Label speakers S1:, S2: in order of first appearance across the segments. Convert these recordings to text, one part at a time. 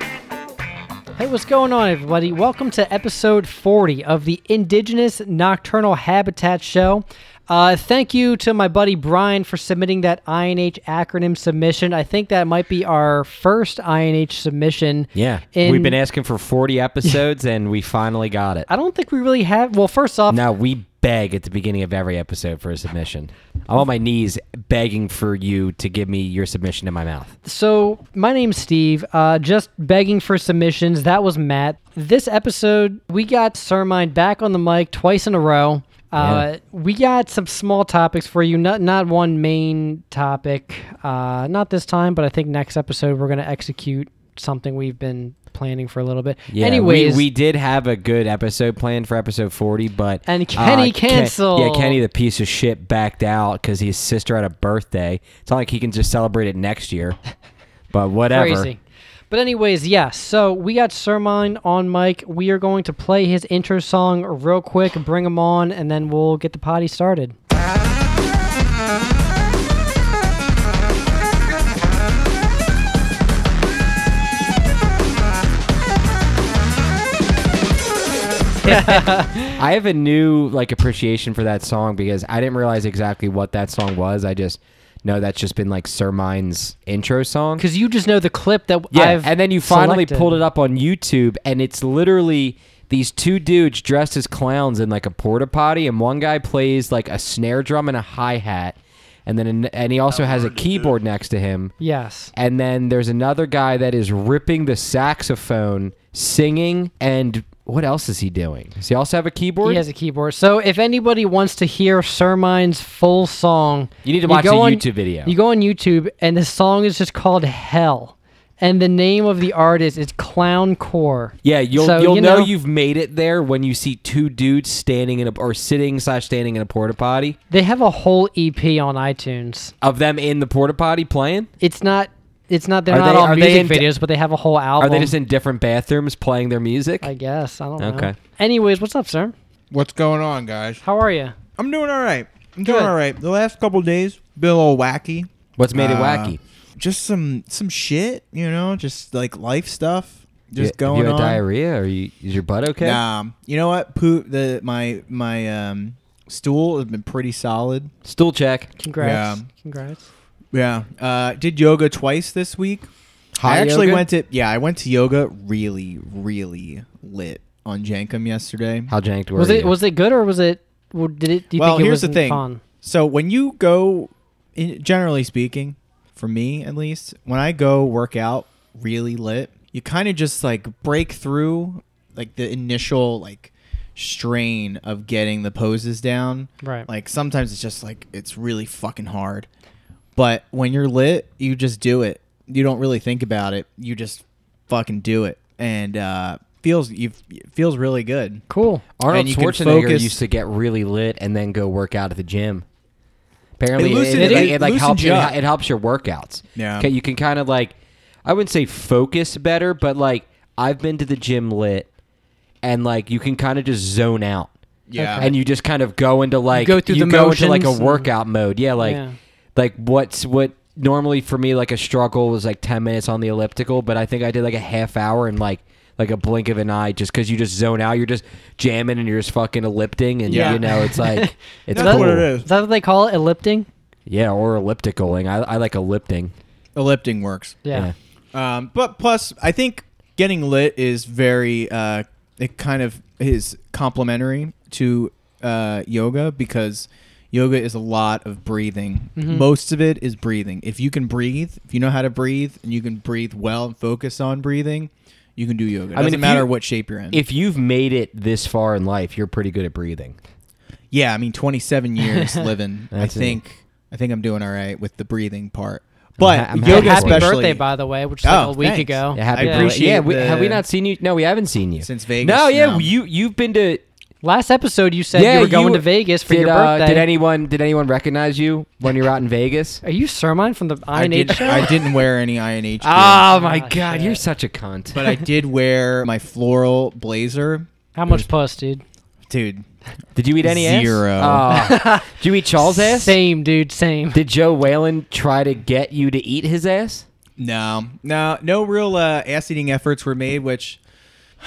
S1: Hey, what's going on, everybody? Welcome to episode 40 of the Indigenous Nocturnal Habitat Show. Uh, thank you to my buddy Brian for submitting that INH acronym submission. I think that might be our first INH submission.
S2: Yeah.
S1: in-
S2: We've been asking for 40 episodes and we finally got it.
S1: I don't think we really have. Well, first off,
S2: Now we beg at the beginning of every episode for a submission. I'm on my knees begging for you to give me your submission in my mouth.
S1: so my name's Steve. Uh, just begging for submissions. That was Matt. This episode, we got Sermine back on the mic twice in a row. Uh, We got some small topics for you. Not not one main topic. Uh, not this time, but I think next episode we're gonna execute something we've been planning for a little bit.
S2: Yeah, we-
S1: Anyways,
S2: we, did have a good episode planned for episode 40, but uh,
S1: And Kenny
S2: Ken-
S1: canceled.
S2: yeah, Kenny the piece of shit backed out because his sister had a birthday. It's not like he can just celebrate it next year. But whatever.
S1: Crazy. But anyways, yes. so we got Sermine on mic. We are going to play his intro song real quick, bring him on, and then we'll get the potty started.
S2: I have a new like appreciation for that song because I didn't realize exactly what that song was. I just know that's just been like Sir Mine's intro song.
S1: Because you just know the clip that
S2: Yeah,
S1: I've
S2: and then you finally
S1: selected.
S2: pulled it up on YouTube, and it's literally these two dudes dressed as clowns in like a porta potty, and one guy plays like a snare drum and a hi hat, and then an, and he also has a keyboard next to him.
S1: Yes.
S2: And then there's another guy that is ripping the saxophone, singing, and what else is he doing? Does he also have a keyboard?
S1: He has a keyboard. So if anybody wants to hear Sermine's full song,
S2: You need to watch
S1: go
S2: the
S1: on-
S2: YouTube video.
S1: You go on YouTube, and the song is just called Hell. And the name of the artist is Clown Core.
S2: Yeah, you'll
S1: So,
S2: you'll
S1: you
S2: know,
S1: know-
S2: you've made it there when you see two dudes standing in a or sitting slash standing in a porta potty
S1: They have a whole EP on iTunes.
S2: of them in the porta potty playing.
S1: It's not. It's not. They're
S2: Are
S1: not
S2: they-
S1: all
S2: are they
S1: music
S2: in d-
S1: videos, but they have a whole
S2: Are
S1: album.
S2: they just in different bathrooms playing their music?
S1: I guess. I don't know.
S2: Okay.
S1: Anyways, what's up, sir?
S3: What's going on, guys?
S1: How are you?
S3: I'm doing all right. I'm doing
S1: Good.
S3: all right. The last couple days, been a little wacky.
S2: What's made it
S3: Uh,
S2: wacky?
S3: Just some some shit, you know, just like life stuff, just
S2: You-
S3: going
S2: you had
S3: on.
S2: diarrhea? Or you, is your butt okay?
S3: Nah, you know what? Poop. The my my um stool has been pretty solid.
S2: Stool check.
S1: Congrats.
S3: Yeah.
S1: Congrats.
S3: Yeah. Uh, did yoga twice this week.
S2: Hot
S3: I actually
S2: yoga?
S3: went to yeah, I went to yoga really really lit on Jankum yesterday.
S2: How janked were
S1: Was
S2: you?
S1: it was it good or was it? well, Did it? Do you
S3: well,
S1: think it
S3: here's
S1: was
S3: the thing.
S1: Fun?
S3: So when you go, in, generally speaking, for me at least, when I go work out really lit, you kind of just like break through like the initial like strain of getting the poses down.
S1: Right.
S3: Like sometimes it's just like it's really fucking hard. But when you're lit, you just do it. You don't really think about it. You just fucking do it, and uh, feels you feels really good.
S1: Cool.
S2: Arnold
S3: and you can
S2: Schwarzenegger
S3: focus-
S2: used to get really lit and then go work out at the gym. Apparently,
S3: It
S2: it,
S3: loosen-
S2: it-
S3: it-
S2: it, like
S3: loosens
S2: helps
S3: you
S2: it,
S3: up.
S2: it helps your workouts.
S3: Yeah.
S2: 'Kay, you can kind of like, I wouldn't say focus better, but like I've been to the gym lit, and like you can kind of just zone out,
S3: Yeah.
S2: and you just kind of go into like
S1: go through
S2: you
S1: the
S2: go into like a
S1: motions and-
S2: workout mode. Yeah, like
S1: Yeah.
S2: like what's what normally for me like a struggle was like ten minutes on the elliptical, but I think I did like a half hour and like. Like a blink of an eye, just because you just zone out, you're just jamming and you're just fucking ellipting, and
S1: Yeah.
S2: you know it's like it's
S3: That's
S2: cool.
S3: what it is.
S1: Is that what they call it? Ellipting.
S2: Yeah, or ellipticaling. I, I like ellipting.
S3: Ellipting works.
S1: Yeah.
S3: Um, but plus, I think getting lit is very uh, it kind of is complementary to uh, yoga because yoga is a lot of breathing.
S2: Mm-hmm.
S3: Most of it is breathing. If you can breathe, if you know how to breathe, and you can breathe well and focus on breathing, you can do yoga.
S2: I
S3: It
S2: mean,
S3: doesn't
S2: if
S3: matter
S2: you-
S3: what shape you're in.
S2: If you've made it this far in life, you're pretty good at breathing.
S3: yeah, I mean, 27 years living, I
S2: That's it.
S3: think I think I'm doing all right with the breathing part. But
S2: ha- I'm
S3: yoga,
S1: Happy
S3: especially
S1: birthday, by the way, which is like
S3: Oh,
S1: a week
S3: thanks.
S1: ago.
S2: Yeah, happy
S3: I
S2: birthday.
S3: appreciate
S2: yeah, we,
S3: the-
S2: have we not seen you? No, we haven't seen you
S3: Since Vegas,
S2: No, yeah,
S3: no.
S2: you you've been to
S1: Last episode, you said you were going to Vegas for
S2: did,
S1: your
S2: uh,
S1: birthday.
S2: did anyone did anyone recognize you when you were out in Vegas?
S1: Are you Sermine from the
S3: I,
S1: Iron Age
S3: did,
S1: show?
S3: I didn't wear any INH. gear,
S2: Oh my
S1: Ah,
S2: god,
S1: shit.
S2: you're such a cunt.
S3: but I did wear my floral blazer.
S1: How much puss, dude?
S3: Dude,
S2: did you eat any
S3: Zero.
S2: ass? Oh. did you eat Charles' ass?
S1: Same, dude. Same.
S2: Did Joe Whalen try to get you to eat his ass?
S3: no, no, no real uh, ass eating efforts were made, which.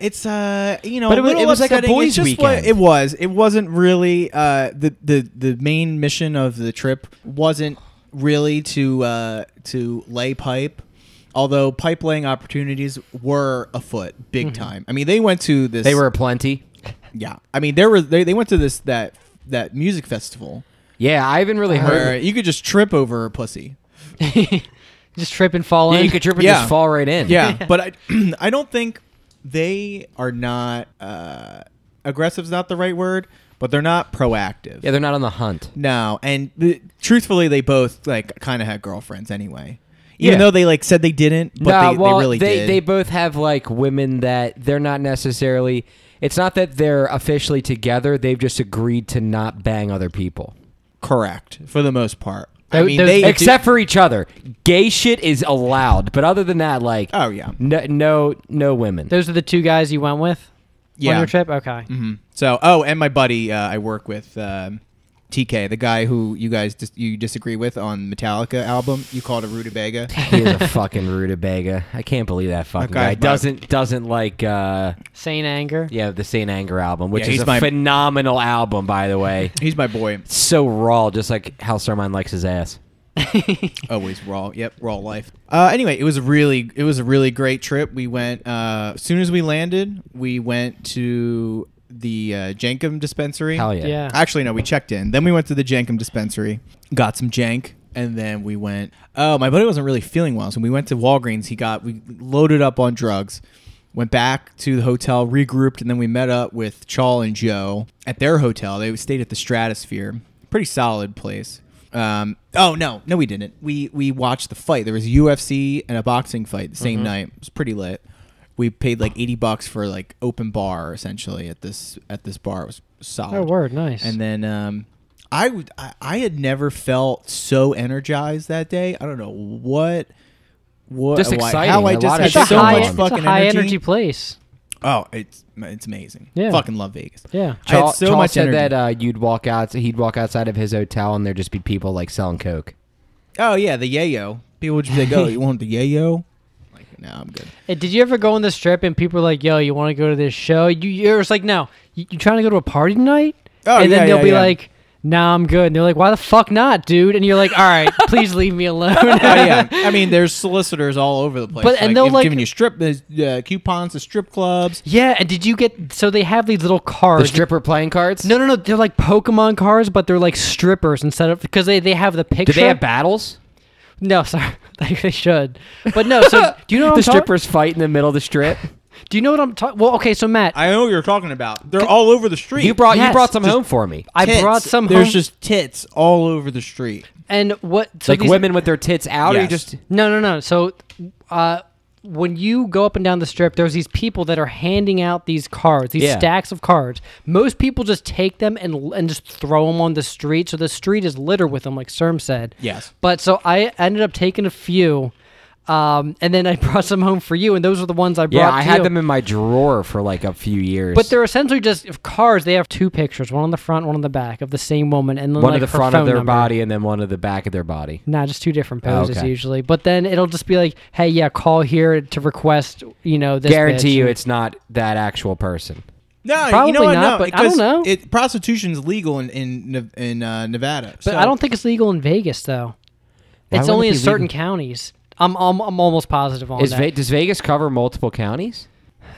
S3: It's uh, you know,
S2: But it was-
S3: little
S2: it was like a
S3: upsetting.
S2: boys'
S3: It's just what-
S2: weekend.
S3: it was. It wasn't really uh, the the the main mission of the trip wasn't really to uh, to lay pipe, although pipe laying opportunities were afoot, big time. I mean, they went to this.
S2: Mm-hmm. They were plenty.
S3: yeah. I mean, there were they, they went to this that that music festival
S2: Yeah, I haven't really
S3: where
S2: heard.
S3: you could just trip over a pussy.
S1: Just trip and fall
S2: Yeah,
S1: in.
S2: you could trip and
S3: Yeah.
S2: just fall right in.
S3: Yeah, but I, I don't think they are not uh, aggressive's not the right word, but they're not proactive.
S2: Yeah, they're not on the hunt.
S3: no, and th- truthfully, they both like kind of had girlfriends anyway. Even
S2: Yeah.
S3: though they like said they didn't, but
S2: Nah,
S3: they,
S2: well,
S3: they really
S2: they,
S3: did.
S2: they both have like women that they're not necessarily. It's not that they're officially together. They've just agreed to not bang other people,
S3: correct for the most part. I
S1: Tho-
S3: mean,
S1: those-
S3: they
S2: except for each other. Gay shit is allowed, but other than that, like,
S3: Oh, yeah.
S2: no, no, no women.
S1: Those are the two guys you went with
S3: yeah.
S1: on your trip. Okay.
S3: Mhm. So, oh, and my buddy uh, I work with, um, TK, the guy who you guys dis- you disagree with on Metallica album, you called a rutabaga.
S2: he is a fucking rutabaga. I can't believe that fucking
S3: Okay,
S2: guy
S3: but-
S2: doesn't doesn't like uh
S1: Sane anger.
S2: yeah the Saint Anger album, which
S3: Yeah,
S2: is
S3: he's
S2: a
S3: my-
S2: phenomenal album by the way.
S3: He's my boy.
S2: so raw, just like how Sermon likes his ass.
S3: always raw yep raw life uh, anyway it was a really it was a really great trip we went uh, as soon as we landed we went to the uh, jankum dispensary
S2: Hell yeah.
S1: Yeah.
S3: actually no we checked in then we went to the jankum dispensary got some jank and then we went oh my buddy wasn't really feeling well so we went to walgreens he got we loaded up on drugs went back to the hotel regrouped and then we met up with chaw and joe at their hotel they stayed at the stratosphere pretty solid place um, oh no no we didn't we we watched the fight there was a ufc and a boxing fight the same night it was pretty lit we paid like 80 bucks for like open bar essentially at this at this bar it was solid
S1: Oh, word. Nice.
S3: and then um, I, would- I I had never felt so energized that day. I don't know what what
S2: Just
S3: why-
S2: exciting,
S3: how I
S2: a
S3: just
S2: lot of
S3: had
S1: it's
S2: shit
S1: a
S3: so
S2: going
S1: high,
S2: on.
S3: much
S1: it's
S3: fucking
S1: a high
S3: energy.
S1: energy, place.
S3: Oh, it's it's amazing.
S1: Yeah.
S3: fucking love Vegas.
S1: Yeah.
S3: I had
S2: Charles,
S3: so
S2: Charles
S3: much
S2: said
S3: energy.
S2: that uh, you'd walk out. He'd walk outside of his hotel, and there'd just be people like selling coke.
S3: oh yeah, the yayo. People would just be like, "Oh, you want the yayo?" Like, no, I'm good.
S1: Hey, Did you ever go on this trip and people were like, "Yo, you want to go to this show?" You, you're just like, "No, you, you trying to go to a party tonight?"
S3: Oh,
S1: and
S3: yeah,
S1: then they'll
S3: yeah,
S1: be
S3: yeah.
S1: like, "Nah, I'm good." And they're like, "Why the fuck not, dude?" And you're like, "All right, please leave me alone."
S3: oh, yeah, I mean, there's solicitors all over the place.
S1: But- and
S3: like,
S1: they'll,
S3: if
S1: like-
S3: giving you strip uh, coupons to strip clubs.
S1: Yeah, and did you get? So they have these little
S2: The
S1: cards.
S2: stripper playing cards.
S1: no, no, no. They're like Pokemon cards, but they're like strippers instead of because they, they have the picture.
S2: Did they have battles?
S1: no, sorry, like they should. But no. So do you know what
S2: the
S1: I'm talking?
S2: strippers fight in the middle of the strip.
S1: Do you know what I'm talking? Well, okay. So Matt, I,
S3: I know what you're talking about. They're all over the street.
S2: you brought you
S1: Yes.
S2: brought some
S1: Just-
S2: home for me.
S3: Tits.
S1: brought some
S3: There's
S1: home,
S3: just tits all over the street.
S1: and what? So
S2: like
S1: these-
S2: women with their tits out, or you
S3: Yes.
S2: just
S1: No, no, no. So, uh, when you go up and down the strip, there's these people that are handing out these cards, these
S2: Yeah.
S1: stacks of cards. Most people just take them and and just throw them on the street, so the street is litter with them, like Serm said.
S3: Yes.
S1: But so I ended up taking a few, um, and then I brought some home for you, and those were the ones I brought.
S2: yeah. I
S1: to
S2: had
S1: you.
S2: them in my drawer for like a few years.
S1: But they're essentially just cards. They have two pictures, one on the front, one on the back of the same woman, and then
S2: one
S1: like,
S2: of the
S1: her
S2: front of
S1: phone
S2: their
S1: number.
S2: body and then one of the back of their body.
S1: Nah, just two different
S2: Oh,
S1: poses
S2: okay.
S1: usually. But then it'll just be like, hey, yeah, call here to request, you know, this.
S2: Guarantee
S1: bitch.
S2: you, it's not that actual person.
S3: No,
S1: Probably
S3: you know what?
S1: not,
S3: no,
S1: but I don't
S3: because
S1: know.
S3: It, prostitution's legal in in, Nev- in uh, Nevada,
S1: But I don't think it's legal in Vegas though.
S2: Why
S1: it's
S2: would
S1: only
S2: it
S1: in
S2: be
S1: certain counties. I'm, I'm I'm almost positive on
S2: Is
S1: that.
S2: Ve- does Vegas cover multiple counties,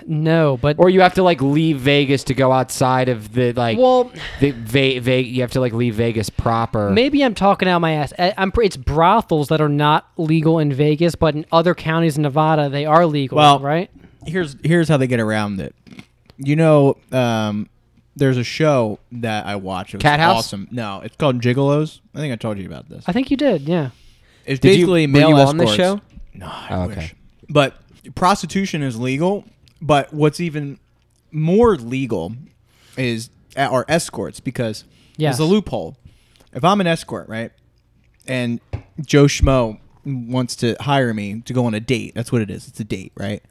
S1: no, but
S2: or you have to like leave Vegas to go outside of the like?
S1: well,
S2: the ve- ve- you have to like leave Vegas proper.
S1: maybe I'm talking out my ass. I, I'm pr- it's brothels that are not legal in Vegas, but in other counties in Nevada they are legal.
S3: Well,
S1: right?
S3: Here's here's how they get around it. You know, um, there's a show that I watch. It was
S2: Cat House?
S3: Awesome. No, it's called Gigolos. I think I told you about this.
S1: I think you did. Yeah.
S3: It's
S2: Did you-
S3: basically
S2: were
S3: male
S2: you on
S3: escorts.
S2: the show?
S3: No, I
S2: Oh, okay.
S3: wish. But prostitution is legal. But what's even more legal is are escorts because
S1: Yes.
S3: there's a loophole. If I'm an escort, right, and Joe Schmo wants to hire me to go on a date, that's what it is. It's a date, right?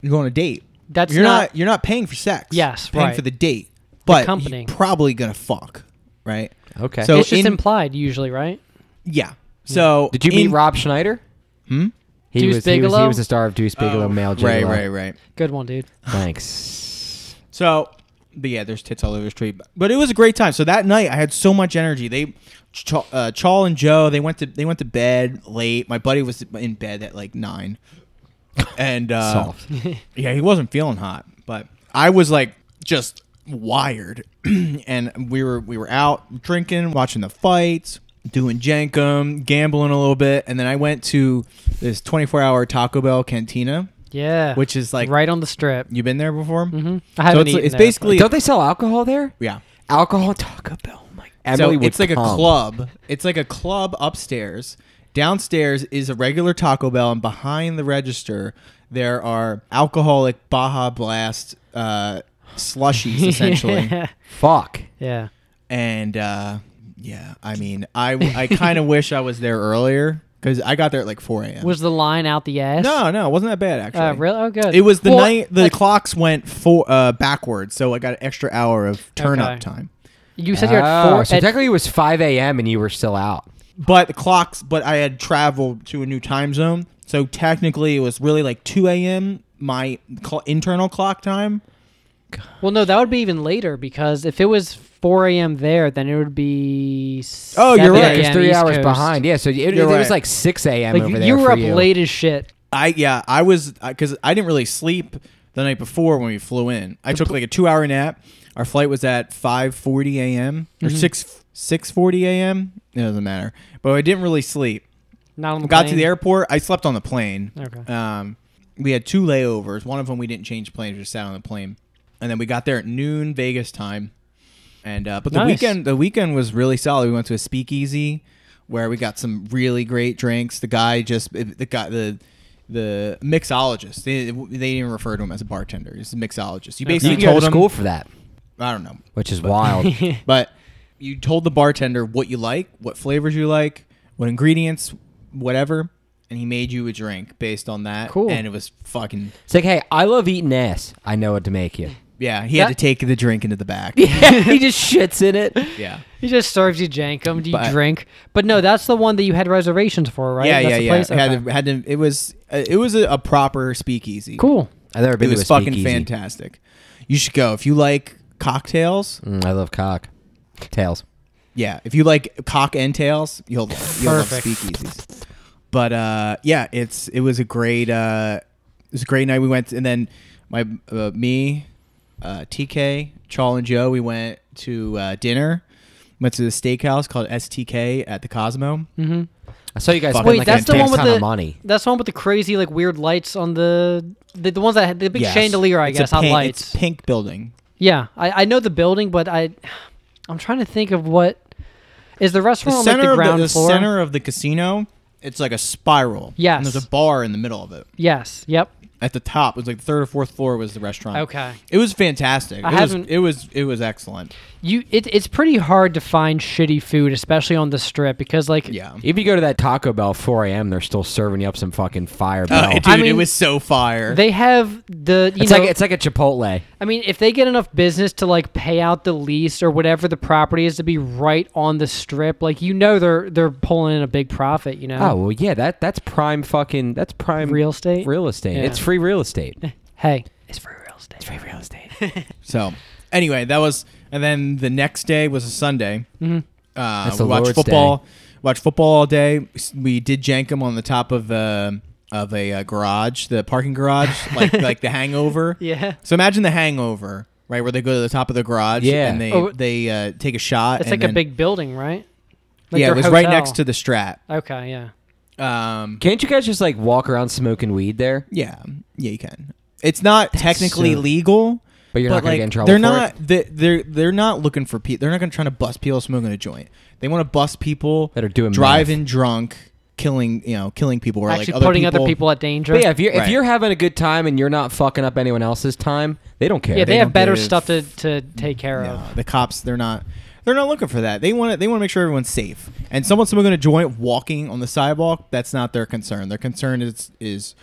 S3: You go on a date.
S1: That's
S3: you're
S1: not-
S3: not, you're not paying for sex.
S1: Yes,
S3: paying
S1: right.
S3: for the date, but
S1: company. Oh.
S3: you're probably gonna fuck, right?
S2: Okay.
S3: So
S1: it's just
S3: in-
S1: implied usually, right?
S3: Yeah. So
S2: Did you meet
S3: in-
S2: Rob Schneider?
S3: Hmm?
S2: He
S1: Deuce
S2: was, he was he
S1: Bigelow?
S2: was the star of Deuce Bigelow, male gigolo.
S3: Right, right, right.
S1: Good one, dude.
S2: Thanks.
S3: So, but yeah, there's tits all over the street. But, but it was a great time. So that night, I had so much energy. They, Ch- uh, Chal and Joe, they went to they went to bed late. My buddy was in bed at like nine, and uh,
S2: Soft.
S3: yeah, he wasn't feeling hot, but I was like just wired, and we were we were out drinking, watching the fights, doing jankum, gambling a little bit, and then I went to this 24 hour Taco Bell cantina.
S1: Yeah.
S3: Which is like-
S1: right on the strip.
S3: You been there before? Mm-hmm.
S1: I haven't
S3: so
S1: eaten
S3: it's, it's
S1: there, but-
S3: basically
S2: Don't they sell alcohol there?
S3: yeah.
S2: Alcohol Taco Bell. My
S3: So
S2: Emily would
S3: it's like a
S2: come.
S3: club. It's like a club upstairs. Downstairs is a regular Taco Bell, and behind the register there are alcoholic Baja Blast uh, slushies, essentially.
S1: yeah.
S2: Fuck.
S1: yeah.
S3: And uh, yeah, I mean, I I kind of wish I was there earlier because I got there at like 4 a.m.
S1: Was the line out the ass?
S3: no, no, it wasn't that bad actually.
S1: Uh, really? Oh, good.
S3: It was the
S1: Well,
S3: night the
S1: like,
S3: clocks went for uh, backwards, so I got an extra hour of turn
S1: Okay.
S3: up time.
S1: you said you're at
S2: Oh,
S1: four.
S2: So
S1: at-
S2: technically it was 5 a.m. and you were still out.
S3: But the clocks, but I had traveled to a new time zone, so technically it was really like 2 a.m. my cl- internal clock time.
S1: well, no, that would be even later because if it was 4 a.m. there, then it would be.
S3: Oh, you're
S1: 7
S3: right.
S2: Yeah, it's
S1: a.m.
S2: three
S1: East
S2: hours
S1: Coast.
S2: behind. Yeah, so it, it,
S3: You're
S2: was
S3: right.
S2: like 6 a.m.
S1: Like
S2: over
S1: you,
S2: there.
S1: you were
S2: for
S1: up late as shit.
S3: I yeah, I was because I didn't really sleep the night before when we flew in. I took like a two hour nap. Our flight was at 5:40 a.m. or 6 6:40 a.m. It doesn't matter, but I didn't really sleep.
S1: Not on the
S3: Got to
S1: plane.
S3: the airport. I slept on the plane.
S1: Okay.
S3: Um, we had two layovers. One of them we didn't change planes. We just sat on the plane, and then we got there at noon Vegas time. And uh, but the
S1: Nice.
S3: weekend the weekend was really solid. We went to a speakeasy where we got some really great drinks. The guy just the guy the the mixologist. They, they didn't even refer to him as a bartender. He's a mixologist. You
S2: You
S3: basically
S2: go
S3: told
S2: to
S3: him.
S2: school for that,
S3: I don't know,
S2: which is wild.
S3: but you told the bartender what you like, what flavors you like, what ingredients, whatever, and he made you a drink based on that.
S1: Cool.
S3: And it was fucking
S2: It's like, hey, I love eating ass. I know what to make you.
S3: Yeah, he
S1: That-
S3: had to take the drink into the back.
S2: he just shits in it.
S3: Yeah.
S1: He just serves you jankum. Do you
S3: But-
S1: drink? But no, that's the one that you had reservations for, right?
S3: Yeah,
S1: That's
S3: yeah,
S1: the
S3: yeah.
S1: place?
S3: It had
S1: Okay.
S3: to, had to, it was uh, it was a, a proper speakeasy.
S1: cool.
S2: I've never been
S3: It
S2: to
S3: was
S2: a
S3: fucking
S2: speakeasy.
S3: fantastic. You should go if you like cocktails.
S2: Mm, I love cock. Tails.
S3: Yeah, if you like cock and tails, you'll you'll love
S1: Perfect.
S3: speakeasies. But uh, yeah, it's it was a great uh, it was a great night. We went and then my uh, me, uh, TK, Charles and Joe. We went to uh, dinner. Went to the steakhouse called STK at the Cosmo.
S1: Mm-hmm.
S2: I saw you guys
S3: Fuck.
S2: spend
S3: Wait,
S2: like
S1: that's
S2: a
S1: the one
S2: dick
S1: with
S2: ton
S1: the
S2: of money.
S1: That's the one with the crazy, like weird lights on the the, the ones that had the big
S3: Yes.
S1: chandelier. I
S3: It's a
S1: guess not
S3: pink-
S1: lights.
S3: It's pink building.
S1: Yeah, I, I know the building, but I I'm trying to think of what is the
S3: The
S1: restaurant on, like,
S3: center
S1: the
S3: of the,
S1: ground
S3: the
S1: floor.
S3: center of the casino. It's like a spiral.
S1: Yes.
S3: And there's a bar in the middle of it.
S1: Yes. Yep.
S3: At the top, it was like the third or fourth floor was the restaurant.
S1: Okay.
S3: It was fantastic.
S1: I
S3: it, was,
S1: haven't-
S3: it was it was excellent.
S1: You it, it's pretty hard to find shitty food, especially on the strip, because like
S3: Yeah.
S2: If you go to that Taco Bell 4 a.m., they're still serving you up some fucking fire bell.
S3: Uh, dude,
S1: I mean,
S3: it was so fire.
S1: they have the you
S2: it's
S1: know
S2: like it's like a Chipotle.
S1: I mean if they get enough business to like pay out the lease or whatever the property is to be right on the strip, like you know they're they're pulling in a big profit, you know.
S2: Oh well, yeah that that's prime fucking that's prime
S1: Real estate?
S2: Real estate.
S1: Yeah.
S2: It's free real estate.
S1: Hey, it's free real estate.
S2: free real estate.
S3: so anyway, that was and then the next day was a Sunday. Mm-hmm. Uh,
S2: That's
S3: we
S2: the
S3: watched
S2: Lord's
S3: football. Watched football all day. We s- We did jankum on the top of uh, of a uh, garage, the parking garage, like like the Hangover.
S1: Yeah.
S3: So imagine the Hangover, right, where they go to the top of the garage
S2: Yeah.
S3: and they
S1: Oh.
S3: they uh, take a shot.
S1: It's
S3: and
S1: like a
S3: then-
S1: big building, right?
S3: yeah,
S1: their
S3: it was right
S1: hotel.
S3: next to the Strat.
S1: Okay, yeah.
S3: Um,
S2: Can't you guys just like walk around smoking weed there?
S3: yeah, yeah, you can. It's not technically
S2: so-
S3: legal,
S2: But you're not gonna
S3: like,
S2: get in trouble
S3: They're
S2: for
S3: not. They, they're they're not looking for people. They're not going to try to bust people smoking a joint. They want to bust people
S2: That are doing
S3: driving drunk, killing, you know, killing people or
S1: Actually,
S3: like other
S1: putting
S3: people.
S1: other people at danger.
S2: But yeah, if you're if
S3: Right.
S2: you're having a good time and you're not fucking up anyone else's time, they don't care.
S1: Yeah, they,
S3: they
S1: have
S3: don't
S1: better
S3: give-
S1: stuff to, to take care
S3: No,
S1: of.
S3: Uh, the cops, they're not. They're not looking for that. They want to. They want to make sure everyone's safe. And someone, someone going to join walking on the sidewalk. That's not their concern. Their concern is is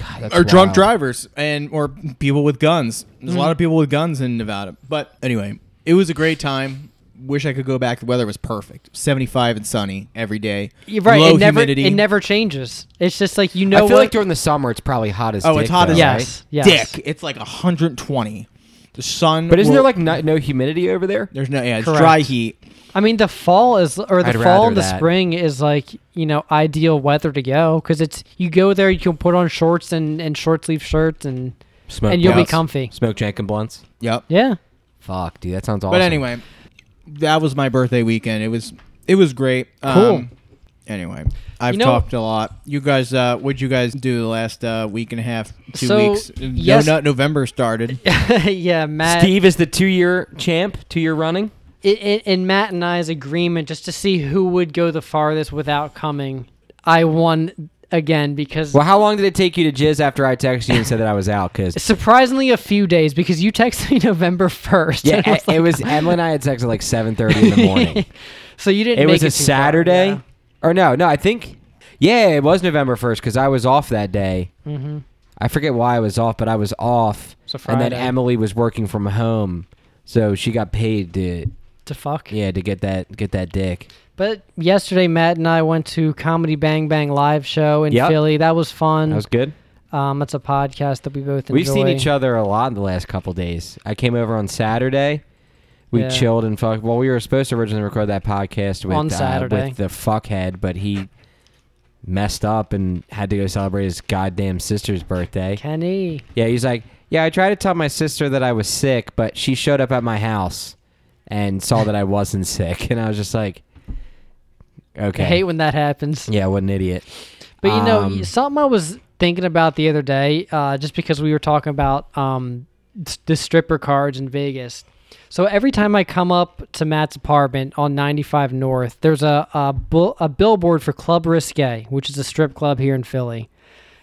S2: Ah, that's
S3: are drunk
S2: wild. Mm.
S3: drivers and or people with guns. There's a lot of people with guns in Nevada. But anyway, it was a great time. Wish I could go back. The weather was perfect. 75 and sunny every day.
S1: You're right.
S3: Low
S1: it never
S3: humidity.
S1: it never changes. It's just like you know
S2: I feel
S1: what.
S2: like during the summer it's probably hot as
S3: Oh,
S2: dick,
S3: it's hot
S2: though,
S3: as
S2: right?
S1: yes, yes.
S3: dick. It's like 120. The sun.
S2: But isn't
S3: will-
S2: there like no, no humidity over there?
S3: there's no yeah, it's
S1: Correct.
S3: dry heat.
S1: I mean, the fall is or the
S2: I'd
S1: fall
S2: rather
S1: and the
S2: that.
S1: spring is like you know ideal weather to go because it's you go there you can put on shorts and and short sleeve shirts and
S2: Smoke
S1: and you'll be
S2: blunts.
S1: comfy.
S2: Smoke jank and blunts.
S3: Yep.
S1: Yeah,
S2: Fuck, dude, that sounds awesome.
S3: But anyway, that was my birthday weekend. It was it was great. Um,
S1: Cool.
S3: anyway, I've
S1: You know-
S3: talked a lot. You guys, uh, what'd you guys do the last uh, week and a half, two
S1: So,
S3: weeks? Uh, No
S1: yes-
S3: Nut November started.
S1: yeah, Matt.
S2: Steve is the two year champ, two year running.
S1: it, it, in Matt and I's agreement just to see who would go the farthest without coming. I won again because
S2: Well, how long did it take you to jizz after I texted you and said that I was out? Because
S1: surprisingly a few days because you texted me November first.
S2: yeah, it was, Emily and I had sex at like seven thirty in the morning.
S1: so you didn't.
S2: it
S1: make
S2: was a
S1: too far,
S2: Saturday,
S1: yeah.
S2: or no, no, I think yeah, it was November first because I was off that day. Mm-hmm. I forget why I was off, but I was off.
S1: It's a
S2: and then
S1: Friday.
S2: Emily was working from home, so she got paid to
S1: To fuck.
S2: yeah to get that get that dick.
S1: But yesterday, Matt and I went to Comedy Bang Bang live show in
S2: Yep.
S1: Philly. That was fun.
S2: That was good.
S1: um, it's a podcast that we both enjoy.
S2: We've seen each other a lot in the last couple days. I came over on Saturday. We
S1: Yeah.
S2: chilled and fucked. Well, we were supposed to originally record that podcast with
S1: On
S2: uh,
S1: Saturday.
S2: with the fuckhead, but he messed up and had to go celebrate his goddamn sister's birthday.
S1: Kenny.
S2: Yeah, he's like, yeah, I tried to tell my sister that I was sick, but she showed up at my house and saw that I wasn't sick, and I was just like, okay,
S1: I hate when that happens.
S2: yeah, what an idiot.
S1: But you know,
S2: Um,
S1: something I was thinking about the other day, uh, just because we were talking about um, s- the stripper cards in Vegas. So every time I come up to Matt's apartment on 95 North, there's a a, bu- a billboard for Club Risque, which is a strip club here in Philly,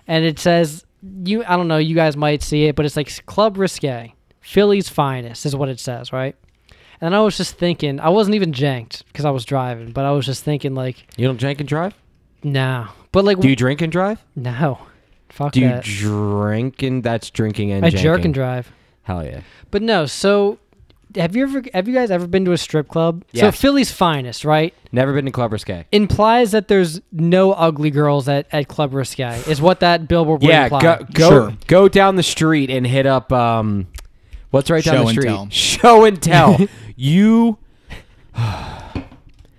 S1: and it says you. I don't know, you guys might see it, but it's like Club Risque, Philly's finest, is what it says, right? And I was just thinking, I wasn't even janked because I was driving, but I was just thinking like,
S2: you don't drink and drive?
S1: nah. But like,
S2: Do you drink and drive?
S1: no. Fuck
S2: Do you
S1: that.
S2: drink and that's drinking and
S1: Uh, I jerk
S2: janking.
S1: and drive.
S2: Hell yeah.
S1: But no, so have you ever have you guys ever been to a strip club? So
S2: Yes.
S1: Philly's finest, right?
S2: Never been to Club Risque.
S1: Implies that there's no ugly girls at, at Club Risque, is what that billboard would
S2: Yeah,
S1: imply.
S2: go go,
S3: Sure.
S2: go down the street and hit up um what's right down
S3: Show
S2: the
S3: and
S2: street?
S3: tell.
S2: Show and tell. you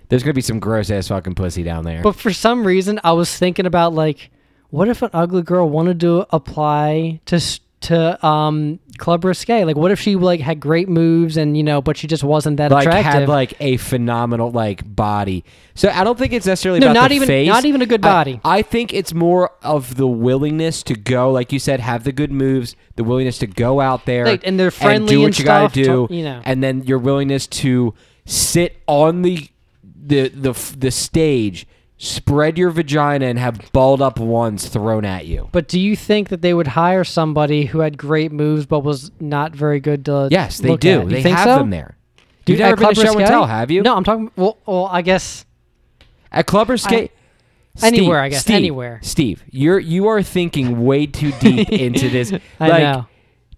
S2: There's gonna be some gross ass fucking pussy down there.
S1: But for some reason, I was thinking about like, what if an ugly girl wanted to apply to s- to um Club Risque? Like, what if she like had great moves and you know, but she just wasn't that
S2: like
S1: attractive?
S2: had like a phenomenal like body. So I don't think it's necessarily
S1: No,
S2: about
S1: not
S2: the
S1: even-
S2: face.
S1: not even a good
S2: I-
S1: body.
S2: I, think it's more of the willingness to go, like you said, have the good moves, the willingness to go out there
S1: Like, and they're friendly
S2: do what
S1: and
S2: you gotta
S1: stuff, to-
S2: do,
S1: you know.
S2: and then your willingness to sit on the the the f- the stage, spread your vagina, and have balled up ones thrown at you.
S1: But do you think that they would hire somebody who had great moves but was not very good to?
S2: Yes, they
S1: look
S2: do.
S1: at? You
S2: They
S1: think
S2: have
S1: so?
S2: them there.
S1: Do
S2: You've
S1: at
S2: never been to
S1: Club
S2: show and
S1: Risque?
S2: tell, have you?
S1: No, I'm talking. Well, well I guess
S2: At Club or Skate?
S1: Anywhere, I guess,
S2: Steve,
S1: anywhere.
S2: Steve, you're you are thinking way too deep into this. Like,
S1: I know.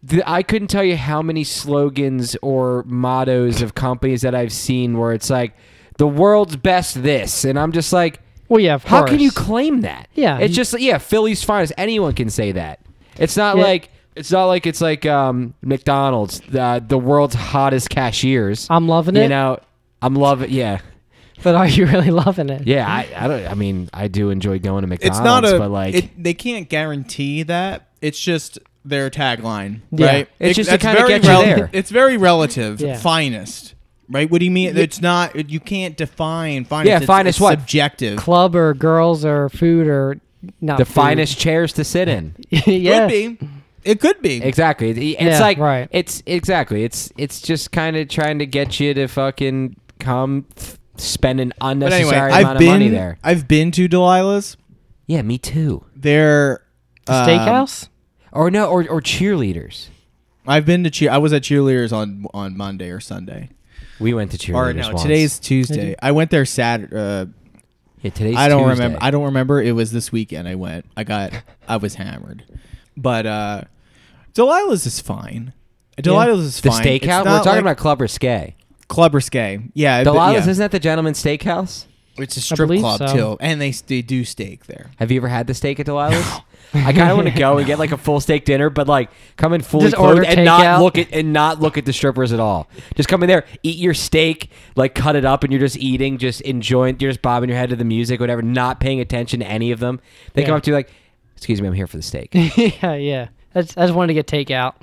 S2: th- I couldn't tell you how many slogans or mottos of companies that I've seen where it's like the world's best this, and I'm just like,
S1: Well, yeah. Of
S2: how can you
S1: course.
S2: claim that?
S1: Yeah,
S2: it's
S1: you-
S2: just yeah, Philly's finest. Anyone can say that. It's not
S1: Yeah.
S2: like it's not like it's like um, McDonald's, uh, the world's hottest cashiers.
S1: I'm loving
S2: you
S1: it,
S2: know, I'm loving. Yeah,
S1: but are you really loving it?
S2: yeah, I, I don't. I mean, I do enjoy going to McDonald's,
S3: It's not a.
S2: but like,
S3: it, they can't guarantee that. It's just their tagline,
S1: Yeah.
S3: right?
S2: It's just to
S3: that's
S2: kinda
S3: very
S2: get you there.
S3: It's very relative.
S1: Yeah.
S3: Finest, right? What do you mean? It's not. You can't define finest.
S2: Yeah,
S3: It's-
S2: finest
S3: it's
S2: what?
S3: Subjective.
S1: Club or girls or food or not
S2: the
S1: food.
S2: finest chairs to sit in.
S1: yeah.
S3: Could be. It could be.
S2: Exactly. It- It's
S1: Yeah,
S2: like
S1: right.
S2: It's exactly. It's it's just kind of trying to get you to fucking come f- spend an
S3: But
S2: unnecessary
S3: anyway,
S2: amount
S3: I've
S2: of money
S3: been
S2: there.
S3: I've been to Delilah's.
S2: Yeah, me too.
S3: They're
S1: The
S3: um,
S1: steakhouse?
S2: Or no, or or cheerleaders.
S3: I've been to cheer. I was at cheerleaders on on Monday or Sunday.
S2: We went to cheerleaders.
S3: Or no,
S2: once.
S3: today's Tuesday. I went there Saturday. Uh,
S2: Yeah, today's.
S3: I don't
S2: Tuesday.
S3: remember. I don't remember. It was this weekend. I went. I got. I was hammered. But uh, Delilah's is fine. Delilah's is
S2: the
S3: fine. It's
S2: steakhouse. We're
S3: not
S2: talking
S3: like
S2: about Club Risque.
S3: Club Risque. Yeah, but-
S2: Delilah's
S3: yeah.
S2: isn't that the gentleman's steakhouse?
S3: It's a
S1: believe
S3: strip club
S1: so.
S3: too, and they s- they do steak there.
S2: Have you ever had the steak at Delilah's? I kind of want to go and get like a full steak dinner, but like come in fully
S1: Just
S2: clothed
S1: order
S2: and not
S1: takeout.
S2: look at and not look at the strippers at all. Just come in there, eat your steak, like cut it up, and you're just eating, just enjoying. You're just bobbing your head to the music, whatever, not paying attention to any of them. They come
S1: Yeah.
S2: up to you like, "Excuse me, I'm here for the steak."
S1: yeah, yeah. That's, I just wanted to get takeout.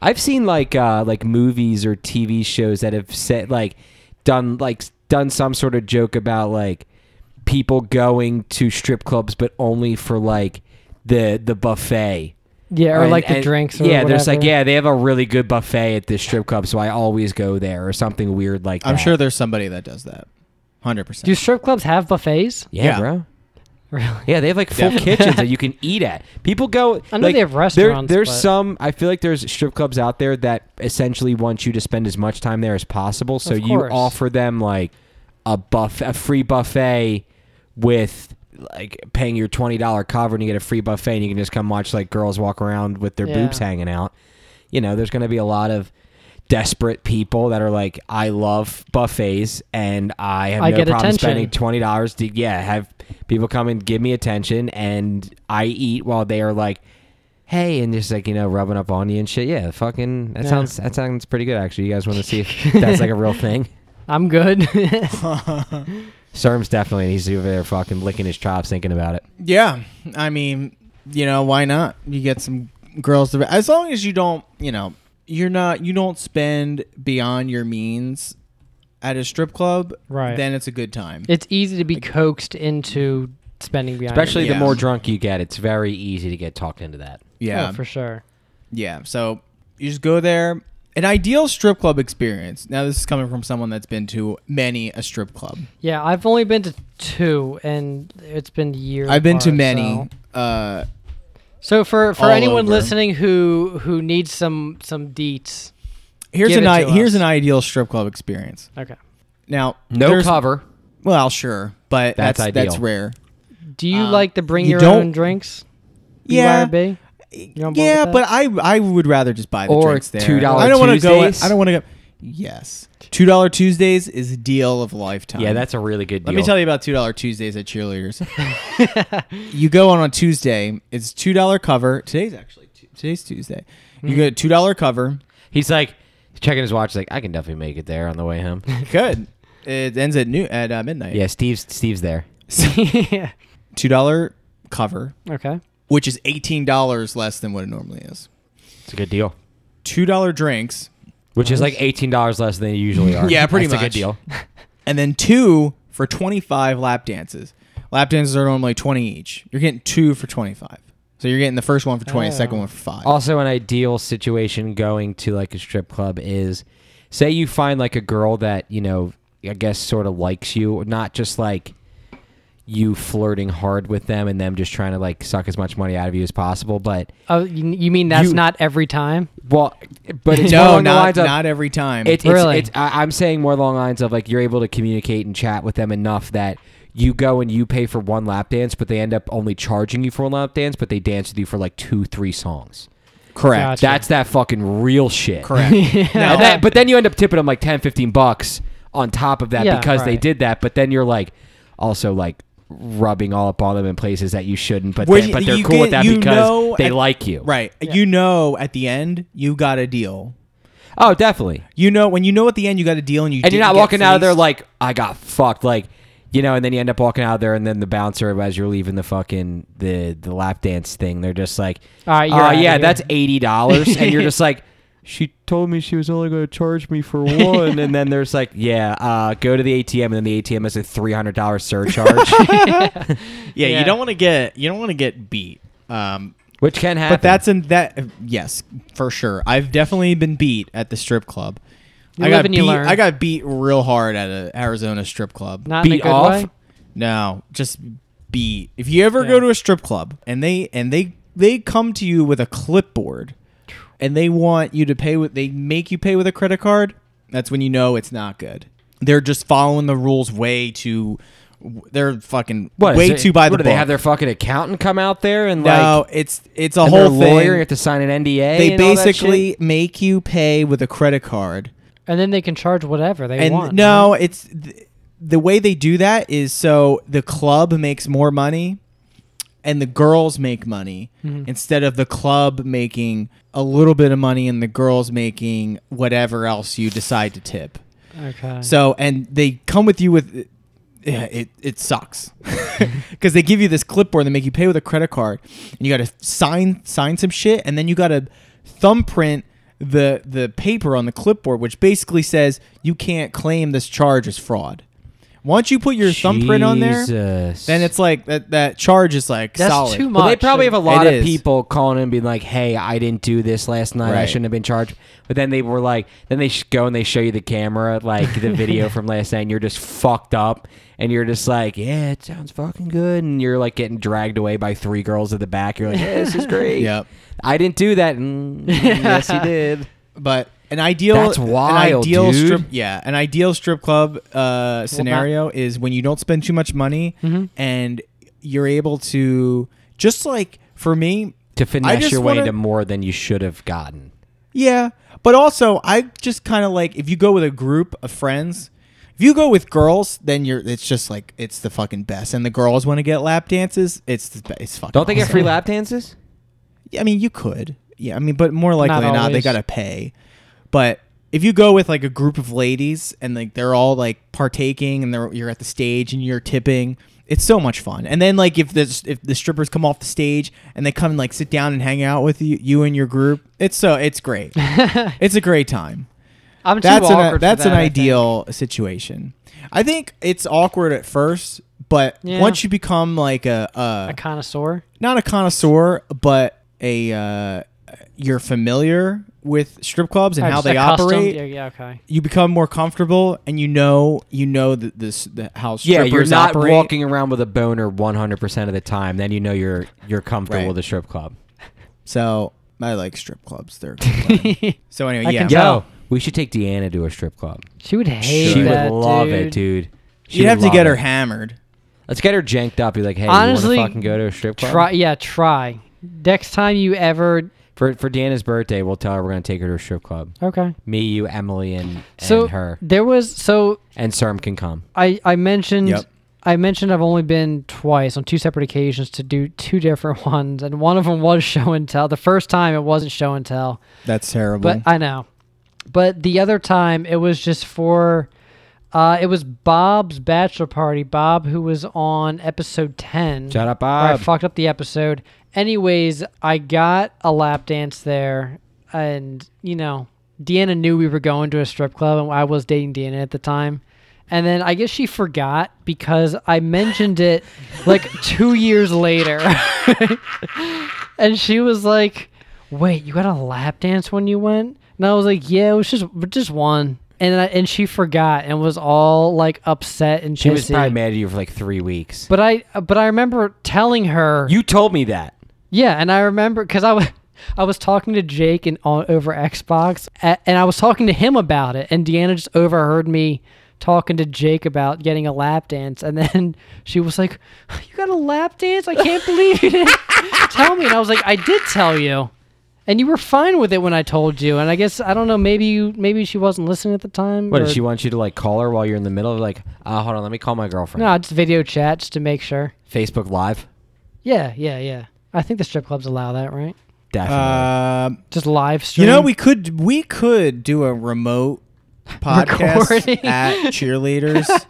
S2: I've seen like uh, like movies or TV shows that have said like done like done some sort of joke about like people going to strip clubs, but only for like the the buffet.
S1: Yeah, or
S2: And-
S1: like the
S2: and-
S1: drinks. Or
S2: yeah, there's like
S1: whatever.
S2: yeah, they have a really good buffet at this strip club, so I always go there or something weird like that.
S3: I'm sure there's somebody that does that. Hundred
S1: Do
S3: percent.
S1: strip clubs have buffets?
S2: Yeah,
S3: Yeah.
S2: bro.
S1: Really?
S2: Yeah, they have like full
S3: Definitely.
S2: kitchens that you can eat at. People go.
S1: I know
S2: like,
S1: they have
S2: there-
S1: restaurants,
S2: there's
S1: but-
S2: some. I feel like there's strip clubs out there that essentially want you to spend as much time there as possible. So
S1: Of
S2: you
S1: course.
S2: offer them like a buff, a free buffet with like paying your twenty dollar cover, and you get a free buffet, and you can just come watch like girls walk around with their
S1: Yeah.
S2: boobs hanging out. You know, there's going to be a lot of desperate people that are like, I love buffets, and I have
S1: I
S2: no
S1: get
S2: problem
S1: attention.
S2: spending twenty dollars to yeah have people come and give me attention and I eat while they are like hey and just like you know rubbing up on you and shit yeah fucking that
S1: Yeah.
S2: sounds that sounds pretty good actually you guys want to see if that's like a real thing
S1: I'm good.
S2: Serm's definitely needs to be over there fucking licking his chops thinking about it
S3: Yeah, I mean, you know, why not? You get some girls to as long as you don't, you know, you're not you don't spend beyond your means at a strip club.
S1: Right.
S3: Then it's a good time.
S1: it's easy to be coaxed into spending behind. it.
S2: especially the
S3: Yeah.
S2: more drunk you get it's very easy to get talked into that
S3: yeah,
S1: Oh, for sure.
S3: yeah. So you just go there. An ideal strip club experience. Now, this is coming from someone that's been to many a strip club.
S1: Yeah, I've only been to two, and it's been years.
S3: I've been to
S1: apart,
S3: many.
S1: So,
S3: Uh,
S1: So for for
S3: All
S1: anyone
S3: over.
S1: listening who who needs some some deets,
S3: here's
S1: Give
S3: an
S1: it
S3: I-
S1: to us.
S3: here's an ideal strip club experience.
S1: okay.
S3: Now,
S2: no
S3: there's-
S2: cover
S3: Well, sure, but
S2: That's
S3: that's that's,
S2: ideal.
S3: rare.
S1: Do you
S3: Um,
S1: like to bring
S3: you
S1: your
S3: don't-
S1: own drinks?
S3: Yeah.
S1: BYRB? You're on board
S3: yeah,
S1: with
S3: but
S1: that?
S3: I I would rather just buy the
S2: Or
S3: drinks there.
S2: $2
S3: I don't wanna
S2: Tuesdays?
S3: go. I don't want to go. Yes, two dollar Tuesdays is a deal of a lifetime.
S2: yeah that's a really good deal
S3: Let me tell you about two dollar Tuesdays at cheerleaders. you go on on Tuesday. It's two dollar cover. Today's actually Tu- today's Tuesday.
S2: Hmm.
S3: You get a two dollar cover.
S2: he's like checking his watch like I can definitely make it there on the way home
S3: Good. It ends at new at uh, midnight.
S2: yeah Steve's Steve's there
S1: yeah.
S3: Two dollar cover,
S1: Okay.
S3: which is eighteen dollars less than what it normally is.
S2: it's a good deal
S3: Two dollar drinks,
S2: which is like eighteen dollars less than they usually are.
S3: Yeah, pretty
S2: That's a
S3: much.
S2: good deal.
S3: and then two for 25 lap dances. Lap dances are normally 20 each. You're getting two for 25. So you're getting the first one for 20,
S1: Oh.
S3: the second one for 5.
S2: Also, an ideal situation going to like a strip club is, say you find like a girl that you know, I guess sort of likes you, not just like you flirting hard with them and them just trying to like suck as much money out of you as possible, but
S1: Oh, you, you mean that's
S2: You-
S1: not every time?
S2: well, but it's more
S3: no,
S2: along the
S3: not,
S2: lines of-
S3: not every time.
S2: It, it's,
S1: Really?
S2: it's, I, I'm saying more along the lines of like you're able to communicate and chat with them enough that you go and you pay for one lap dance, but they end up only charging you for one lap dance, but they dance with you for like two, three songs.
S3: correct.
S1: Gotcha.
S2: That's that fucking real shit.
S3: Correct.
S2: And
S3: Now,
S2: that- but then you end up tipping them like 10, 15 bucks on top of that
S1: Yeah,
S2: because they
S1: right.
S2: did that. But then you're like also like rubbing all up on them in places that you shouldn't. But,
S3: When
S2: they, but
S3: you-
S2: they're
S3: you
S2: cool with
S3: get-
S2: that
S3: you
S2: because
S3: know
S2: they
S3: at-
S2: like you.
S3: right. You know at the end you got a deal.
S2: Oh, definitely.
S3: You know when you know at the end you got a deal and you
S2: and you're not
S3: didn't get
S2: walking out of there
S3: fleeced,
S2: like I got fucked, like you know. And then you end up walking out of there, and then the bouncer, as you're leaving the fucking the the lap dance thing, they're just like,
S1: All right, you're
S2: "Uh,
S1: outta
S2: yeah,
S1: here."
S2: that's eighty dollars," and you're just like. She told me she was only going to charge me for one, and then there's like, yeah, uh, go to the ATM, and then the ATM has a three hundred dollars surcharge,
S3: yeah,
S1: Yeah.
S3: you don't want to get you don't want to get beat. Um
S2: which can happen.
S3: but that's in that yes, for sure. I've definitely been beat at the strip club.
S1: You
S3: I
S1: live
S3: got
S1: and
S3: beat,
S1: you learn.
S3: I got beat real hard at a Arizona strip club.
S1: Not in a
S2: beat
S1: good
S2: off.
S1: way.
S3: No, just beat. If you ever go
S1: Yeah.
S3: to a strip club and they and they they come to you with a clipboard and they want you to pay with they make you pay with a credit card, that's when you know it's not good. They're just following the rules way too they're fucking
S2: What, is
S3: way
S2: it-
S3: too by the
S2: what, do They
S3: book.
S2: have their fucking accountant come out there and
S3: no,
S2: like
S3: it's it's a
S2: and their
S3: whole thing.
S2: lawyer. You have to sign an NDA.
S3: they
S2: and all that
S3: basically
S2: shit?
S3: make you pay with a credit card.
S1: and then they can charge whatever they
S3: and
S1: want.
S3: no, it's th- the way they do that is so the club makes more money and the girls make money
S2: Mm-hmm.
S3: instead of the club making a little bit of money and the girls making whatever else you decide to tip.
S1: right? Okay.
S3: So and they come with you with yeah, it it sucks because they give you this clipboard they make you pay with a credit card and you got to sign sign some shit and then you got to thumbprint the the paper on the clipboard which basically says you can't claim this charge as fraud. Once you put your thumbprint on there,
S2: Jesus.
S3: then it's like that that charge is like
S1: That's
S3: solid.
S1: too much.
S2: Well, they probably have a lot
S3: It
S2: of
S3: is.
S2: people calling and being like, "Hey, I didn't do this last night. I
S3: Right.
S2: shouldn't have been charged." But then they were like, then they sh- go and they show you the camera, like the video from last night, and you're just fucked up, and you're just like, "Yeah, it sounds fucking good," and you're like getting dragged away by three girls at the back. You're like, yeah, "This is great."
S3: Yep.
S2: I didn't do that. Mm, yes, you did.
S3: But an ideal
S2: That's wild,
S3: an ideal
S2: dude.
S3: strip yeah, an ideal strip club uh, scenario is when you don't spend too much money
S2: Mm-hmm.
S3: and you're able to just like for me
S2: To finesse
S3: just
S2: your way
S3: wanna-
S2: into more than you should have gotten.
S3: yeah, but also I just kind of like if you go with a group of friends, if you go with girls, then you're it's just like it's the fucking best and the girls want to get lap dances, it's the be- it's fucking
S2: Don't they get
S3: awesome.
S2: free lap dances?
S3: Yeah, I mean, you could. Yeah, I mean, but more likely
S1: Not
S3: than not, they
S1: always.
S3: gotta pay. But if you go with like a group of ladies and like they're all like partaking and they're you're at the stage and you're tipping, it's so much fun. And then like if the if the strippers come off the stage and they come and like sit down and hang out with you, you and your group, it's so it's great. it's a great time.
S1: I'm too
S3: That's
S1: awkward.
S3: an
S1: for
S3: that's
S1: that,
S3: an
S1: I think.
S3: ideal situation. I think it's awkward at first, but
S1: Yeah.
S3: once you become like a, a
S1: A connoisseur.
S3: not a connoisseur, but a uh, you're familiar with strip clubs and
S1: Or
S3: how
S1: just
S3: they
S1: accustomed-
S3: operate.
S1: Yeah, yeah, okay.
S3: You become more comfortable, and you know you know that this the, how
S2: Yeah,
S3: strippers
S2: you're not
S3: operate.
S2: walking around with a boner 100% of the time. Then you know you're you're comfortable
S3: Right.
S2: with a strip club.
S3: So I like strip clubs. They're fun. so anyway.
S1: I
S3: Yeah,
S1: can
S2: Yo,
S1: tell.
S2: we should take Deanna to a strip club.
S1: She would hate
S2: she
S1: that,
S2: would love
S1: dude.
S2: it, dude. She
S3: you'd
S2: would
S3: have to
S2: love
S3: get
S2: it.
S3: her hammered.
S2: Let's get her janked up. Be like, hey,
S1: Honestly,
S2: you want to fucking go to a strip club?
S1: Try, yeah, try. Next time you ever,
S2: For for Deanna's birthday, we'll tell her we're gonna take her to a strip club.
S1: okay.
S2: Me, you, Emily, and,
S1: So
S2: and her,
S1: there was so
S2: and Serm can come.
S1: I I mentioned
S3: Yep.
S1: I mentioned I've only been twice on two separate occasions to do two different ones, and one of them was show and tell. The first time it wasn't show and tell,
S3: That's terrible.
S1: but I know. But the other time it was just for, uh, it was Bob's bachelor party. Bob, who was on episode ten,
S2: Shout out,
S1: where I
S2: Bob.
S1: fucked up the episode. Anyways, I got a lap dance there, and you know, Deanna knew we were going to a strip club, and I was dating Deanna at the time. And then I guess she forgot because I mentioned it like two years later, and she was like, "Wait, you got a lap dance when you went?" And I was like, "Yeah, it was just just one." And I, and she forgot and was all like upset and
S2: She was
S1: pissy.
S2: probably mad at you for like three weeks.
S1: But I but I remember telling her
S2: you told me that.
S1: yeah, and I remember because I was I was talking to Jake and on over Xbox, a- and I was talking to him about it, and Deanna just overheard me talking to Jake about getting a lap dance, and then she was like, "You got a lap dance? I can't believe you didn't tell me." And I was like, "I did tell you." And you were fine with it when I told you, and I guess I don't know. Maybe you, maybe she wasn't listening at the time.
S2: What
S1: or-
S2: did she want you to like call her while you're in the middle of like? Uh, hold on, let me call my girlfriend.
S1: No, just video chat just to make sure.
S2: Facebook Live,
S1: Yeah, yeah, yeah. I think the strip clubs allow that, right?
S2: definitely.
S3: Um,
S1: Just live stream.
S3: you know, we could we could do a remote podcast
S1: Recording.
S3: at cheerleaders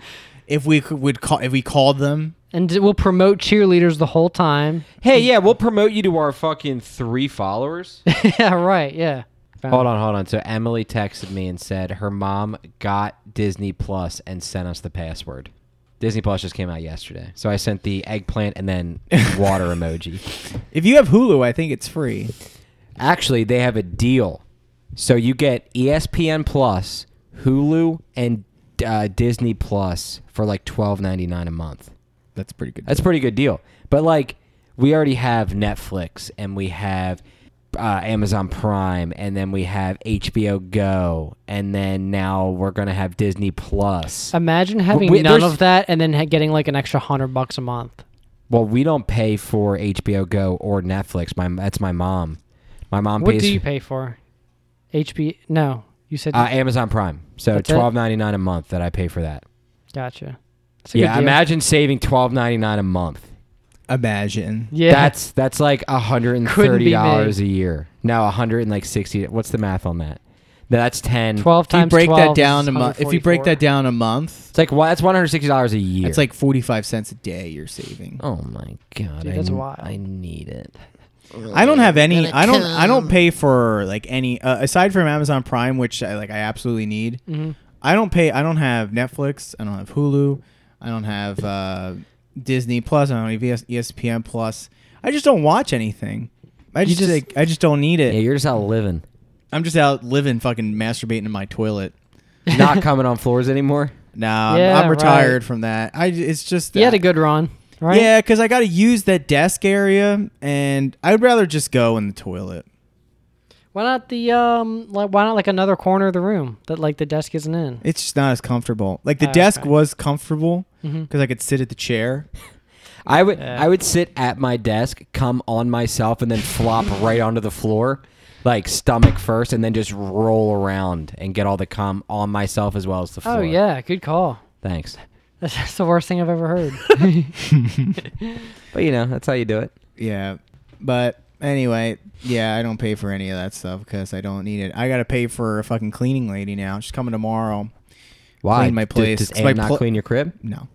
S3: if we could, would call if we called them.
S1: and we'll promote cheerleaders the whole time.
S2: Hey, yeah, we'll promote you to our fucking three followers.
S1: yeah, right. Yeah.
S3: Oh.
S2: hold on, hold on. So Emily texted me and said her mom got Disney Plus and sent us the password. Disney Plus just came out yesterday, so I sent the eggplant and then water emoji.
S3: If you have Hulu, I think it's free.
S2: Actually, they have a deal, so you get E ESPN Plus, Hulu, and uh, Disney Plus for like twelve ninety nine a month.
S3: that's pretty good.
S2: That's a pretty good deal. But like, we already have Netflix and we have uh, Amazon Prime and then we have HBO Go and then now we're gonna have Disney Plus.
S1: Imagine having
S2: Wait,
S1: none
S2: there's-
S1: of that and then ha- getting like an extra hundred bucks a month.
S2: well, we don't pay for HBO Go or Netflix. My that's my mom. My mom
S1: What
S2: pays
S1: do you pay for? HB? No, you said
S2: uh, Amazon Prime. So
S1: That's it?
S2: twelve ninety nine a month that I pay for that.
S1: gotcha. That's a good
S2: Yeah,
S1: deal.
S2: imagine saving twelve ninety nine a month.
S3: Imagine.
S1: Yeah,
S2: That's that's like hundred and
S1: Couldn't
S2: thirty
S1: be
S2: dollars a year. No, hundred and like sixty. What's the math on that? That's ten.
S1: twelve
S3: If you
S1: times
S3: break
S1: 12
S3: that
S1: is
S3: down a month, if you break
S1: 144.
S3: that down a month,
S2: It's like wha- that's one hundred sixty dollars a year.
S3: it's like forty-five cents a day you're saving.
S2: oh my god,
S1: Dude,
S2: I,
S1: that's
S2: n-
S1: wild.
S2: I need it.
S1: Oh,
S3: I don't have any. I don't. I don't pay for like any uh, aside from Amazon Prime, which I like. I absolutely need.
S1: Mm-hmm.
S3: I don't pay. I don't have Netflix. I don't have Hulu. I don't have uh, Disney Plus. I don't have E ES- ESPN Plus. I just don't watch anything. I just,
S1: just-
S3: like, I just don't need
S2: Yeah,
S3: it.
S2: you're just out living,
S3: I'm just out living, fucking masturbating in my toilet.
S2: not coming on floors anymore.
S3: No, I'm-
S1: Yeah,
S3: I'm,
S1: right.
S3: retired from that. I it's just
S1: You had
S3: that-
S1: a good run, right?
S3: Yeah, because I got to use that desk area, and I'd rather just go in the toilet.
S1: Why not the um? Like, why not like another corner of the room that like the desk isn't in?
S3: It's just not as comfortable. Like the
S1: Oh,
S3: desk
S1: okay.
S3: was comfortable because
S1: Mhm.
S3: I could sit at the chair.
S2: I would
S1: Yeah.
S2: I would sit at my desk, come on myself, and then flop right onto the floor, like stomach first, and then just roll around and get all the cum on myself as well as the floor.
S1: Oh yeah, good call.
S2: thanks.
S1: That's, that's the worst thing I've ever heard.
S2: But you know that's how you do it.
S3: Yeah, but anyway, yeah, I don't pay for any of that stuff because I don't need it. I gotta pay for a fucking cleaning lady now. She's coming tomorrow.
S2: Why
S3: Clean my
S2: Does-
S3: place.
S2: Does,
S3: It's my
S2: Ann not
S3: pl-
S2: clean your crib?
S3: No,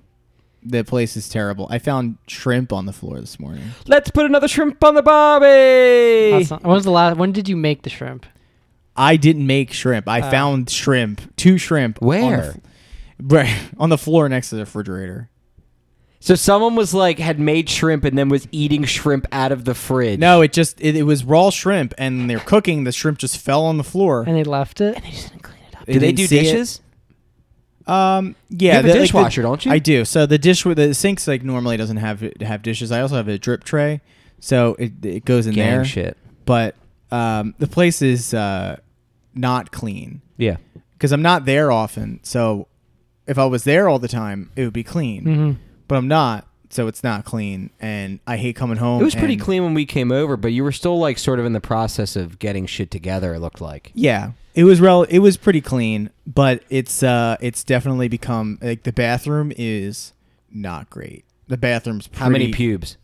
S3: the place is terrible. I found shrimp on the floor this morning.
S2: Let's put another shrimp on the barbie.
S1: That's not- when was the last? When did you make the shrimp?
S3: I didn't make shrimp. I
S1: Oh.
S3: found shrimp, two shrimp. on the
S2: Where?
S3: f- Right on the floor next to the refrigerator.
S2: So someone was like had made shrimp and then was eating shrimp out of the fridge.
S3: No, it just it, it was raw shrimp, and they're cooking. The shrimp just fell on the floor.
S1: And they left it. And they just didn't clean it up.
S2: do they
S3: didn't
S2: do
S3: see it.
S2: dishes?
S3: Um,
S2: You
S3: yeah,
S2: have a
S3: the- like the-
S2: dishwasher, don't you?
S3: I do. So the dish with the sinks like normally doesn't have have dishes. I also have a drip tray, so it it goes in
S2: Gang
S3: there.
S2: shit.
S3: But um, the place is uh not clean
S2: Yeah.
S3: because I'm not there often. So if I was there all the time, it would be clean. But I'm not, so it's not clean, and I hate coming home.
S2: It was pretty
S3: and-
S2: clean when we came over, but you were still like sort of in the process of getting shit together. It looked like.
S3: Yeah. It was rel it was pretty clean, but it's uh it's definitely become like the bathroom is not great. The bathroom's pretty
S2: How many pubes?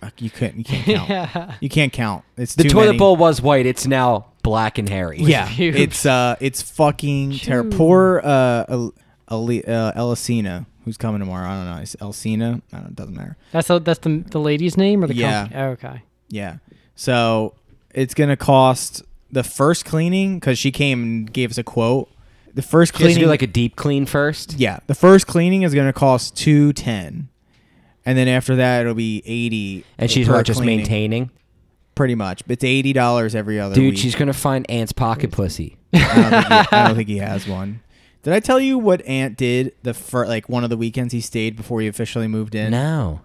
S3: Fuck, You can't. You can't count.
S1: Yeah.
S3: You can't count. It's
S2: The
S3: too
S2: toilet
S3: many.
S2: bowl was white. It's now black and hairy.
S3: Yeah,
S1: huge.
S3: it's uh, it's fucking terrible. Poor uh, El- Ali- uh, Elisina, who's coming tomorrow. I don't know. It's Elsina. I don't. It doesn't matter.
S1: That's the, that's the the lady's name or the
S3: Yeah.
S1: company? Oh, okay.
S3: Yeah. So it's gonna cost the first cleaning because she came and gave us a quote. The first
S2: Just
S3: cleaning,
S2: do like a deep clean first.
S3: yeah, the first cleaning is gonna cost two ten, and then after that it'll be eighty.
S2: And she's
S3: per
S2: not just
S3: cleaning,
S2: maintaining.
S3: Pretty much, it's eighty dollars every other
S2: Dude,
S3: week.
S2: she's gonna find Ant's pocket pussy.
S3: I don't, think he, I don't think he has one. Did I tell you what Ant did the fir- like one of the weekends he stayed before he officially moved in?
S2: No.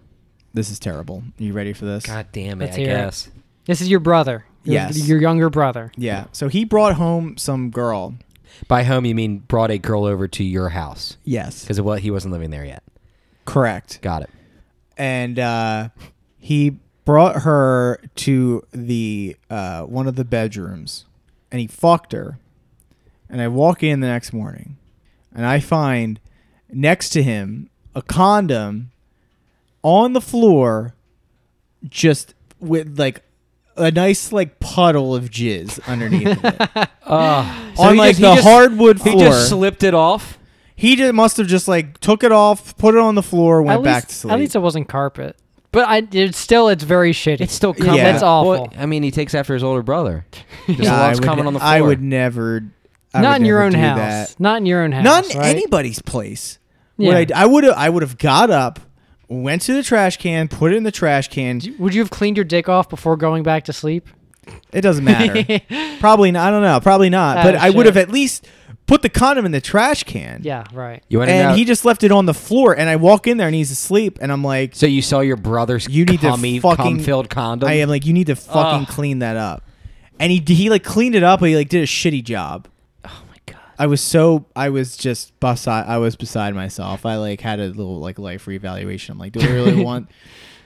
S3: This is terrible. Are you ready for this?
S2: God damn it.
S1: Let's
S2: I
S1: hear it.
S2: guess.
S1: This is your brother. Your,
S3: Yes.
S1: Your younger brother.
S3: Yeah. So he brought home some girl.
S2: By home, you mean brought a girl over to your house
S3: Yes.
S2: because well, he wasn't living there yet.
S3: Correct.
S2: Got it.
S3: And uh, he brought her to the uh, one of the bedrooms, and he fucked her. And I walk in the next morning, and I find next to him a condom on the floor just with like a nice like puddle of jizz underneath of it. on
S2: he
S3: like
S2: just- he
S3: the
S2: just-
S3: hardwood floor.
S2: He just slipped it off.
S3: must have just like took it off, put it on the floor, went
S1: at
S3: back
S1: least,
S3: to sleep.
S1: At least it wasn't carpet. But I it's still it's very shitty.
S2: It's still
S3: cum.
S2: coming.
S3: Yeah. That's
S1: awful.
S2: I mean, he takes after his older brother. Just
S3: Yeah, I
S2: loves
S3: would
S2: coming
S3: ne-
S2: on the floor.
S3: I would never. I
S1: not
S3: would
S1: in your
S3: never
S1: own
S3: do
S1: house.
S3: that.
S1: Not in your own house.
S3: Not in
S1: right?
S3: anybody's place.
S1: Yeah.
S3: Would I, I would I would have got up, went to the trash can, put it in the trash can.
S1: Would you have cleaned your dick off before going back to sleep?
S3: It doesn't matter. probably not. I don't know. Probably not. but
S1: Oh,
S3: I would
S1: shit.
S3: have at least put the condom in the trash can.
S1: Yeah, right.
S2: You want to know?
S3: And he just left it on the floor, and I walk in there and he's asleep, and I'm like,
S2: so you saw your brother's
S3: You need to
S2: cummy,
S3: fucking-
S2: cum-filled condom.
S3: I am like, you need to fucking
S2: Ugh.
S3: clean that up. And he he like cleaned it up, but he like did a shitty job.
S2: oh my god.
S3: I was so I was just beside I was beside myself. I like had a little like life reevaluation. I'm like, do I really want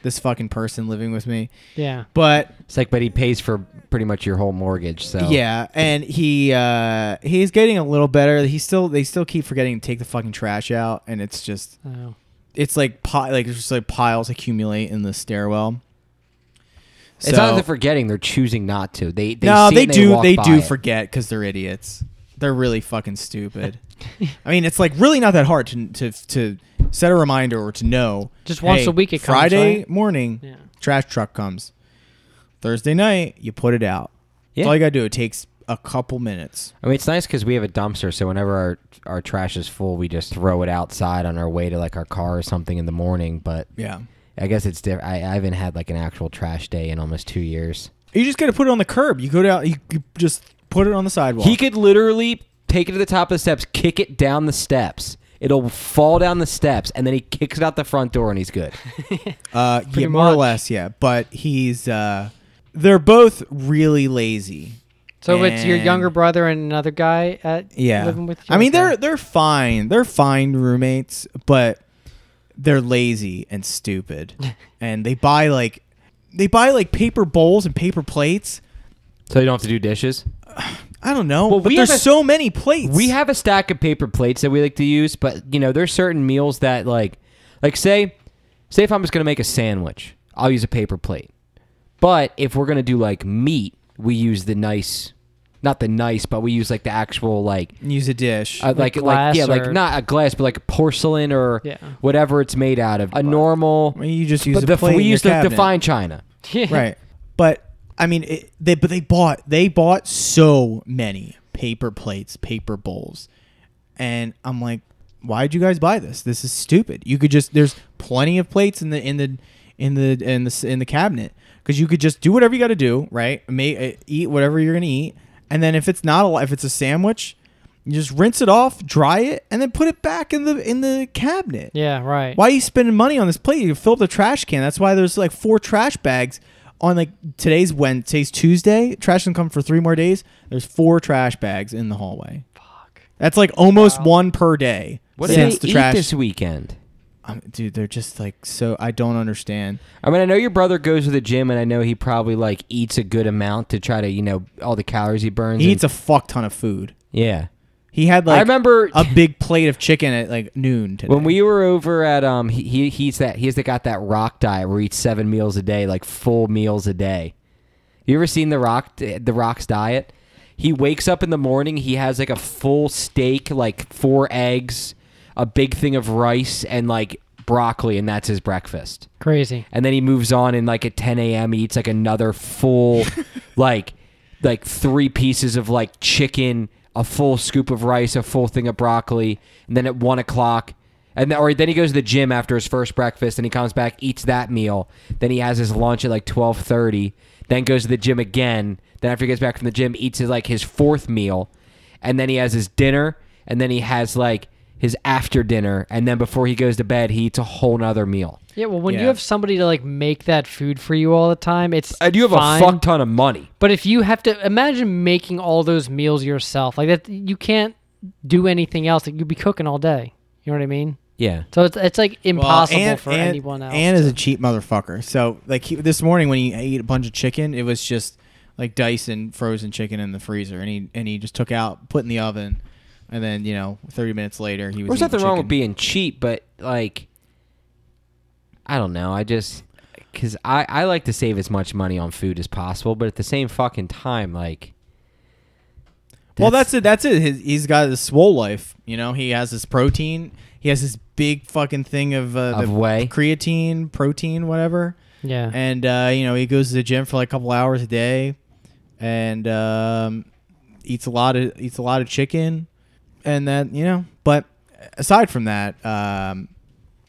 S3: this fucking person living with me?
S1: Yeah.
S3: But
S2: It's like, but he pays for pretty much your whole mortgage. So
S3: yeah, and he uh he's getting a little better. He still they still keep forgetting to take the fucking trash out, and it's just
S1: Oh.
S3: it's like pi- like it's just like piles accumulate in the stairwell.
S2: it's not that they're forgetting; they're choosing not to. They, they
S3: no,
S2: see
S3: they
S2: it and
S3: do.
S2: walk
S3: They,
S2: by
S3: do
S2: it.
S3: forget because they're idiots. They're really fucking stupid. I mean, it's like really not that hard to to, to set a reminder or to know.
S1: Just once
S3: hey,
S1: a week it comes,
S3: Friday
S1: right?
S3: morning,
S1: Yeah.
S3: trash truck comes. Thursday night, you put it out. That's
S2: Yeah.
S3: all you gotta do. It takes a couple minutes.
S2: I mean, it's nice because we have a dumpster, so whenever our our trash is full, we just throw it outside on our way to like our car or something in the morning. But
S3: Yeah,
S2: I guess it's different. I, I haven't had like an actual trash day in almost two years.
S3: you just gotta put it on the curb. You go down. You, you just put it on the sidewalk.
S2: He could literally take it to the top of the steps, kick it down the steps. It'll fall down the steps, and then he kicks it out the front door, and he's good.
S3: Uh, yeah, more or
S1: much.
S3: less, yeah. But he's uh, they're both really lazy.
S1: So it's your younger
S3: And-
S1: brother and another guy at
S3: Yeah,
S1: living with you.
S3: I mean,
S1: Okay.
S3: they're they're fine. They're fine roommates, but they're lazy and stupid, and they buy like they buy like paper bowls and paper plates.
S2: so you don't have to do dishes.
S3: I don't know,
S2: Well,
S3: but
S2: we
S3: there's
S2: have a-
S3: so many plates.
S2: We have a stack of paper plates that we like to use, but you know, there's certain meals that like like say say if I'm just gonna make a sandwich, I'll use a paper plate. But if we're gonna do like meat, we use the nice not the nice, but we use like the actual like
S3: use a dish.
S2: uh, like like
S1: glass
S2: yeah, like
S1: or-
S2: not a glass, but like porcelain or
S1: Yeah.
S2: whatever it's made out of. A normal,
S3: I mean, you just use
S2: but
S3: a
S2: the,
S3: plate.
S2: we
S3: in
S2: use
S3: your
S2: the, the
S3: cabinet.
S2: fine china.
S3: right? But I mean, it, they but they bought they bought so many paper plates, paper bowls, and I'm like, why would you guys buy this? This is stupid. You could just there's plenty of plates in the in the in the in the s- in the cabinet because you could just do whatever you got to do, right? May, uh, eat whatever you're gonna eat, and then if it's not a lo- if it's a sandwich. You just rinse it off, dry it, and then put it back in the in the cabinet.
S1: Yeah, right.
S3: Why are you spending money on this plate? You can fill up the trash can. That's why there's like four trash bags on like today's Wednesday, today's Tuesday. Trash can come for three more days. There's four trash bags in the hallway.
S1: Fuck.
S3: That's like almost one per day
S2: What did
S3: since
S2: they
S3: the
S2: eat
S3: trash.
S2: this weekend?
S3: Um, dude, they're just like so. I don't understand.
S2: I mean, I know your brother goes to the gym, and I know he probably like eats a good amount to try to, you know, all the calories he burns.
S3: He
S2: and-
S3: eats a fuck ton of food.
S2: yeah.
S3: He had like
S2: I remember
S3: a big plate of chicken at like noon today.
S2: when we were over at um, he, he he's that he's that got that rock diet where he eats seven meals a day, like full meals a day. You ever seen the rock the rock's diet? He wakes up in the morning, he has like a full steak, like four eggs, a big thing of rice, and like broccoli, and that's his breakfast.
S1: Crazy.
S2: and then he moves on and like at 10 a.m. he eats like another full like like three pieces of like chicken a full scoop of rice a full thing of broccoli and then at one o'clock and then, or then he goes to the gym after his first breakfast and he comes back eats that meal then he has his lunch at like 12.30 then goes to the gym again then after he gets back from the gym eats his like his fourth meal and then he has his dinner and then he has like his after dinner and then before he goes to bed he eats a whole nother meal
S1: Yeah, well, when
S3: Yeah.
S1: you have somebody to like make that food for you all the time, it's
S2: I Uh, do have
S1: fine.
S2: a fuck ton of money.
S1: But if you have to imagine making all those meals yourself, like that, you can't do anything else. Like you'd be cooking all day. You know what I mean?
S2: Yeah.
S1: So it's, it's like
S3: Well,
S1: impossible
S3: Ant-
S1: for
S3: Ant-
S1: anyone else.
S3: Ant is a cheap motherfucker. So like he, this morning when he ate a bunch of chicken, it was just like Dyson frozen chicken in the freezer, and he and he just took out, put in the oven, and then you know thirty minutes later he was.
S2: There's
S3: eating
S2: nothing wrong
S3: chicken.
S2: with being cheap, but like, I don't know. I just because I I like to save as much money on food as possible, but at the same fucking time, like,
S3: well, that's it. That's it. His, he's got his swole life. You know, he has his protein. He has this big fucking thing of, uh,
S2: Of
S3: the
S2: whey.
S3: creatine, protein, whatever.
S1: yeah.
S3: and uh, you know he goes to the gym for like a couple hours a day, and um, eats a lot of eats a lot of chicken, and that you know. But aside from that, um,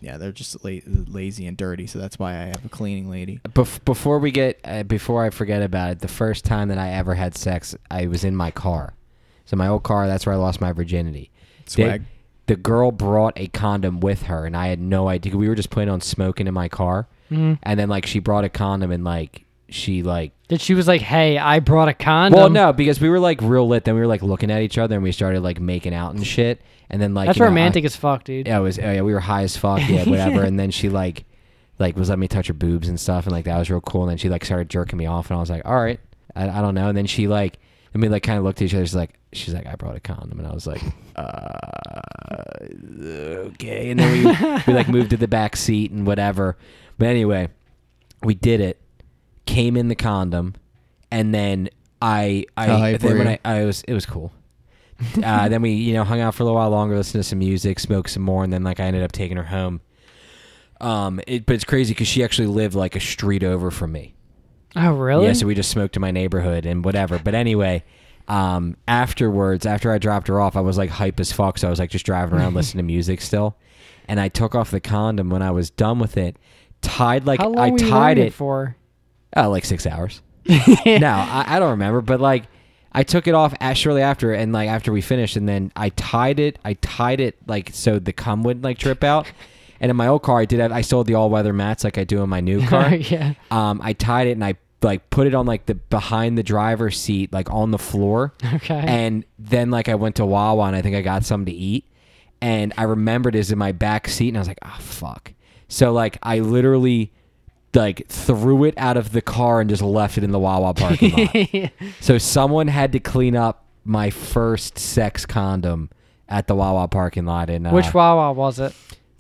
S3: yeah, they're just la- lazy and dirty, so that's why I have a cleaning lady.
S2: Bef- before we get uh, before I forget about it, the first time that I ever had sex, I was in my car. It's in my old car. That's where I lost my virginity. They-
S3: Swag.
S2: the girl brought a condom with her, and I had no idea. We were just planning on smoking in my car,
S1: Mm-hmm.
S2: and then like she brought a condom, and like she like
S1: That she was like, "Hey, I brought a condom."
S2: well no because we were like real lit. Then we were like looking at each other, and we started like making out and shit, and then like
S1: that's
S2: you know, I-
S1: romantic as fuck, dude.
S2: yeah, it was. oh, Yeah, we were high as fuck. Yeah, whatever. and then she like, like was letting me touch her boobs and stuff, and like that was real cool. And then she like started jerking me off, and I was like, all right, I, I don't know. And then she like, I mean, like kind of looked at each other. She's like, she's like, I brought a condom, and I was like, uh, okay. And then we we like moved to the back seat and whatever. But anyway, we did it. Came in the condom, and then I I
S3: How hype
S2: then
S3: were
S2: when
S3: you?
S2: I, I was it was cool uh, then we you know hung out for a little while longer, listened to some music, smoked some more, and then like I ended up taking her home. Um, it, but it's crazy because she actually lived like a street over from me.
S1: Oh really?
S2: Yeah, so we just smoked in my neighborhood and whatever. But anyway, um, afterwards, after I dropped her off, I was like hype as fuck. So I was like just driving around listening to music still, and I took off the condom when I was done with it. Tied like
S1: How long
S2: I
S1: were you
S2: tied
S1: wearing
S2: it
S1: for?
S2: uh, like six hours. no, I, I don't remember, but like I took it off as shortly after, and like after we finished, and then I tied it. I tied it like so the cum would like trip out. And in my old car, I did. Have, I sold the all-weather mats like I do in my new car.
S1: Yeah.
S2: Um, I tied it and I like put it on like the behind the driver's seat, like on the floor.
S1: Okay.
S2: And then like I went to Wawa and I think I got something to eat. And I remembered it was in my back seat and I was like, oh fuck. So like I literally like threw it out of the car and just left it in the Wawa parking lot. So someone had to clean up my first sex condom at the Wawa parking lot in uh,
S1: Which Wawa was it?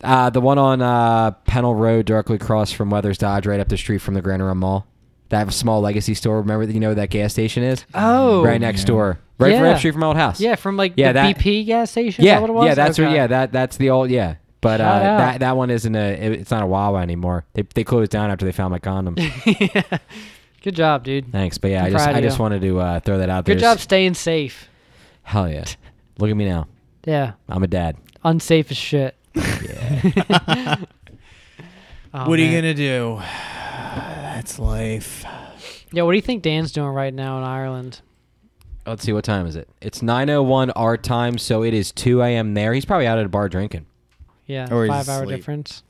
S2: uh, the one on uh, Pennell Road, directly across from Weathers Dodge, right up the street from the Grand Rim Mall. That small legacy store. Remember, that you know where that gas station is?
S1: Oh.
S2: right next door, right,
S1: Yeah.
S2: right up the street from my old house.
S1: Yeah, from like
S2: Yeah,
S1: the
S2: that-
S1: BP gas station. is
S2: yeah,
S1: that what it was?
S2: yeah. That's where,
S1: Okay.
S2: yeah, that that's the old, yeah. But uh,
S1: Shout out.
S2: that that one isn't a, it- it's not a Wawa anymore. They they closed down after they found my condom.
S1: Good job, dude.
S2: Thanks, but yeah,
S1: I'm
S2: I just
S1: proud of
S2: I just
S1: you.
S2: wanted to uh, throw that out there.
S1: Good job staying safe.
S2: Hell yeah! Look at me now.
S1: Yeah.
S2: I'm a dad.
S1: Unsafe as shit. Oh,
S3: what are you
S1: man.
S3: gonna do? That's life.
S1: Yeah, what do you think Dan's doing right now in Ireland?
S2: Let's see what time is it. It's 9:01 our time, so it is 2 a.m. there. He's probably out at a bar drinking.
S1: Yeah,
S3: Or he's
S1: five hour
S3: asleep.
S1: difference.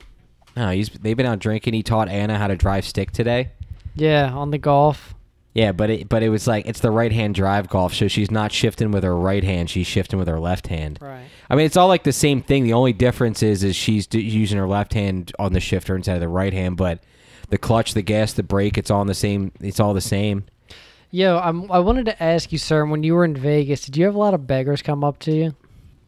S2: No, he's they've been out drinking. He taught Anna how to drive stick today.
S1: Yeah, on the golf.
S2: Yeah, but it but it was like it's the right hand drive golf, so she's not shifting with her right hand. She's shifting with her left hand.
S1: Right.
S2: I mean, it's all like the same thing. The only difference is is she's d- using her left hand on the shifter instead of the right hand, but the clutch, the gas, the brake, it's all in the same. It's all the same.
S1: Yo, I'm, I wanted to ask you, sir, when you were in Vegas, did you have a lot of beggars come up to you?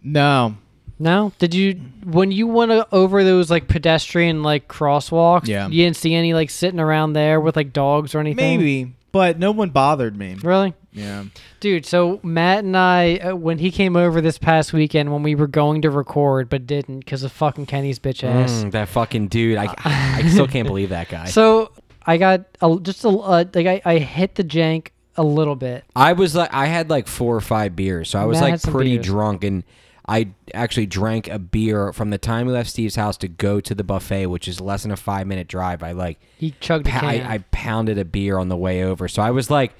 S3: No.
S1: No? Did you, when you went o- over those like pedestrian like crosswalks,
S3: Yeah.
S1: you didn't see any like sitting around there with like dogs or anything?
S3: Maybe, but no one bothered me.
S1: Really?
S3: Yeah.
S1: Dude, so Matt and I, uh, when he came over this past weekend when we were going to record but didn't because of fucking Kenny's bitch ass.
S2: Mm, that fucking dude. I I still can't believe that guy.
S1: So I got a, just a, uh, like I, I hit the jank a little bit.
S2: I was like, I had like four or five beers, so I was
S1: Matt
S2: like
S1: had some
S2: pretty
S1: beers.
S2: drunk, and I actually drank a beer from the time we left Steve's house to go to the buffet, which is less than a five minute drive. I like,
S1: He chugged a
S2: pa-
S1: can.
S2: I, I pounded a beer on the way over, so I was like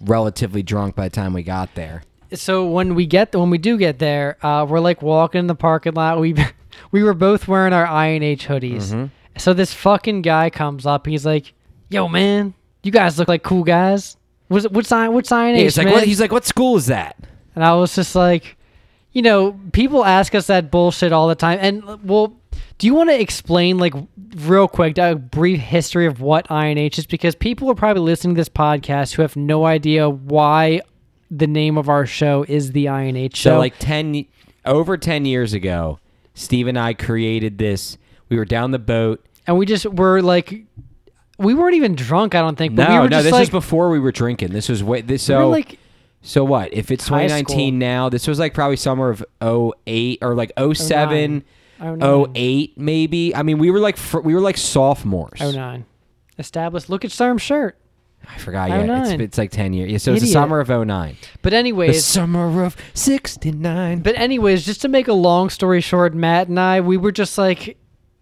S2: relatively drunk by the time we got there.
S1: so when we get when we do get there, uh, we're like walking in the parking lot. We we were both wearing our INH hoodies.
S2: Mm-hmm.
S1: So this fucking guy comes up. He's like, "Yo, man, you guys look like cool guys. What's what's I what's INH?"
S2: Yeah, he's like,
S1: man?"
S2: what? He's like, what school is that?
S1: And I was just like, you know, people ask us that bullshit all the time. And well, do you want to explain, like, real quick, a brief history of what INH is? Because people are probably listening to this podcast who have no idea why the name of our show is the INH show.
S2: So like ten over ten years ago, Steve and I created this. We were down the boat.
S1: and we just were like, we weren't even drunk, I don't think. But we
S2: No,
S1: were
S2: no,
S1: just
S2: this
S1: like,
S2: is before we were drinking. This was way this
S1: we
S2: so
S1: were like,
S2: So what? If it's
S1: High
S2: 2019
S1: school.
S2: now, this was like probably summer of 08 or like 07,
S1: 09.
S2: 08 maybe. I mean, we were like fr- we were like sophomores.
S1: oh nine, established. Look at Serm's shirt.
S2: I forgot. Yeah, it's,
S1: 09.
S2: it's like 10 years. Yeah, so it's the
S1: Idiot.
S2: summer of 09.
S1: But
S2: The
S1: anyways,
S2: summer of 69.
S1: But anyways, just to make a long story short, Matt and I, we were just like,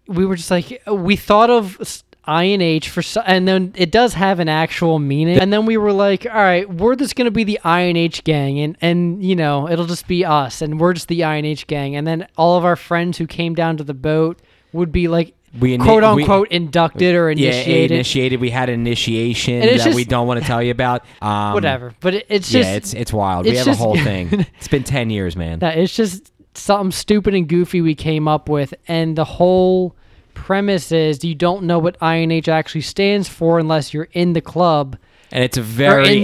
S1: we were just like, we thought of s- INH for so- and then it does have an actual meaning. And then we were like, all right, we're just going to be the INH gang and and you know, it'll just be us and we're just the INH gang and then all of our friends who came down to the boat would be like
S2: We ini-
S1: quote
S2: we-
S1: unquote inducted or
S2: Yeah,
S1: initiated.
S2: initiated. We had initiation
S1: And
S2: that
S1: it's just-
S2: we don't want to tell you about. Um,
S1: Whatever. But it, it's
S2: Yeah,
S1: just
S2: it's it's wild. we
S1: it's
S2: have
S1: just-
S2: a whole thing. It's been ten years, man.
S1: No, it's just something stupid and goofy we came up with, and the whole premise is you don't know what INH actually stands for unless you're in the club.
S2: and it's a very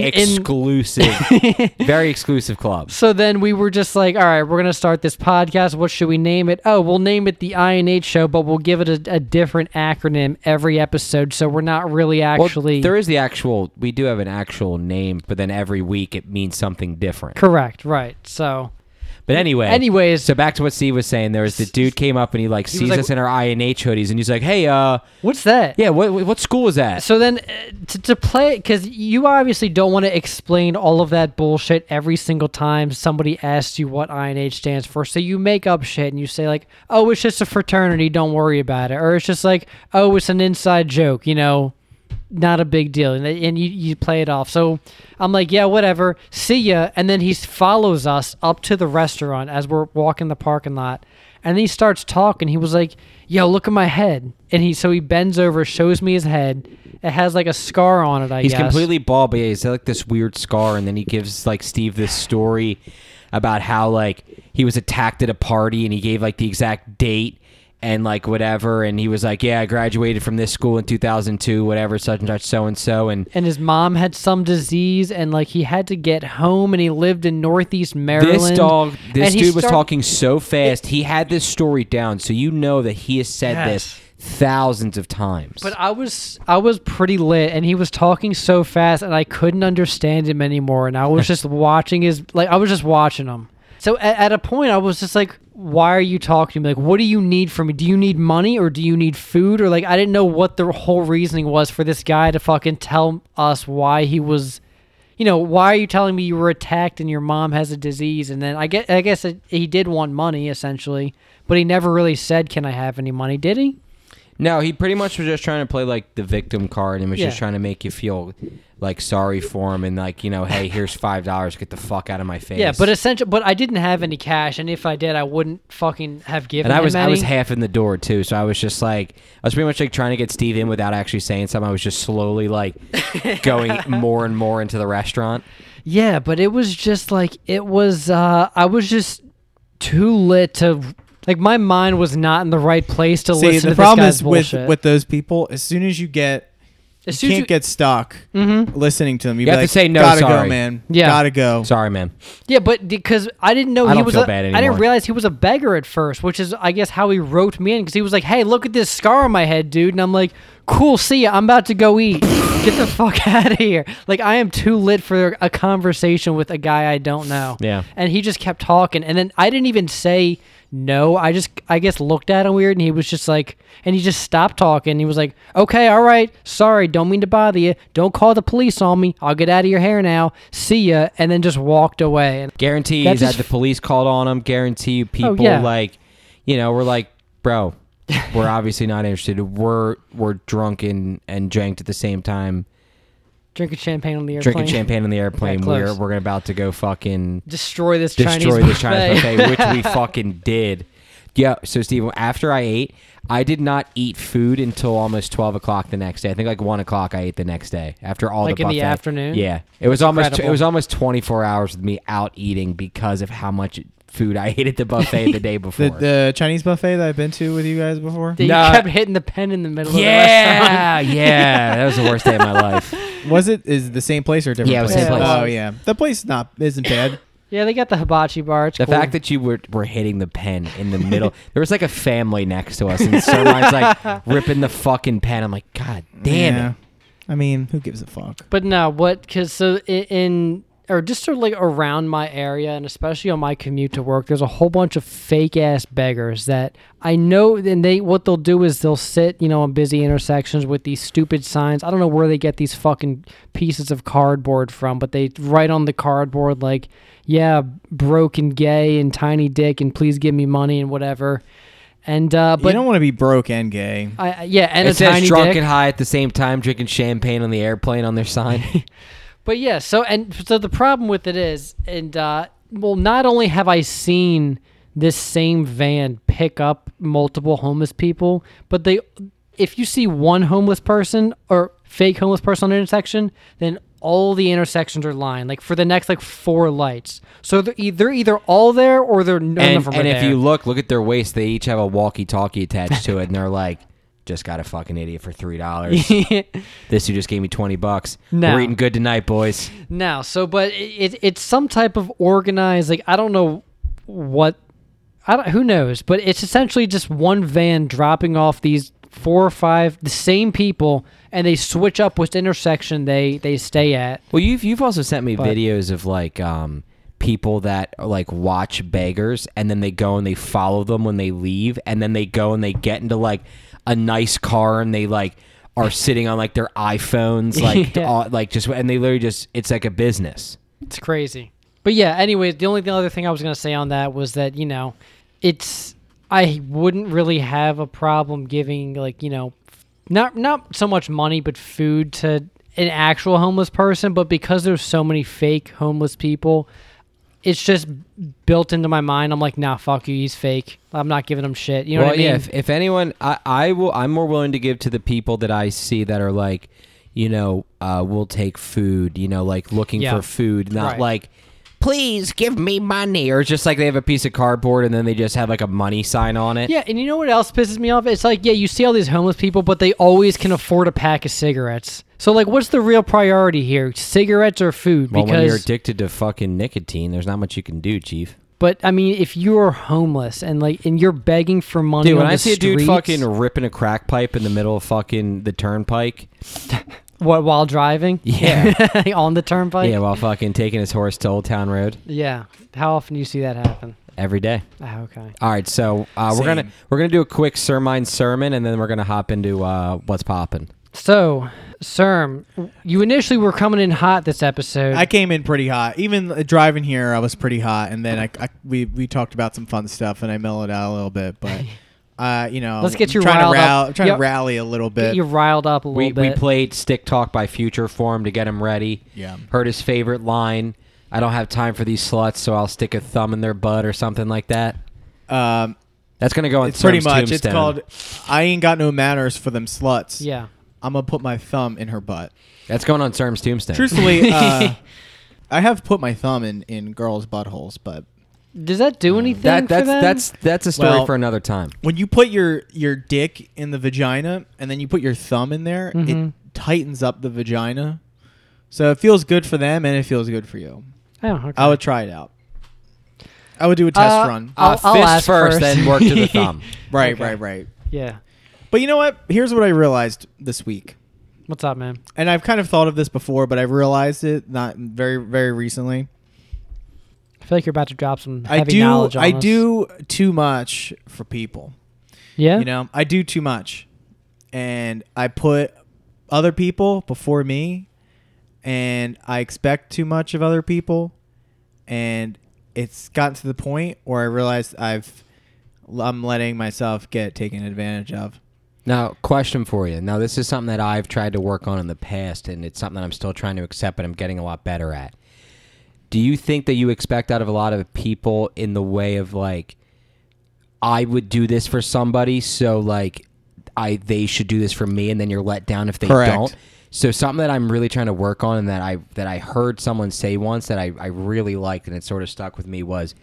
S1: in- in-
S2: exclusive, very exclusive club.
S1: So then we were just like, all right, we're gonna start this podcast. What should we name it? Oh, we'll name it the INH show, but we'll give it a, a different acronym every episode, so we're not really
S2: Well,
S1: actually
S2: there is the actual. We do have an actual name, but then every week it means something different.
S1: correct, right? So
S2: But anyway,
S1: Anyways.
S2: so back to what Steve was saying. There was the dude came up and he like sees
S1: like-
S2: us in our INH hoodies, and he's like, "Hey, uh,
S1: what's that?
S2: yeah, what what school is that?"
S1: So then, uh, to, to play, because you obviously don't want to explain all of that bullshit every single time somebody asks you what INH stands for. So you make up shit and you say, like, oh, it's just a fraternity, don't worry about it. Or it's just like, oh, it's an inside joke, you know, not a big deal. And, and you, you play it off. So I'm like, yeah, whatever, see ya. And then he follows us up to the restaurant as we're walking the parking lot. And he starts talking. He was like, "Yo, look at my head." And he so he bends over, shows me his head. It has like a scar on it. I
S2: He's
S1: guess
S2: completely bald, but yeah, he's got, like this weird scar, and then he gives like Steve this story about how like he was attacked at a party, and he gave like the exact date and like whatever, and he was like, "Yeah, I graduated from this school in 2002, whatever, such and such, so and so," and
S1: And his mom had some disease, and like he had to get home, and he lived in Northeast Maryland.
S2: this dog, this
S1: And he
S2: dude was
S1: start-
S2: talking so fast, he had this story down, so you know that he has said
S1: Yes.
S2: this thousands of times.
S1: But I was I was pretty lit, and he was talking so fast, and I couldn't understand him anymore. And I was just watching his like I was just watching him. So at, at a point, I was just like, "Why are you talking to me? Like, what do you need from me? Do you need money or do you need food or like I didn't know what the whole reasoning was for this guy to fucking tell us why he was." You know why are you telling me you were attacked and your mom has a disease? And then I guess I guess it, he did want money essentially, but he never really said, "Can I have any money?" Did he?
S2: No, he pretty much was just trying to play like the victim card and was
S1: Yeah.
S2: just trying to make you feel like sorry for him and like, you know, hey, here's five dollars, get the fuck out of my face.
S1: Yeah, but essentially, but I didn't have any cash, and if I did, I wouldn't fucking have given.
S2: and I was
S1: him
S2: I was
S1: any.
S2: half in the door too, so I was just like I was pretty much like trying to get Steve in without actually saying something. I was just slowly like going more and more into the restaurant.
S1: yeah, but it was just like it was. uh I was just too lit to like my mind was not in the right place to
S3: See,
S1: listen
S3: the
S1: to
S3: problem
S1: this guy's
S3: is with,
S1: bullshit.
S3: with those people. As soon as you get,
S1: As
S3: you
S1: soon as you-
S3: can't
S1: Mm-hmm.
S3: get stuck listening to them.
S2: You
S3: You, be
S2: have to
S3: like,
S2: say no,
S3: Gotta
S2: sorry."
S3: go, man.
S1: Yeah.
S3: Gotta go.
S2: Sorry, man.
S1: yeah, but because I didn't know
S2: I
S1: he
S2: don't
S1: was.
S2: feel
S1: a-
S2: bad
S1: I didn't
S2: anymore.
S1: realize he was a beggar at first, which is I guess how he roped me in because he was like, "Hey, look at this scar on my head, dude," and I'm like. Cool, see ya. I'm about to go eat. Get the fuck out of here. Like, I am too lit for a conversation with a guy I don't know.
S2: Yeah.
S1: and he just kept talking and then i didn't even say no i just i guess looked at him weird and he was just like and he just stopped talking he was like okay all right sorry don't mean to bother you don't call the police on me i'll get out of your hair now see ya and then just walked away and
S2: Guarantee
S1: That's
S2: he's had
S1: just- Oh,
S2: the police called on him. Guarantee you people
S1: yeah.
S2: like, you know, we're like, bro, we're obviously not interested. We're we're drunk and, and drank at the same time.
S1: drinking champagne on the airplane
S2: drinking champagne on the airplane.
S1: Yeah,
S2: we're
S1: close.
S2: we're about to go fucking
S1: destroy this
S2: destroy
S1: chinese
S2: the Chinese
S1: buffet.
S2: buffet, which we fucking did. Yeah. So Steve, after I ate, I did not eat food until almost twelve o'clock the next day. I think like one o'clock I ate the next day after all
S1: Like
S2: the
S1: in the
S2: buffet.
S1: afternoon?
S2: Yeah, it was almost
S1: incredible.
S2: it was almost twenty four hours of me out eating because of how much food I ate at the buffet the day before.
S3: The, the Chinese buffet that I've been to with you guys before
S1: That you
S2: Nah.
S1: kept hitting the pen in the middle
S2: yeah, yeah, that was the worst day of my life.
S3: was it is it the same place or a different?
S2: Yeah, it was
S1: the
S3: place?
S1: same place.
S3: Oh yeah, the place not isn't bad.
S1: of the restaurant yeah they got the hibachi bar it's
S2: The
S1: cool.
S2: fact that you were, were hitting the pen in the middle, there was like a family next to us, and someone's like ripping the fucking pen. I'm like, God damn
S3: yeah.
S2: it.
S3: I mean, who gives a fuck?
S1: But no, what? Because so i- in or just sort of like around my area, and especially on my commute to work, there's a whole bunch of fake ass beggars that I know. And they what they'll do is they'll sit, you know, on busy intersections with these stupid signs. I don't know where they get these fucking pieces of cardboard from, but they write on the cardboard like, "Yeah, broke and gay and tiny dick, and please give me money and whatever." And uh,
S3: you
S1: but
S3: don't want to be broke and gay.
S1: I, I- yeah, and
S2: it
S1: a
S2: says
S1: tiny
S2: drunk
S1: dick.
S2: and high at the same time, drinking champagne on the airplane on their sign.
S1: But yeah, so and so the problem with it is, and uh, well, not only have I seen this same van pick up multiple homeless people, but they, if you see one homeless person or fake homeless person on an intersection, then all the intersections are lined like for the next like four lights. So they're, e- they're either all there or they're none
S2: and
S1: of them are
S2: and if
S1: there.
S2: you look, look at their waist. They each have a walkie-talkie attached to it, and they're like, "Just got a fucking idiot for three dollars. this dude just gave me twenty bucks.
S1: No.
S2: We're eating good tonight, boys."
S1: Now, so but it, it it's some type of organized like I don't know what I don't who knows, but it's essentially just one van dropping off these four or five the same people and they switch up which intersection they they stay at.
S2: Well, you've you've also sent me videos of like um, people that like watch beggars and then they go and they follow them when they leave and then they go and they get into like a nice car and they like are sitting on like their iPhones like
S1: Yeah.
S2: all, like just and they literally just it's like a business.
S1: It's crazy. But yeah, anyways, the only the other thing I was gonna say on that was that you know, it's I wouldn't really have a problem giving like you know, not not so much money but food to an actual homeless person, but because there's so many fake homeless people, it's just built into my mind. I'm like, nah, fuck you, he's fake. I'm not giving him shit. You know
S2: well,
S1: what I mean?
S2: yeah. If, if anyone, I, I will. I'm more willing to give to the people that I see that are like, you know, uh, will take food. You know, like looking
S1: Yeah.
S2: for food, not
S1: Right.
S2: like, please give me money, or just like they have a piece of cardboard and then they just have like a money sign on it.
S1: Yeah, and you know what else pisses me off? It's like, yeah, you see all these homeless people, but they always can afford a pack of cigarettes. So, like, what's the real priority here? Cigarettes or food?
S2: Well, when you're
S1: Because,
S2: addicted to fucking nicotine, there's not much you can do, Chief.
S1: but I mean, if you're homeless and like, and you're begging for money, on
S2: Dude, when
S1: the
S2: I see a dude
S1: streets-
S2: fucking ripping a crack pipe in the middle of fucking the turnpike,
S1: what while driving,
S2: Yeah.
S1: on the turnpike,
S2: yeah, while fucking taking his horse to Old Town Road
S1: Yeah. How often do you see that happen?
S2: every day.
S1: Ah, okay,
S2: All right, so uh, we're gonna
S3: Same.
S2: we're gonna do a quick sermine sermon, and then we're gonna hop into uh, what's popping.
S1: so, CERM, you initially were coming in hot this episode.
S3: I came in pretty hot. Even uh, driving here, I was pretty hot. And then I, I- we we talked about some fun stuff, and I mellowed out a little bit. But uh, you know,
S1: Let's get
S3: I'm
S1: you
S3: trying
S1: riled up.
S3: to rally, I'm trying
S1: Yep.
S3: to rally a little bit.
S1: you riled up a little
S2: We we
S1: bit.
S2: played Stick Talk by Future for him to get him ready.
S3: Yeah.
S2: heard his favorite line. I don't have time for these sluts, so I'll stick a thumb in their butt or something like that.
S3: um,
S2: That's gonna go on.
S3: it's pretty
S2: Serm's
S3: much. It's
S2: tombstone.
S3: called. I ain't got no manners for them sluts.
S1: yeah.
S3: I'm gonna put my thumb in her butt.
S2: That's going on Serm's tombstone.
S3: Truthfully, uh, I have put my thumb in in girls' buttholes, but
S1: Does that do anything? for
S2: That that's
S1: them?
S2: that's that's a story
S3: Well-
S2: for another time.
S3: when you put your your dick in the vagina and then you put your thumb in there,
S1: Mhm.
S3: it tightens up the vagina. So it feels good for them and it feels good for you.
S1: Oh, okay.
S3: I would try it out. I would do a test
S1: Uh,
S3: run.
S1: I'll-
S2: uh,
S1: I'll
S2: fist
S1: ask first.
S2: first, then work to the thumb.
S3: right,
S1: okay.
S3: right, right.
S1: Yeah.
S3: But you know what? Here's what I realized this week.
S1: What's up, man?
S3: And I've kind of thought of this before, but I've realized it not very very recently.
S1: I feel like you're about to drop some heavy
S3: I do
S1: knowledge on
S3: I
S1: us.
S3: do too much for people.
S1: Yeah.
S3: You know, I do too much. And I put other people before me and I expect too much of other people and it's gotten to the point where I realize I've I'm letting myself get taken advantage of.
S2: Now, question for you. Now, this is something that I've tried to work on in the past, and it's something that I'm still trying to accept, but I'm getting a lot better at. Do you think that you expect out of a lot of people in the way of like, I would do this for somebody, so like, I they should do this for me, and then you're let down if they
S3: Correct.
S2: don't. So something that I'm really trying to work on, and that I that I heard someone say once that I I really liked, and it sort of stuck with me was,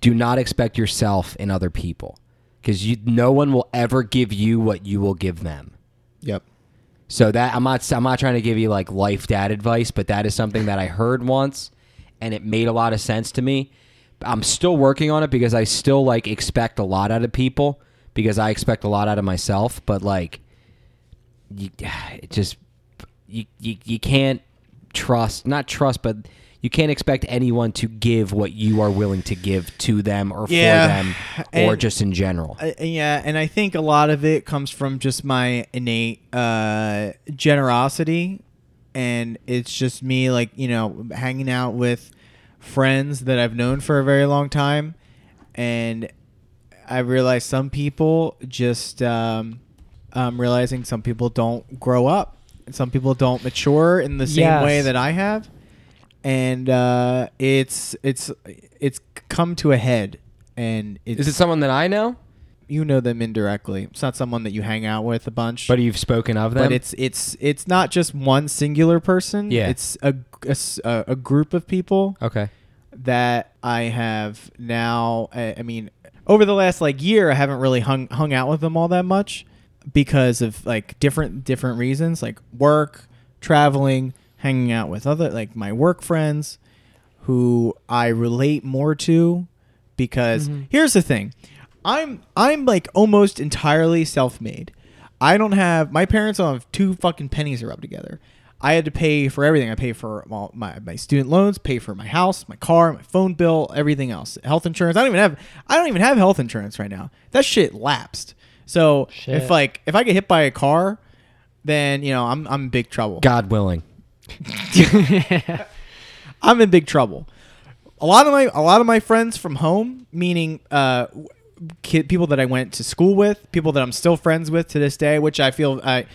S2: do not expect yourself in other people because you no one will ever give you what you will give them
S3: Yep.
S2: so that i'm not i'm not trying to give you like life dad advice but that is something that i heard once and it made a lot of sense to me i'm still working on it because i still like expect a lot out of people because i expect a lot out of myself but like you it just you you, you can't trust not trust but you can't expect anyone to give what you are willing to give to them or
S3: Yeah,
S2: for them or
S3: and-
S2: just in general
S3: I, Uh, yeah, and I think a lot of it comes from just my innate uh, generosity, and it's just me like you know hanging out with friends that I've known for a very long time, and I realize some people just um, I'm realizing some people don't grow up. And some people don't mature in the same
S1: Yes.
S3: way that I have, and uh, it's it's it's come to a head. And it's
S2: Is it someone that I know?
S3: you know them indirectly. It's not someone that you hang out with a bunch.
S2: But you've spoken of them.
S3: But it's it's it's not just one singular person.
S2: Yeah. Uh,
S3: it's a a s- a- a group of people
S2: okay.
S3: that I have now. uh, I, I mean, over the last like year, I haven't really hung hung out with them all that much because of like different different reasons, like work, traveling, hanging out with other like my work friends, who I relate more to. Because
S2: Mm-hmm.
S3: here's the thing, I'm I'm like almost entirely self made. I don't have my parents don't have two fucking pennies to rub together. I had to pay for everything. I pay for all my, my student loans, pay for my house, my car, my phone bill, everything else. Health insurance. I don't even have I don't even have health insurance right now. That shit lapsed. So
S1: Shit.
S3: if like if I get hit by a car, then you know I'm I'm in big trouble.
S2: God willing.
S3: I'm in big trouble. A lot of my a lot of my friends from home, meaning uh, w- kid, people that I went to school with, people that I'm still friends with to this day, which I feel I.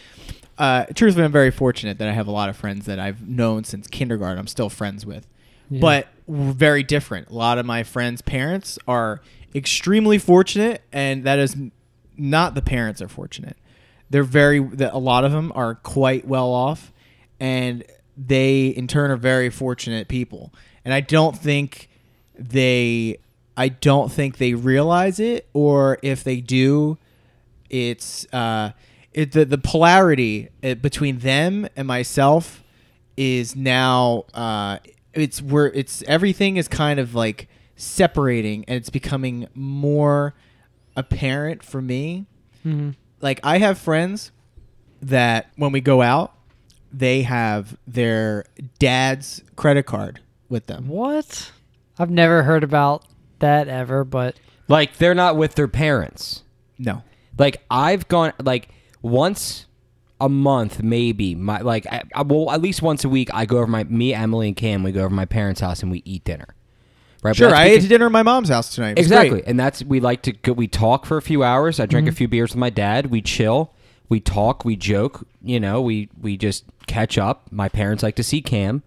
S3: Uh, truthfully, I'm very fortunate that I have a lot of friends that I've known since kindergarten. I'm still friends with, but w- very different. A lot of my friends' parents are extremely fortunate, and that is n- not the parents are fortunate. They're very that a lot of them are quite well off, and they in turn are very fortunate people. And I don't think they, I don't think they realize it, or if they do, it's uh, it, the the polarity uh, between them and myself is now uh, it's where it's everything is kind of like separating, and it's becoming more apparent for me. Like I have friends that when we go out, they have their dad's credit card with them.
S1: What? I've never heard about that ever, but
S2: Like they're not with their parents.
S3: No.
S2: Like I've gone like once a month maybe. My like I, I, well at least once a week I go over my me Emily and Cam we go over to my parents' house and we eat dinner. Right. But
S3: Sure,
S2: that's
S3: I
S2: because-
S3: ate dinner at my mom's house tonight. It was
S2: Exactly.
S3: great. Mm-hmm.
S2: And that's we like to go, we talk for a few hours. I drink a few beers with my dad. We chill. We talk. We joke. You know, we we just catch up. My parents like to see Cam.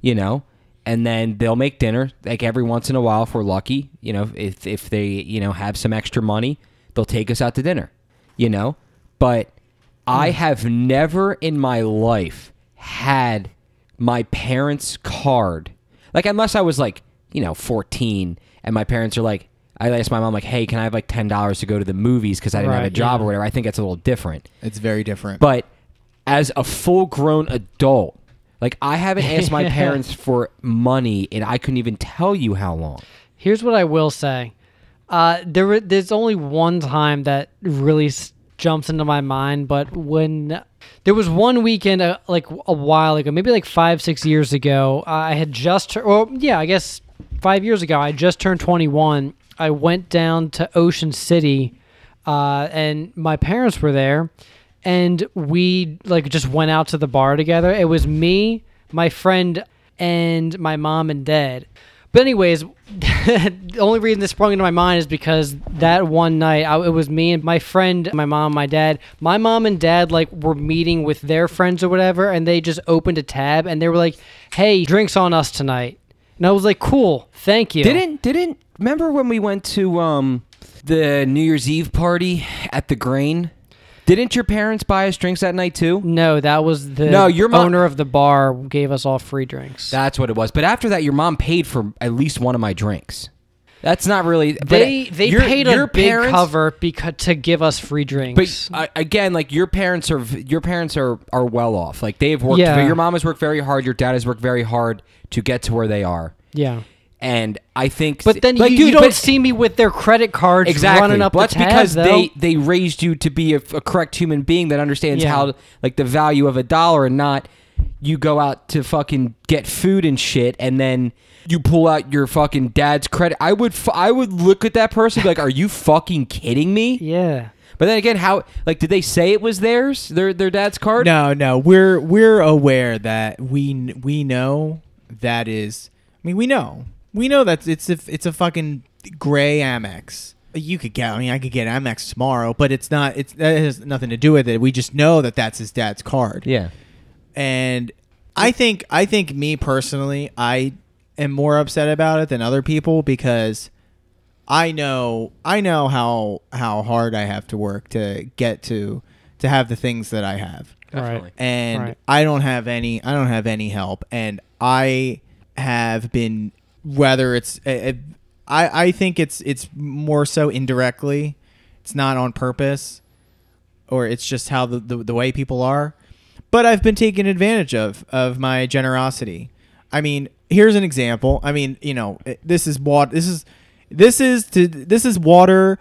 S2: You know, and then they'll make dinner like every once in a while if we're lucky. You know, if if they you know have some extra money, they'll take us out to dinner. You know, but
S1: Hmm.
S2: I have never in my life had my parents' card. Like unless I was like, you know, 14 and my parents are like I asked my mom like, "Hey, can I have like $10 to go to the movies cuz I didn't have a
S1: Right,
S2: job
S1: yeah.
S2: or whatever." I think that's a little different.
S3: It's very different.
S2: But as a full-grown adult, like I haven't asked my parents for money and I couldn't even tell you how long.
S1: Here's what I will say. Uh, there, were- there's only one time that really s- jumps into my mind, but when there was one weekend, uh, like a while ago, maybe like five, six years ago, I had just, tur- or yeah, I guess five years ago, I just turned 21. I went down to Ocean City, uh, and my parents were there, and we like just went out to the bar together. It was me, my friend, and my mom and dad. But anyways, the only reason this sprung into my mind is because that one night I, it was me and my friend, my mom, my dad. My mom and dad like were meeting with their friends or whatever, and they just opened a tab and they were like, "Hey, drinks on us tonight." And I was like, "Cool, thank you."
S2: Didn't didn't remember when we went to um the New Year's Eve party at the Grain? Didn't your parents buy us drinks that night too?
S1: No, that was the
S2: No, your mo-
S1: owner of the bar gave us all free drinks.
S2: That's what it was. But after that, your mom paid for at least one of my drinks. That's not really. but
S1: they they
S2: your-
S1: paid
S2: your
S1: a big
S2: parents-
S1: cover because to give us free drinks.
S2: But uh, again, like your parents are, v- your parents are are well off. Like they've worked.
S1: Yeah.
S2: Your mom has worked very hard. Your dad has worked very hard to get to where they are.
S1: yeah.
S2: And I think.
S1: But then
S2: like,
S1: you,
S2: dude,
S1: you don't
S2: but-
S1: see me with their credit cards
S2: exactly.
S1: running up
S2: Well, that's
S1: the tab,
S2: because
S1: though.
S2: they they raised you to be a, a correct human being that understands
S1: Yeah.
S2: how like the value of a dollar and not you go out to fucking get food and shit and then you pull out your fucking dad's credit. I would f- I would look at that person and be like, are you fucking kidding me?
S1: Yeah.
S2: But then again, how like did they say it was theirs? Their their dad's card?
S3: No, no, we're we're aware that we kn- we know that is. I mean, we know we know that it's a it's a fucking gray Amex. you could get. I mean, I could get Amex tomorrow, but it's not. It's that has nothing to do with it. We just know that that's his dad's card.
S2: Yeah.
S3: and I think I think me personally, I am more upset about it than other people because I know I know how how hard I have to work to get to to have the things that I have
S2: Definitely.
S1: Right.
S3: and
S1: Right.
S3: I don't have any. I don't have any help, and I have been whether it's. I I I think it's it's more so indirectly. It's not on purpose, or it's just how the the, the way people are. But I've been taken advantage of of my generosity. I mean, here's an example. I mean, you know, it- this is water. This is this is to this is water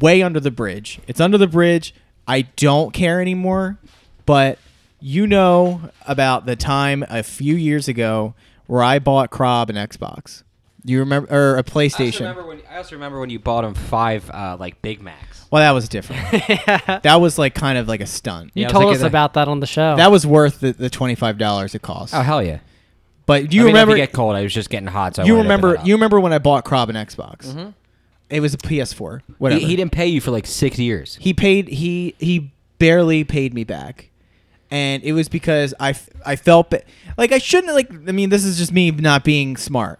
S3: way under the bridge. It's under the bridge. I don't care anymore, but you know about the time a few years ago where I bought Krob an Xbox. You remember or
S2: I
S3: a
S2: also,
S3: PlayStation?
S2: remember when, I also remember when you bought him five uh, like Big Macs.
S3: well, that was different. that was like kind of like a stunt.
S1: You
S2: Yeah, I was
S1: told
S2: like,
S1: us
S2: uh,
S1: about that on the show.
S3: That was worth the, the twenty five dollars it cost.
S2: Oh hell yeah!
S3: But do you
S2: I mean, if
S3: remember?
S2: it get cold. I was just getting hot. So I
S3: you
S2: wanted to open
S3: remember?
S2: it up.
S3: You remember when I bought Krob an Xbox? It was a PS4. Whatever.
S2: Mm-hmm. He, he didn't pay you for like six years.
S3: he paid he he barely paid me back and it was because i f- i felt ba- like i shouldn't like i mean this is just me not being smart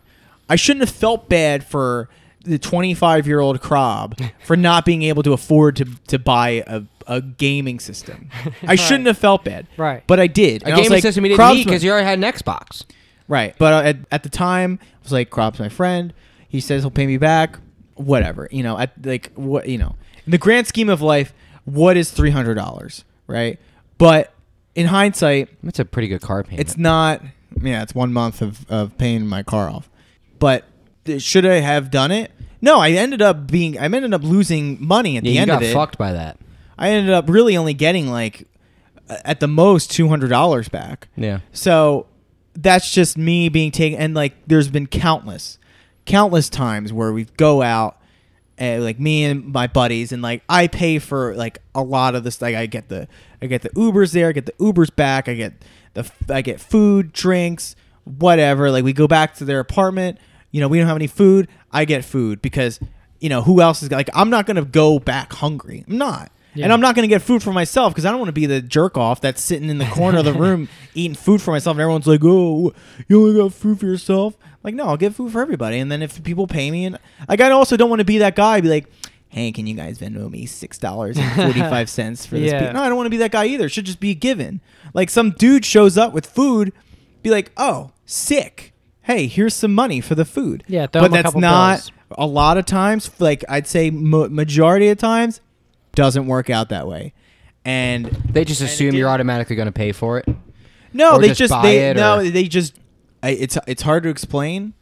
S3: i shouldn't have felt bad for the 25 year old crab for not being able to afford to to buy a a gaming system. I shouldn't have felt bad.
S1: Right.
S3: But I did.
S2: A
S3: And I was
S2: gaming
S3: like,
S2: system you didn't
S3: "Crab's
S2: need
S3: my-
S2: because you already had an Xbox.
S3: Right. But uh, at, at the time, I was like, Crop's my friend. He says he'll pay me back. Whatever. You know, at like what you know, in the grand scheme of life, what is three hundred dollars, right? But in hindsight,
S2: That's a pretty good car payment.
S3: it's not. Yeah, it's one month of of paying my car off. But th- should I have done it? No, I ended up being. I ended up losing money at
S2: yeah,
S3: the
S2: you
S3: end
S2: got
S3: of it.
S2: fucked by that.
S3: I ended up really only getting like, a- at the most, two hundred dollars back.
S2: Yeah.
S3: So that's just me being taken. And like, there's been countless, countless times where we go out, and like me and my buddies, and like I pay for like a lot of this. Like I get the, I get the Ubers there, I get the Ubers back, I get the, f- I get food, drinks, whatever. Like we go back to their apartment. You know, we don't have any food. I get food because you know who else is like I'm not gonna go back hungry. I'm not.
S1: Yeah.
S3: And I'm not going to get food for myself because I don't want to be the jerk off that's sitting in the corner of the room eating food for myself. And everyone's like, "Oh, you only got food for yourself." Like, no, I'll get food for everybody. And then if people pay me, and like, I also don't want to be that guy. Be like, "Hey, can you guys Venmo me six dollars and forty five cents for this?"
S1: Yeah.
S3: pizza?" No, I don't want to be that guy either. It should just be a given. Like, some dude shows up with food, be like, "Oh, sick. Hey, here's some money for the food."
S1: Yeah, throw
S3: but
S1: him a
S3: that's
S1: couple
S3: not
S1: bills.
S3: a lot of times. Like, I'd say mo- majority of times doesn't work out that way. And
S2: They just assume you're automatically going to pay for it.
S3: no,
S2: Or
S3: they
S2: just
S3: just,
S2: buy
S3: they
S2: it,
S3: no,
S2: or-
S3: they just I, it's it's hard to explain.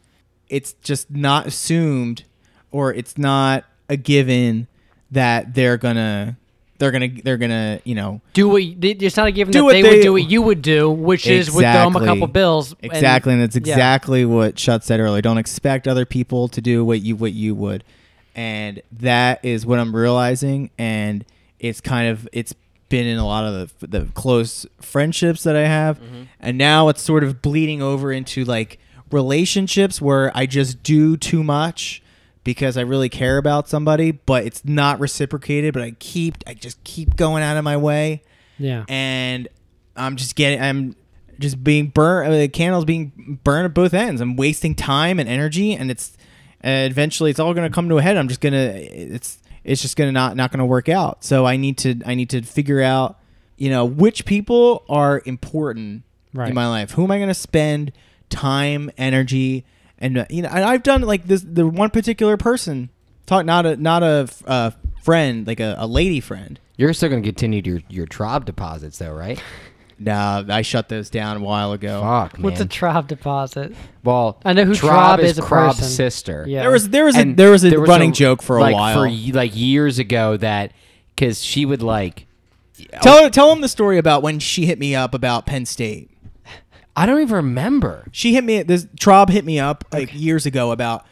S3: It's just not assumed or it's not a given that they're going to they're going to they're going to, you know,
S1: do what you- it's not a given
S3: Do
S1: that
S3: what
S1: they,
S3: they-
S1: would do what you would do, which is with them a couple bills. and-
S3: Exactly, and, that's
S1: yeah.
S3: exactly what Shut said earlier. Don't expect other people to do what you what you would, and that is what I'm realizing. And it's kind of it's been in a lot of the, the close friendships that I have,
S1: Mm-hmm.
S3: and now it's sort of bleeding over into like relationships where I just do too much because I really care about somebody, but it's not reciprocated. But I keep I just keep going out of my way
S1: Yeah.
S3: and I'm just getting I'm just being burnt uh, the candle's being burned at both ends. I'm wasting time and energy and it's uh, eventually it's all going to come to a head. I'm just going to it's it's just going to not not going to work out. So I need to I need to figure out you know which people are important
S1: Right.
S3: in my life. Who am I going to spend time, energy and uh, you know and I've done like this the one particular person talk not a not a uh, friend like a, a lady friend
S2: You're still going to continue your your Trob deposits though, right?
S3: Nah, I shut those down a while ago.
S2: Fuck, man.
S1: What's a Trob deposit?
S2: well,
S1: I know who
S2: Trob
S1: Trob
S2: is.
S1: is a
S2: Krob's
S1: person.
S2: sister.
S1: Yeah.
S3: There was there was a,
S2: And
S3: there was a
S2: was
S3: running joke for a
S2: like,
S3: while.
S2: for y- like years ago that because she would like
S3: tell tell him the story about when she hit me up about Penn State.
S2: I don't even remember.
S3: She hit me this Trob hit me up like years ago about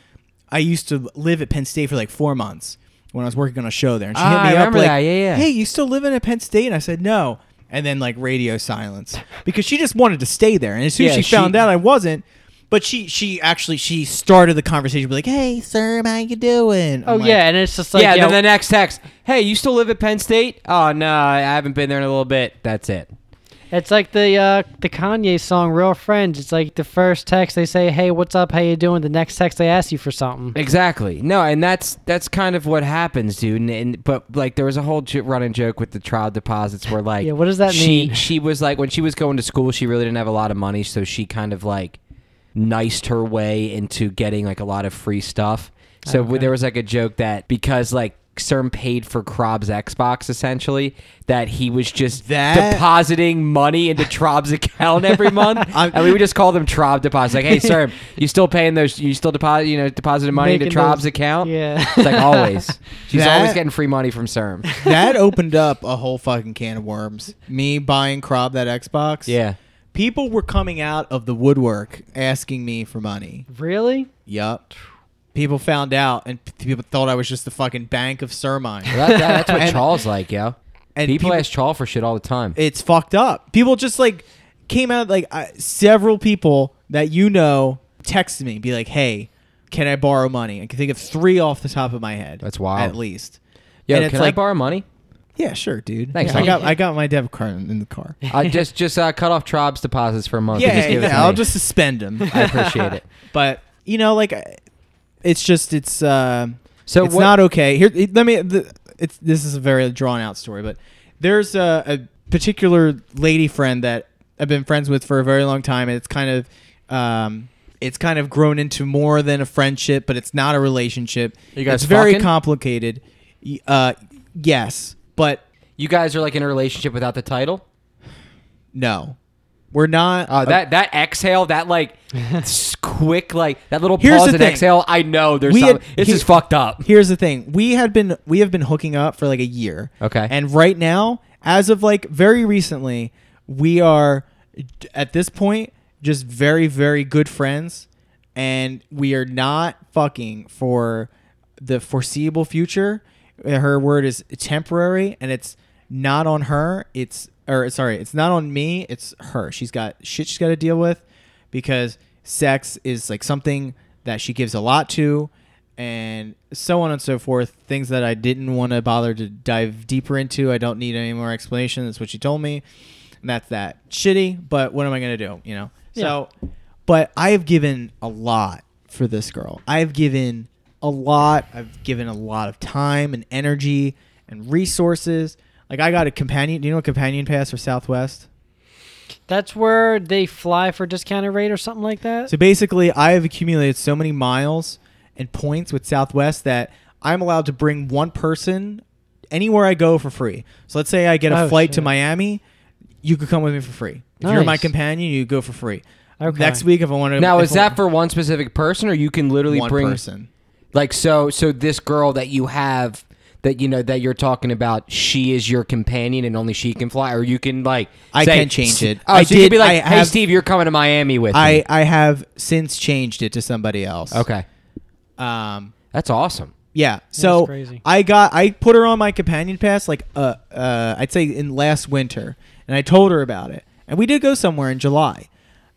S3: I used to live at Penn State for like four months when I was working on a show there, and she
S2: Ah,
S3: hit me
S2: I
S3: up
S2: remember
S3: like,
S2: that. Yeah, yeah.
S3: "Hey, you still living at Penn State?" And I said, "No." And then like radio silence because she just wanted to stay there, and as soon as
S2: Yeah,
S3: she,
S2: she-
S3: found out I wasn't, But she she actually she started the conversation be like, "Hey, sir, how you doing?" I'm
S1: Oh
S3: like,
S1: yeah, and it's just like
S2: yeah,
S1: yeah,
S2: then the next text. Hey, you still live at Penn State? Oh no, I haven't been there in a little bit. That's it.
S1: it's like the uh, the Kanye song "Real Friends." It's like the first text they say, "Hey, what's up? How you doing?" The next text they ask you for something.
S2: Exactly. No, and that's that's kind of what happens, dude. And, and but like there was a whole j- running joke with the child deposits where like
S1: Yeah, what does that
S2: she,
S1: mean?
S2: She was like when she was going to school, she really didn't have a lot of money, so she kind of like niced her way into getting like a lot of free stuff. So w there was like a joke that because like CERN paid for Krob's Xbox essentially, that he was just
S3: That-
S2: depositing money into Trob's account every month.
S3: I'm-
S2: and we would just call them Trob deposits. Like, hey, CERN, you still paying those? You still deposit? You know, depositing money into
S1: Making those-
S2: Trob's account?
S1: yeah.
S2: It's like always. She's
S3: That-
S2: always getting free money from CERM.
S3: that opened up a whole fucking can of worms. Me buying Krob that Xbox.
S2: Yeah.
S3: People were coming out of the woodwork asking me for money.
S1: Really?
S3: Yup. People found out and p- people thought I was just the fucking bank of Surmine.
S2: Well, that, that- that's what
S3: And-
S2: Charles like, yo.
S3: and
S2: people,
S3: people-
S2: ask Charles for shit all the time.
S3: it's fucked up. People just like came out like I, several people that you know texted me, be like, "Hey, can I borrow money?" I can think of three off the top of my head.
S2: That's wild.
S3: At least.
S2: yo,
S3: and
S2: can
S3: it's like-
S2: I borrow money?
S3: Yeah, sure, dude.
S2: Thanks,
S3: Yeah, I
S2: Tom.
S3: got I got my debit card in in the car. yeah,
S2: I just just uh, cut off Trob's deposits for a month. and
S3: yeah,
S2: just give it to
S3: I'll
S2: me.
S3: just suspend them.
S2: I appreciate it.
S3: but you know, like, I- it's just it's uh,
S2: So
S3: it's
S2: what-
S3: not okay. Here, it- let me. The, it's this is a very drawn out story, but there's a, a particular lady friend that I've been friends with for a very long time, and it's kind of um, it's kind of grown into more than a friendship, but it's not a relationship.
S2: You guys
S3: it's very
S2: fucking?
S3: complicated. Y- Uh, yes, but
S2: You guys are like in a relationship without the title.
S3: no, we're not.
S2: Uh, that that exhale, that like s- quick, like that little
S3: Here's
S2: pause
S3: the
S2: and
S3: thing.
S2: exhale. I know there's
S3: We
S2: some,
S3: had-
S2: this
S3: he-
S2: is fucked up.
S3: Here's the thing. We had been we have been hooking up for like a year.
S2: Okay.
S3: And right now, as of like very recently, we are d- at this point just very very good friends and we are not fucking for the foreseeable future. Her word is temporary and it's not on her. It's or sorry, it's not on me, it's her. She's got shit she's got to deal with because sex is like something that she gives a lot to and so on and so forth things that i didn't want to bother to dive deeper into i don't need any more explanation that's what she told me and that's that shitty but what am i going to do you know so but i have given a lot for this girl i've given a lot i've given a lot of time and energy and resources like i got a companion do you know what companion pass for southwest
S1: That's where they fly for discounted rate or something like that.
S3: So basically, I have accumulated so many miles and points with Southwest that I'm allowed to bring one person anywhere I go for free. So let's say I get a
S1: Oh,
S3: flight to
S1: shit.
S3: Miami, you could come with me for free. If you're my
S1: Nice.
S3: companion, you go for free.
S1: Okay.
S3: Next week, if I want to,
S2: Now
S3: if
S2: is
S3: I-
S2: that for one specific person, or you can literally
S3: one
S2: bring
S3: person?
S2: like so so this girl that you have that you know that you're talking about, she is your companion and only she can fly, or you can like
S3: I
S2: say-
S3: can change it.
S2: Oh,
S3: I
S2: so you
S3: did-
S2: can be like,
S3: I
S2: hey
S3: have-
S2: Steve, you're coming to Miami with
S3: I I have since changed it to somebody else.
S2: me. Okay,
S3: Um.
S2: that's awesome.
S3: Yeah. So
S1: crazy.
S3: I got I put her on my companion pass like uh uh I'd say in last winter and I told her about it. And we did go somewhere in July.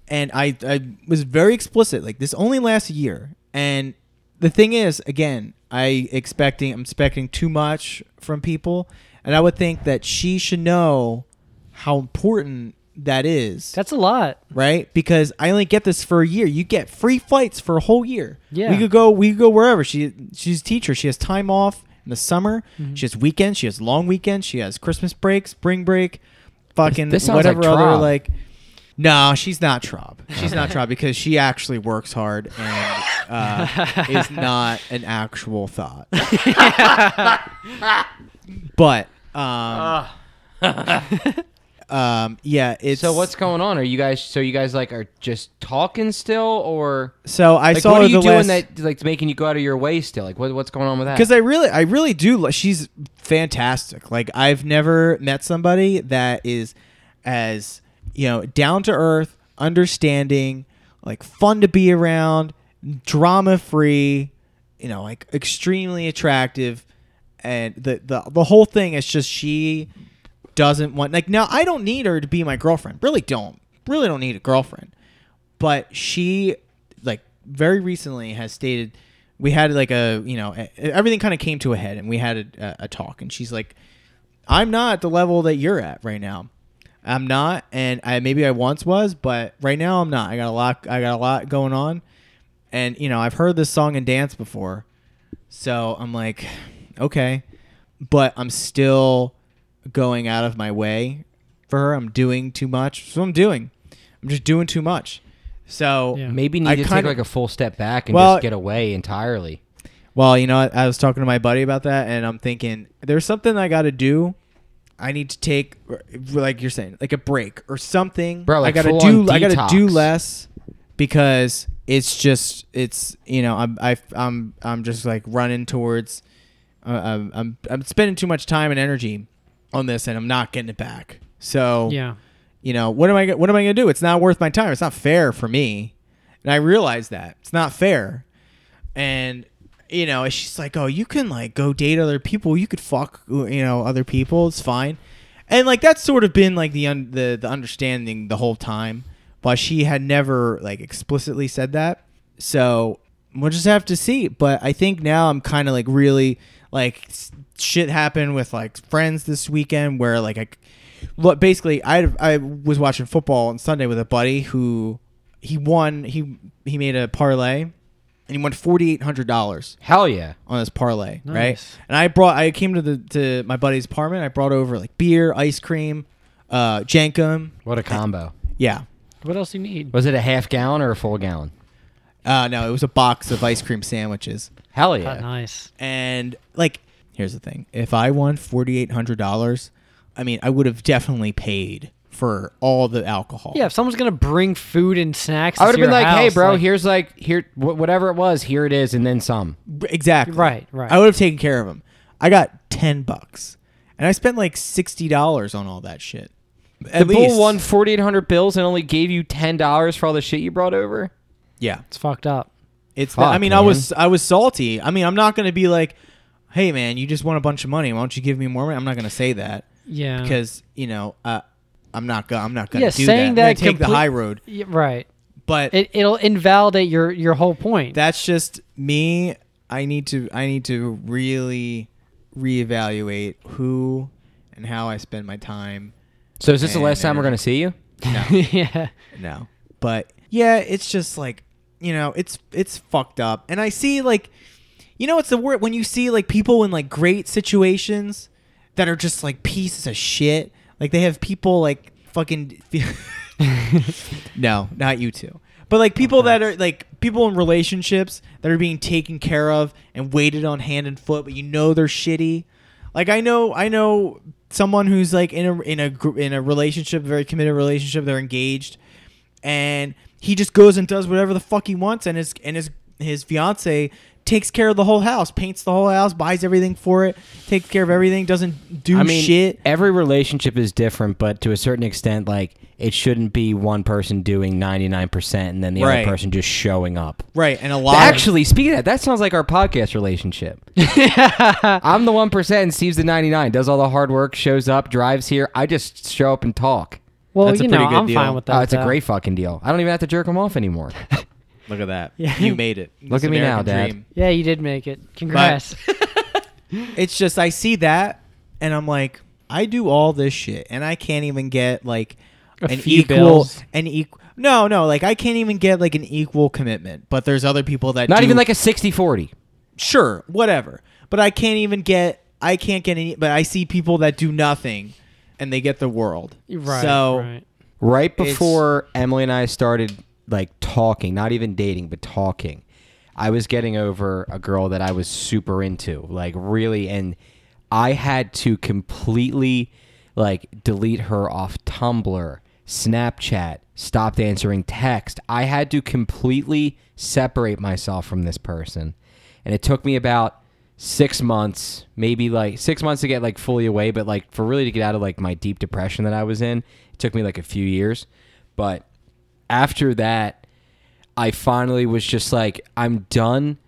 S3: And I I was very explicit like this only lasts a year. And the thing is again, I expecting I'm expecting too much from people and I would think that she should know how important that is
S1: That's a lot.
S3: right? Because I only get this for a year. You get free flights for a whole year.
S1: Yeah.
S3: we could go. We could go wherever. She she's a teacher. She has time off in the summer.
S2: Mm-hmm.
S3: She has weekends. She has long weekends. She has Christmas break, spring break, fucking
S2: this sounds like
S3: whatever other
S2: Traub.
S3: like. No, she's not Trop. She's not Trop because she actually works hard and uh, is not an actual thought. but um, um, yeah, it's
S2: So what's going on? Are you guys so you guys like are just talking still, or
S3: so I
S2: like
S3: saw
S2: what are
S3: the
S2: you doing
S3: last-
S2: that like making you go out of your way still? Like what, what's going on with that?
S3: because I really, I really do. li- She's fantastic. Like I've never met somebody that is as you know down to earth, understanding, like fun to be around, drama free. You know, like extremely attractive, and the the the whole thing is just she doesn't want like now. I don't need her to be my girlfriend. Really don't. Really don't need a girlfriend but she very recently has stated we had like a you know e- everything kind of came to a head and we had a, a talk and she's like i'm not at the level that you're at right now i'm not and i maybe i once was but right now i'm not i got a lot i got a lot going on and you know i've heard this song and dance before so i'm like okay but i'm still going out of my way for her i'm doing too much so i'm doing i'm just doing too much so
S1: Yeah.
S2: Maybe need
S3: I
S2: to take
S3: kinda-
S2: like a full step back and
S3: Well-
S2: just get away entirely.
S3: Well, you know, I, I was talking to my buddy about that, and I'm thinking there's something I got to do. I need to take, r- like you're saying, like a break or something.
S2: Bro, like
S3: I gotta
S2: full-on
S3: do, I gotta do
S2: detox.
S3: less because it's just, it's you know, I'm, I, I'm, I'm just like running towards, uh, I'm, I'm, I'm spending too much time and energy on this, and I'm not getting it back. So
S1: Yeah.
S3: you know what am i go- what am i going to do it's not worth my time it's not fair for me and i realize that it's not fair and you know and she's like oh you can like go date other people you could fuck you know other people it's fine and like that's sort of been like the un- the, the understanding the whole time but she had never like explicitly said that so we'll just have to see but i think now i'm kind of like really like s- shit happened with like friends this weekend where like i look basically i i was watching football on sunday with a buddy who he won he he made a parlay and he won forty eight hundred dollars
S2: Hell yeah.
S3: on this parlay
S1: Nice.
S3: right and i brought i came to the to my buddy's apartment i brought over like beer ice cream uh jankum
S2: What a combo.
S3: yeah
S1: What else do you need?
S2: Was it a half gallon or a full gallon?
S3: uh no it was a box of ice cream sandwiches
S2: Hell
S1: Ah,
S2: yeah.
S1: nice.
S3: And like, here's the thing: if I won forty eight hundred dollars, I mean, I would have definitely paid for all the alcohol.
S1: Yeah, if someone's gonna bring food and snacks,
S2: I would have been like, "Hey, bro,
S1: here.
S2: here's like here wh- whatever it was, here it is and then some."
S3: B- exactly.
S1: Right, right.
S3: I would have taken care of him. I got ten bucks, and I spent like sixty dollars on all that shit. At
S2: the
S3: least,
S2: bull won 4800 bills and only gave you $10 for all the shit you brought over?
S3: Yeah,
S1: It's fucked up.
S3: it's. that- I
S2: Fuck,
S3: mean, I
S2: man.
S3: was I was salty. I mean, I'm not gonna be like, hey man, you just won a bunch of money. Why don't you give me more money? I'm not gonna say that
S1: Yeah.
S3: because you know, uh, I'm not gonna I'm not gonna
S1: Yeah,
S3: do
S1: saying
S3: that. I'm
S1: that
S3: gonna take the
S1: complete-
S3: high road.
S1: Yeah, right.
S3: But
S1: It it'll invalidate your your whole point.
S3: that's just me. I need to I need to really reevaluate who and how I spend my time
S2: So is this the
S3: Man,
S2: last time we're
S3: man.
S2: going to see you?
S1: yeah.
S3: now. But yeah, it's just like you know, it's it's fucked up. And I see like you know it's the word when you see like people in like great situations that are just like pieces of shit. Like they have people like fucking No, not you two. But like people that are like people in relationships that are being taken care of and waited on hand and foot, but you know they're shitty. Like I know, I know someone who's like in a in a gr- in a relationship, very committed relationship. They're engaged, and he just goes and does whatever the fuck he wants, and his and his his fiance takes care of the whole house, paints the whole house, buys everything for it, takes care of everything, doesn't do
S2: I mean,
S3: shit.
S2: every relationship is different, but to a certain extent like it shouldn't be one person doing 99% and then the
S3: Right.
S2: other person just showing up.
S3: Right, and a lot. of-
S2: Actually, speaking of that, that sounds like our podcast relationship. I'm the 1% and Steve's the 99. Does all the hard work, shows up, drives here. I just show up and talk.
S1: Well,
S3: That's a
S1: you
S3: pretty
S1: know,
S3: good
S1: I'm
S3: deal.
S1: fine with that.
S2: oh, it's a
S1: though.
S2: great fucking deal. I don't even have to jerk him off anymore.
S3: look at that.
S1: Yeah.
S3: You made it.
S2: Look
S3: This
S2: at me now,
S3: American
S2: Dad.
S3: dream.
S1: Yeah, you did make it. Congrats.
S3: it's just I see that and I'm like, I do all this shit and I can't even get like
S1: A
S3: an
S1: few
S3: equal
S1: bills.
S3: an equal no no like I can't even get like an equal commitment. But there's other people that
S2: Not
S3: do-
S2: even like a 60 40.
S3: sure whatever. But I can't even get I can't get any. But I see people that do nothing and they get the world.
S1: right.
S3: So
S1: right.
S2: Right
S3: It's-
S2: before Emily and I started like talking, not even dating, but talking, I was getting over a girl that I was super into, like really, and I had to completely like delete her off Tumblr, Snapchat, stopped answering text. I had to completely separate myself from this person. And it took me about six months, maybe like six months to get like fully away, but like for really to get out of like my deep depression that I was in, it took me like a few years. But after that, I finally was just like, I'm done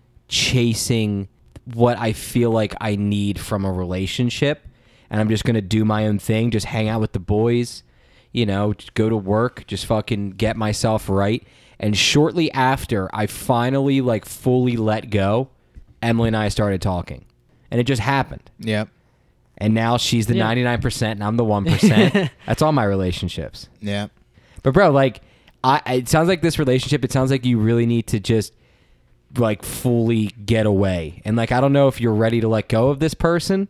S2: chasing what I feel like I need from a relationship. And I'm just going to do my own thing, just hang out with the boys, you know, just go to work, just fucking get myself right. And shortly after, I finally like fully let go. Emily and I started talking, and it just happened.
S3: Yep.
S2: And now she's the
S1: Yeah.
S2: ninety nine percent, and I'm the one percent. That's all my relationships.
S3: Yep.
S2: But bro, like, I I- it sounds like this relationship. It sounds like you really need to just like fully get away. And like, I don't know if you're ready to let go of this person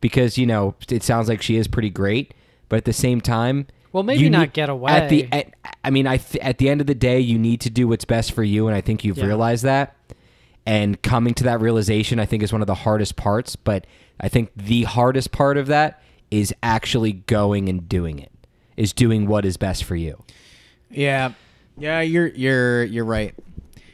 S2: because you know it sounds like she is pretty great, but at the same time,
S1: Well, maybe
S2: you
S1: not
S2: need-
S1: get
S2: At the
S1: away.
S2: at, I mean, I th- at the end of the day, you need to do what's best for you, and I think you've
S1: Yeah.
S2: realized that. And coming to that realization, I think, is one of the hardest parts. But I think the hardest part of that is actually going and doing it, is doing what is best for you.
S3: Yeah. Yeah, you're you're you're right.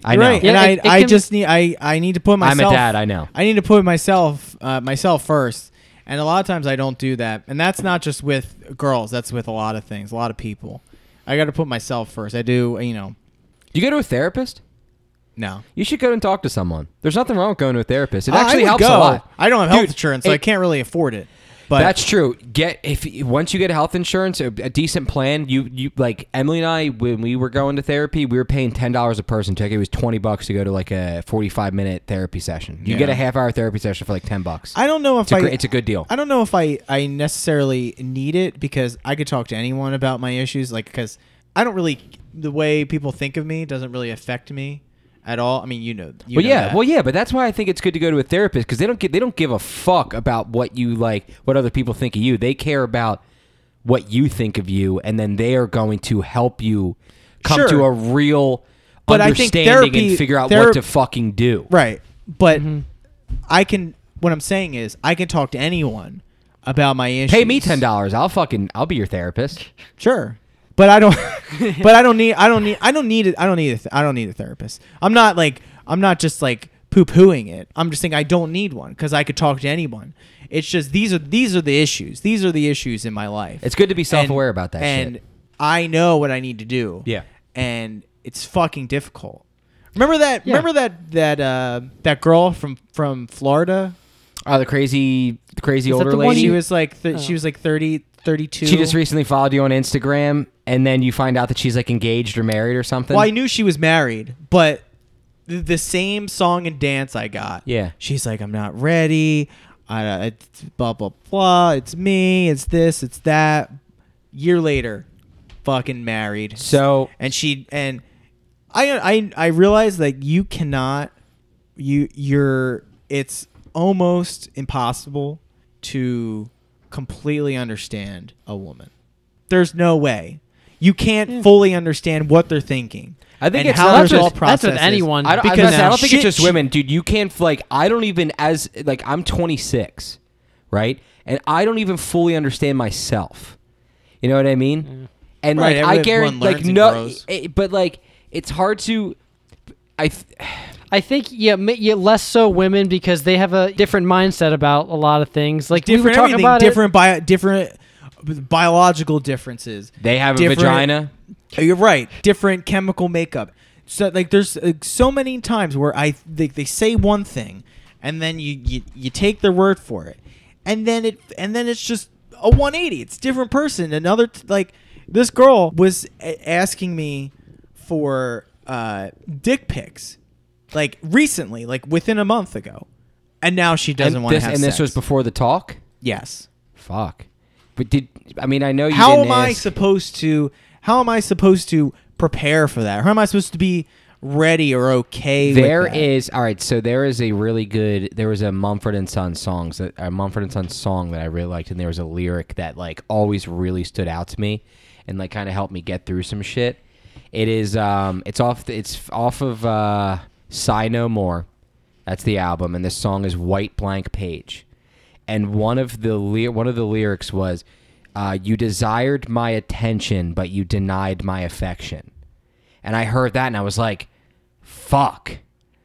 S2: I
S3: You're
S2: know.
S3: Right.
S1: Yeah,
S3: and I,
S1: it- it
S3: I
S1: can-
S3: just need I, I need to put
S2: I'm a
S3: myself
S2: dad, I know.
S3: I need to put myself uh, myself first. And a lot of times I don't do that. And that's not just with girls, that's with a lot of things, a lot of people. I got to put myself first. I do, you know.
S2: You go to a therapist?
S3: No.
S2: You should go and talk to someone. There's nothing wrong with going to a therapist. It
S3: I- I
S2: actually
S3: would
S2: helps a
S3: go.
S2: lot.
S3: I don't have health
S2: Dude,
S3: insurance, so
S2: it-
S3: I can't really afford it. But
S2: That's true. Get if once you get health insurance, a, a decent plan. You you like Emily and I when we were going to therapy, we were paying ten dollars a person. Check it was twenty bucks to go to like a forty five minute therapy session. You
S3: Yeah.
S2: get a half hour therapy session for like ten bucks.
S3: I don't know if
S2: It's a
S3: I
S2: gr- it's a good deal.
S3: I don't know if I I necessarily need it because I could talk to anyone about my issues like cuz I don't really the way people think of me doesn't really affect me at all. I mean, you know. You
S2: well,
S3: know
S2: yeah,
S3: that.
S2: well, yeah, but that's why I think it's good to go to a therapist because they don't get they don't give a fuck about what you like, what other people think of you. They care about what you think of you, and then they are going to help you come
S3: Sure.
S2: to a real
S3: But I think
S2: understanding
S3: therapy-
S2: and figure out
S3: thera-
S2: what to fucking do.
S3: Right. But
S2: Mm-hmm.
S3: I can what I'm saying is I can talk to anyone about my issues.
S2: Pay me ten dollars, I'll fucking I'll be your therapist.
S3: Sure. But I don't but I don't need I don't need I don't need it I don't need a th- I don't need a therapist. I'm not like I'm not just like poo-pooing it. I'm just saying I don't need one cuz I could talk to anyone. It's just these are these are the issues. These are the issues in my life.
S2: It's good to be
S3: And-
S2: self-aware about that.
S3: And
S2: shit.
S3: I know what I need to do.
S2: Yeah.
S3: And it's fucking difficult. Remember that
S1: Yeah.
S3: remember that that uh that girl from from Florida
S2: oh, the crazy, the crazy
S1: Is that
S2: older
S1: the one
S2: lady.
S3: she
S1: you- Oh.
S3: was like th- she was like 30 32
S2: she just recently followed you on Instagram, and then you find out that she's like engaged or married or something.
S3: well i knew she was married but th- the same song and dance i got
S2: Yeah.
S3: she's like i'm not ready I, it's blah blah blah it's me it's this it's that year later fucking married
S2: So-
S3: and she and i i i realized like you cannot you you're it's almost impossible to completely understand a woman there's no way you can't fully understand what they're thinking
S2: Hmm. I think
S3: and
S2: it's
S3: how
S2: not
S3: this
S2: just-
S3: all
S1: that's with
S3: processes.
S1: anyone.
S2: I don't, I was
S3: Because
S2: gonna say, I don't think it's
S3: shit-
S2: just women, dude. You can't like I don't even as like I'm 26, right? And I don't even fully understand myself. You know what I mean? And
S3: Right,
S2: like I
S3: everyone
S2: guarantee, like
S3: learns and
S2: no,
S3: grows.
S2: it- but like it's hard to. I th-
S1: I think yeah, ma- yeah, less so women because they have a different mindset about a lot of things. Like we were
S3: different
S1: talking
S3: everything,
S1: about it-
S3: different bio, different biological differences.
S2: they have a
S3: Different- Oh,
S2: vagina.
S3: You're right. Different chemical makeup. So like, there's like, so many times where I they, they say one thing, and then you, you you take their word for it, and then it and then it's just a 180. It's a different person. Another t- like this girl was a- asking me for uh, dick pics, like recently, like within a month ago, and now she doesn't
S2: and
S3: want to
S2: this-
S3: have
S2: And
S3: sex.
S2: this was before the talk.
S3: yes.
S2: Fuck. But did I mean I know you?
S3: how
S2: didn't
S3: am I
S2: ask-
S3: supposed to how am I supposed to prepare for that? How am I supposed to be ready or okay
S2: There
S3: with that?
S2: is all right. So there is a really good. There was a Mumford and Son songs that a Mumford and Son song that I really liked, and there was a lyric that like always really stood out to me, and like kind of helped me get through some shit. It is um, it's off. The, it's off of uh, Sigh No More. That's the album, and this song is White Blank Page, and one of the ly- one of the lyrics was, uh, "You desired my attention, but you denied my affection." And I heard that and I was like, fuck.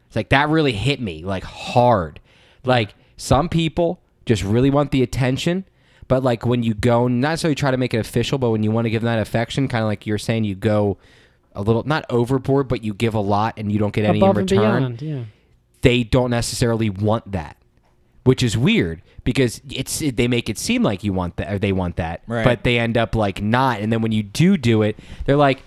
S2: It's like that really hit me like hard. Like some people just really want the attention, but like when you go, not necessarily try to make it official, but when you want to give them that affection, kind of like you're saying, you go a little, not overboard, but you give a lot and you don't get any
S1: above
S2: in
S1: and
S2: return
S1: beyond. Yeah.
S2: they don't necessarily want that, which is weird because it's it, they make it seem like you want that or they want that,
S3: Right.
S2: but they end up like not. And then when you do do it, they're like,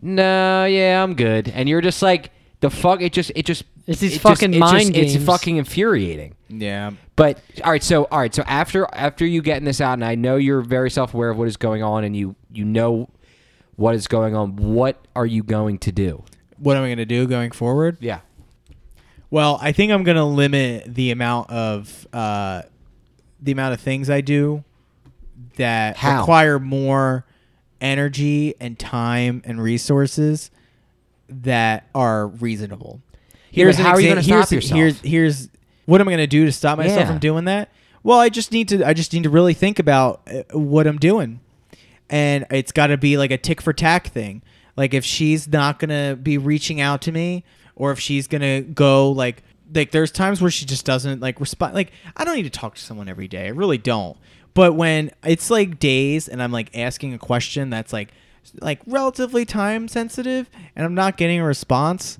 S2: no, yeah, I'm good. And you're just like, the fuck, it just, it just,
S1: It's these
S2: it just-
S1: fucking
S2: it just-
S1: mind
S2: It's
S1: games.
S2: fucking infuriating.
S3: Yeah.
S2: But all right, so all right, so after after you getting this out, and I know you're very self aware of what is going on, and you you know what is going on. What are you going to do?
S3: What am I going to do going forward?
S2: Yeah,
S3: Well, I think I'm going to limit the amount of uh, the amount of things I do that
S2: How?
S3: require more energy and time and resources that are reasonable.
S2: Yeah, but
S3: an
S2: how are you
S3: exa-
S2: gonna
S3: here's-
S2: stop yourself?
S3: Here's, here's what am I going to do to stop myself
S2: Yeah.
S3: from doing that? Well, I just need to I just need to really think about uh, what I'm doing. And it's got to be like a tick for tack thing. Like if she's not going to be reaching out to me or if she's going to go like like there's times where she just doesn't like respond like I don't need to talk to someone every day. I really don't. But when it's like days and I'm like asking a question that's like like relatively time sensitive and I'm not getting a response,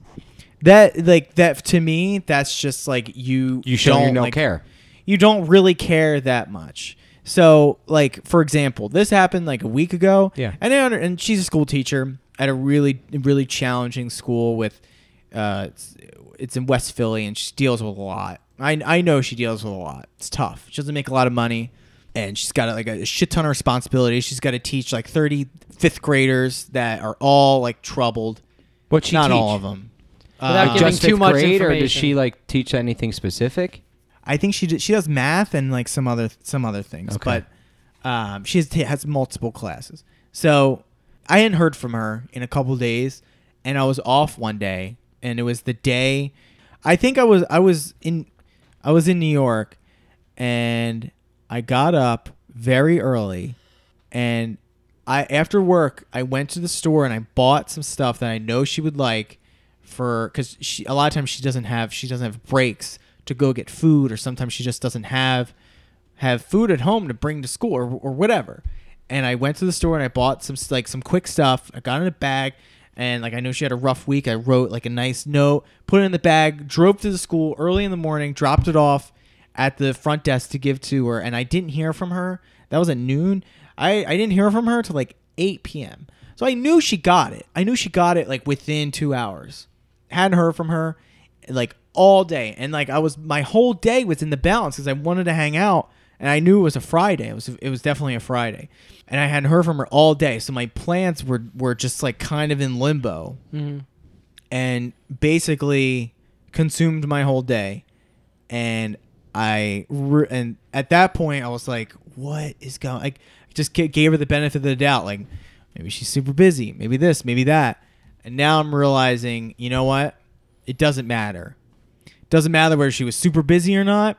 S3: that like that to me that's just like you
S2: you show you
S3: don't,
S2: don't
S3: like,
S2: care.
S3: you don't really care that much so like for example this happened like a week ago
S2: Yeah.
S3: and I under- and she's a school teacher at a really really challenging school with uh it's, it's in West Philly and she deals with a lot I I know she deals with a lot it's tough she doesn't make a lot of money and she's got like a shit ton of responsibility she's got to teach like 30 fifth graders that are all like troubled
S2: What she
S3: not
S2: teach?
S3: all of Uh, them
S1: Without
S3: Um,
S2: Like
S1: giving
S2: just
S1: too
S2: fifth
S1: much
S2: grade, or does
S1: information.
S2: she like teach anything specific?
S3: I think she did, she does math and like some other some other things,
S2: Okay.
S3: but um, she has, has multiple classes. So I hadn't heard from her in a couple days, and I was off one day, and it was the day I think I was I was in I was in New York, and I got up very early, and I after work I went to the store and I bought some stuff that I know she would like for because she a lot of times she doesn't have she doesn't have breaks to go get food or sometimes she just doesn't have have food at home to bring to school or, or whatever and I went to the store and I bought some s- like some quick stuff I got in a bag and like I know she had a rough week I wrote like a nice note put it in the bag drove to the school early in the morning dropped it off at the front desk to give to her and I didn't hear from her. That was at noon. I, I didn't hear from her till like 8 p.m. So I knew she got it. I knew she got it like within two hours. Hadn't heard from her like all day. And like I was, my whole day was in the balance because I wanted to hang out and I knew it was a Friday. It was, it was definitely a Friday. And I hadn't heard from her all day. So my plans were, were just like kind of in limbo and basically consumed my whole day and I re- and at that point I was like, what is going? I just g- gave her the benefit of the doubt, like maybe she's super busy, maybe this, maybe that, and now I'm realizing, you know what? It doesn't matter. Doesn't matter whether she was super busy or not.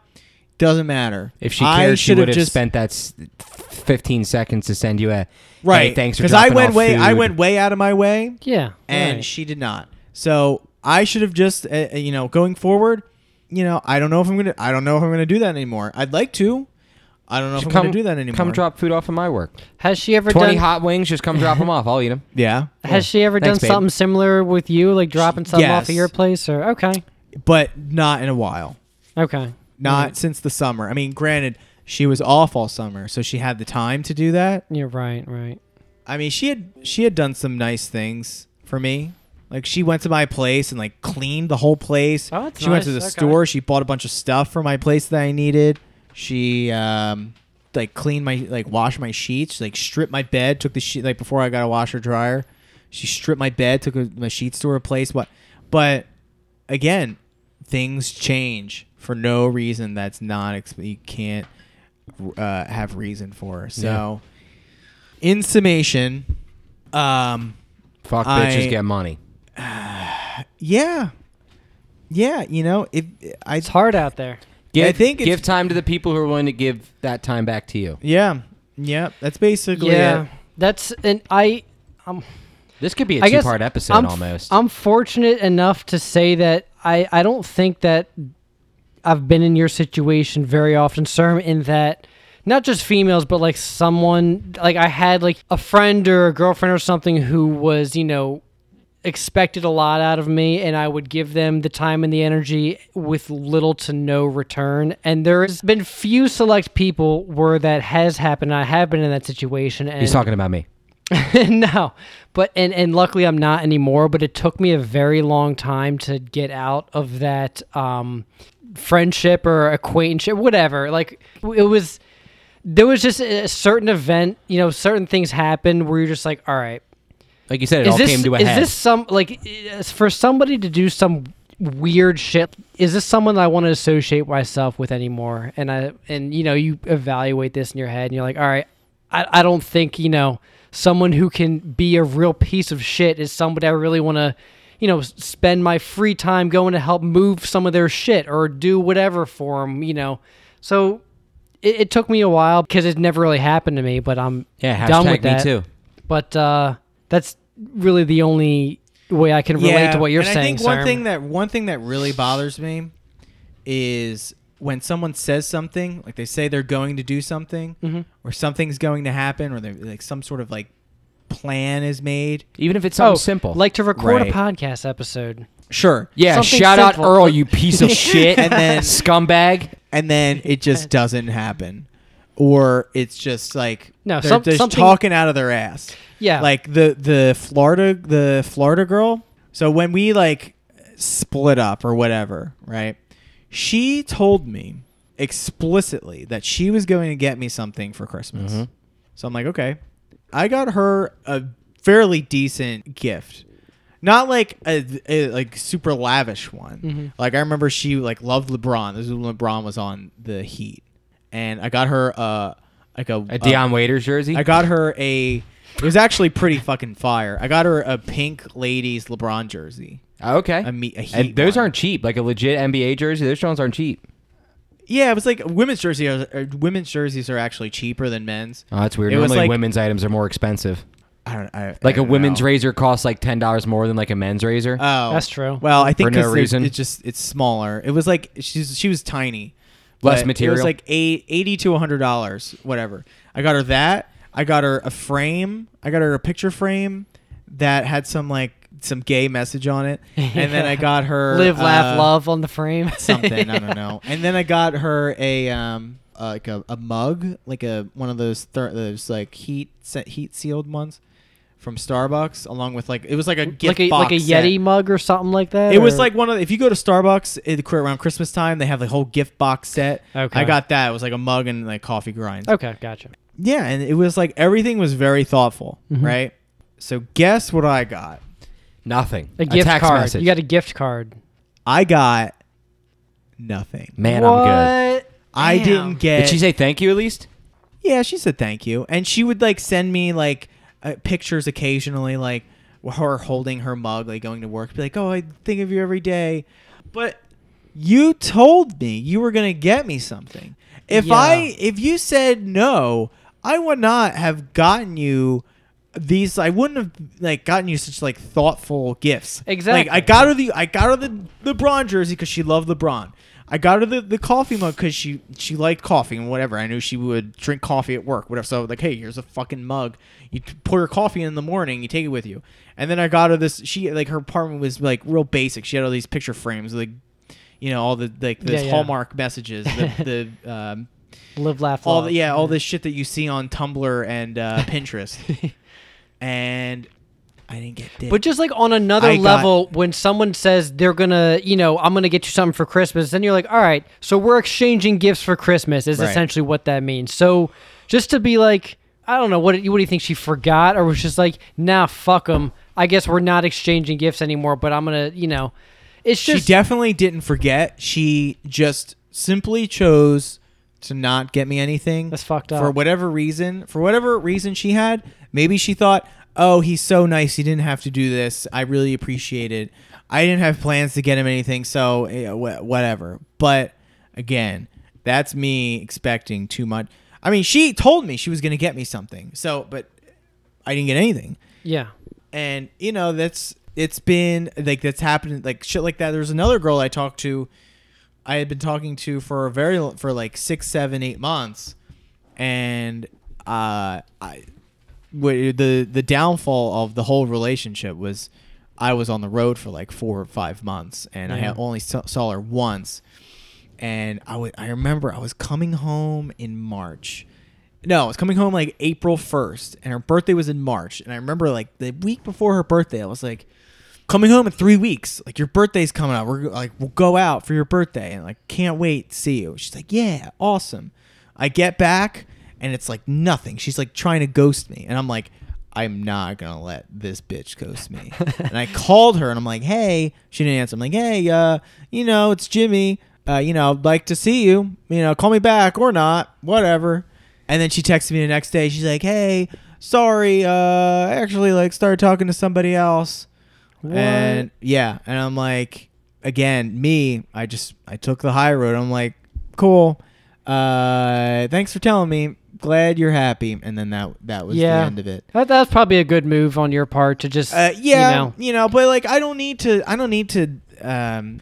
S3: Doesn't matter.
S2: If she
S3: I
S2: cared, she
S3: should
S2: would have spent that s- fifteen seconds to send you a
S3: right.
S2: Hey, thanks for
S3: I
S2: dropping
S3: went
S2: off
S3: way I
S2: food."
S3: went way out of my way
S1: Yeah.
S3: and
S1: right.
S3: she did not. So I should have just, uh, uh, you know, going forward, you know, I don't know if I'm gonna, I don't know if I'm gonna do that anymore. I'd like to, I don't know if I'm
S2: Come
S3: gonna do that anymore.
S2: Come drop food off at my work.
S1: has she ever
S2: Twenty
S1: done?
S2: hot wings, just come drop them off. I'll eat them.
S3: yeah,
S1: has she ever
S2: Thanks,
S1: done
S2: babe.
S1: something similar with you, like dropping something off at
S3: yes.
S1: your place, or okay,
S3: but not in a while,
S1: okay,
S3: not since the summer. I mean, granted, she was off all summer, so she had the time to do that.
S1: you're right, right.
S3: I mean, she had she had done some nice things for me. Like she went to my place and like cleaned the whole place.
S1: Oh, that's
S3: she went to the
S1: nice. Okay.
S3: store. She bought a bunch of stuff for my place that I needed. She um like cleaned my like washed my sheets. Like stripped my bed. Took the sheet like before I got a washer dryer. She stripped my bed. Took a, my sheets to her place. What? But again, things change for no reason. That's not ex- you can't uh, have reason for. So, in summation, um,
S2: Fuck
S3: I-
S2: bitches, get money.
S3: yeah, yeah, you know, if I
S1: It's hard out there.
S2: Give,
S3: I think it's-
S2: give time to the people who are willing to give that time back to you.
S3: yeah, yeah, that's basically it.
S1: that's and I. Um,
S2: This could be a
S1: I guess
S2: two-part episode
S1: I'm, f-
S2: almost.
S1: I'm fortunate enough to say that I I don't think that I've been in your situation very often, sir. In that. Not just females, but like someone, like I had like a friend or a girlfriend or something who was, you know, expected a lot out of me and I would give them the time and the energy with little to no return. And there has been few select people where that has happened. I have been in that situation. And
S2: He's talking about me.
S1: no, but and and luckily I'm not anymore. But it took me a very long time to get out of that um, friendship or acquaintanceship, whatever. Like w- it was, there was just a a certain event, you know, certain things happened where you're just like, all right,
S2: Like you said, it all
S1: this,
S2: came to a
S1: is
S2: head.
S1: this some like is- for somebody to do some weird shit? Is this someone that I want to associate myself with anymore? And I and you know you evaluate this in your head and you're like, all right, I, I don't think you know someone who can be a real piece of shit is somebody I really want to you know s- spend my free time going to help move some of their shit or do whatever for them. You know, so. It, it took me a while because it never really happened to me, but I'm
S2: yeah,
S1: done
S2: hashtag
S1: with
S2: me
S1: that
S2: too.
S1: but uh, that's really the only way I can relate to what you're
S3: and
S1: saying.
S3: I think one
S1: Sam.
S3: thing that one thing that really bothers me is when someone says something, like they say they're going to do something,
S1: Mm-hmm.
S3: or something's going to happen, or they like some sort of like plan is made.
S2: Even if it's
S1: oh,
S2: something simple.
S1: like to record a
S3: Right.
S1: podcast episode.
S3: Sure.
S2: yeah,
S1: something
S2: shout out
S1: simple.
S2: Earl, you piece of shit,
S3: And then-
S2: scumbag.
S3: And then it just doesn't happen, or it's just like
S1: No,
S3: they're
S1: some-
S3: just
S1: something-
S3: talking out of their ass.
S1: Yeah,
S3: Like the the Florida the Florida girl. So when we like split up or whatever, right? She told me explicitly that she was going to get me something for Christmas. So I'm like, okay. I got her a fairly decent gift. Not like a, a like super lavish one.
S2: Mm-hmm.
S3: Like I remember she like loved LeBron. This is when LeBron was on the Heat. And I got her uh like a
S2: A Deion Waiters jersey.
S3: I got her a. It was actually pretty fucking fire. I got her a pink ladies LeBron jersey.
S2: Ah, okay.
S3: A me- a Heat
S2: and those
S3: one.
S2: aren't cheap. Like a legit NBA jersey, those ones aren't cheap.
S3: Yeah, it was like women's jersey. Or women's jerseys are actually cheaper than men's.
S2: Oh, that's weird.
S3: It was
S2: Normally,
S3: like-
S2: women's items are more expensive.
S3: I don't. I,
S2: Like
S3: a
S2: a women's razor costs like ten dollars more than like a men's razor.
S3: Oh,
S1: That's true.
S3: Well, I think
S2: For no
S3: 'cause there's-
S2: reason.
S3: It's just it's smaller. It was like she's she was tiny.
S2: Less
S3: but It
S2: material.
S3: was like eight, 80 to hundred dollars, whatever. I got her that. I got her a frame. I got her a picture frame that had some like some gay message on it, and then I got her
S1: live, laugh,
S3: uh,
S1: love on the frame.
S3: something. I don't know. And then I got her a um uh, like a, a mug, like a one of those thir- those like heat set heat sealed ones from Starbucks, along with like it was like a
S1: like
S3: gift
S1: a
S3: box
S1: like a
S3: set.
S1: Yeti mug or something like that.
S3: It was
S1: or-
S3: like one of the, if you go to Starbucks it, around Christmas time, they have the whole gift box set.
S1: Okay.
S3: I got that. It was like a mug and like coffee grinds.
S1: okay, gotcha.
S3: Yeah, and it was like everything was very thoughtful,
S1: Mm-hmm.
S3: right? So guess what I got?
S2: Nothing.
S1: A gift
S2: text
S1: card.
S2: Message.
S1: You got a gift card.
S3: I got nothing.
S2: Man,
S1: what?
S2: I'm good.
S3: I
S1: Damn.
S3: didn't get
S2: Did she say thank you at least?
S3: Yeah, she said thank you, and she would like send me like uh, pictures occasionally, like her holding her mug, like going to work, be like, "Oh, I think of you every day." But you told me you were gonna get me something. If
S1: Yeah.
S3: I if you said no, I would not have gotten you these. I wouldn't have like gotten you such like thoughtful gifts.
S1: Exactly.
S3: Like I got her the I got her the LeBron jersey because she loved LeBron. I got her the, the coffee mug because she she liked coffee and whatever. I knew she would drink coffee at work, whatever. So I was like, hey, here's a fucking mug. You t- pour your coffee in the morning, you take it with you. And then I got her this. She like her apartment was like real basic. She had all these picture frames, like you know all the like the
S1: Yeah, yeah.
S3: Hallmark messages, the, the um,
S1: Live, laugh,
S3: all
S1: love.
S3: the, yeah all this shit that you see on Tumblr and uh, Pinterest. and I didn't get dick.
S1: But just like on another
S3: I got-
S1: level, when someone says they're gonna, you know, I'm gonna get you something for Christmas, then you're like, all right, so we're exchanging gifts for Christmas is
S3: Right.
S1: essentially what that means. So just to be like, I don't know, what do- what do you think she forgot or was just like, nah, fuck them. I guess we're not exchanging gifts anymore, but I'm gonna, you know, it's just
S3: she definitely didn't forget. She just simply chose to not get me anything.
S1: That's fucked
S3: For
S1: up.
S3: whatever reason, for whatever reason she had, maybe she thought, "Oh, he's so nice. He didn't have to do this. I really appreciate it. I didn't have plans to get him anything, so eh, wh- whatever." But again, that's me expecting too much. I mean, she told me she was going to get me something. So, but I didn't get anything
S1: yeah,
S3: and you know that's it's been like that's happened like shit like that there's another girl i talked to i had been talking to for a very l- for like six seven eight months and uh i w- the the downfall of the whole relationship was i was on the road for like four or five months and i had only saw, saw her once and I wa- I remember I was coming home in March No, I was coming home like April 1st, and her birthday was in March. And I remember like the week before her birthday, I was like, coming home in three weeks. Like, your birthday's coming up. We're like, we'll go out for your birthday. And like, can't wait to see you. She's like, yeah, awesome. I get back, and it's like nothing. She's like trying to ghost me. And I'm like, I'm not going to let this bitch ghost me. and I called her, and I'm like, hey, she didn't answer. I'm like, hey, uh, you know, it's Jimmy. Uh, you know, I'd like to see you. You know, call me back or not, whatever. And then she texted me the next day. She's like, "Hey, sorry, uh, I actually like started talking to somebody else." And yeah, and I'm like, again, me, I just I took the high road. I'm like, cool. Uh, thanks for telling me. Glad you're happy. And then that that was
S1: Yeah.
S3: the end of it.
S1: That, that's probably a good move on your part to just
S3: Uh, yeah,
S1: you know,
S3: but like I don't need to. I don't need to. Um,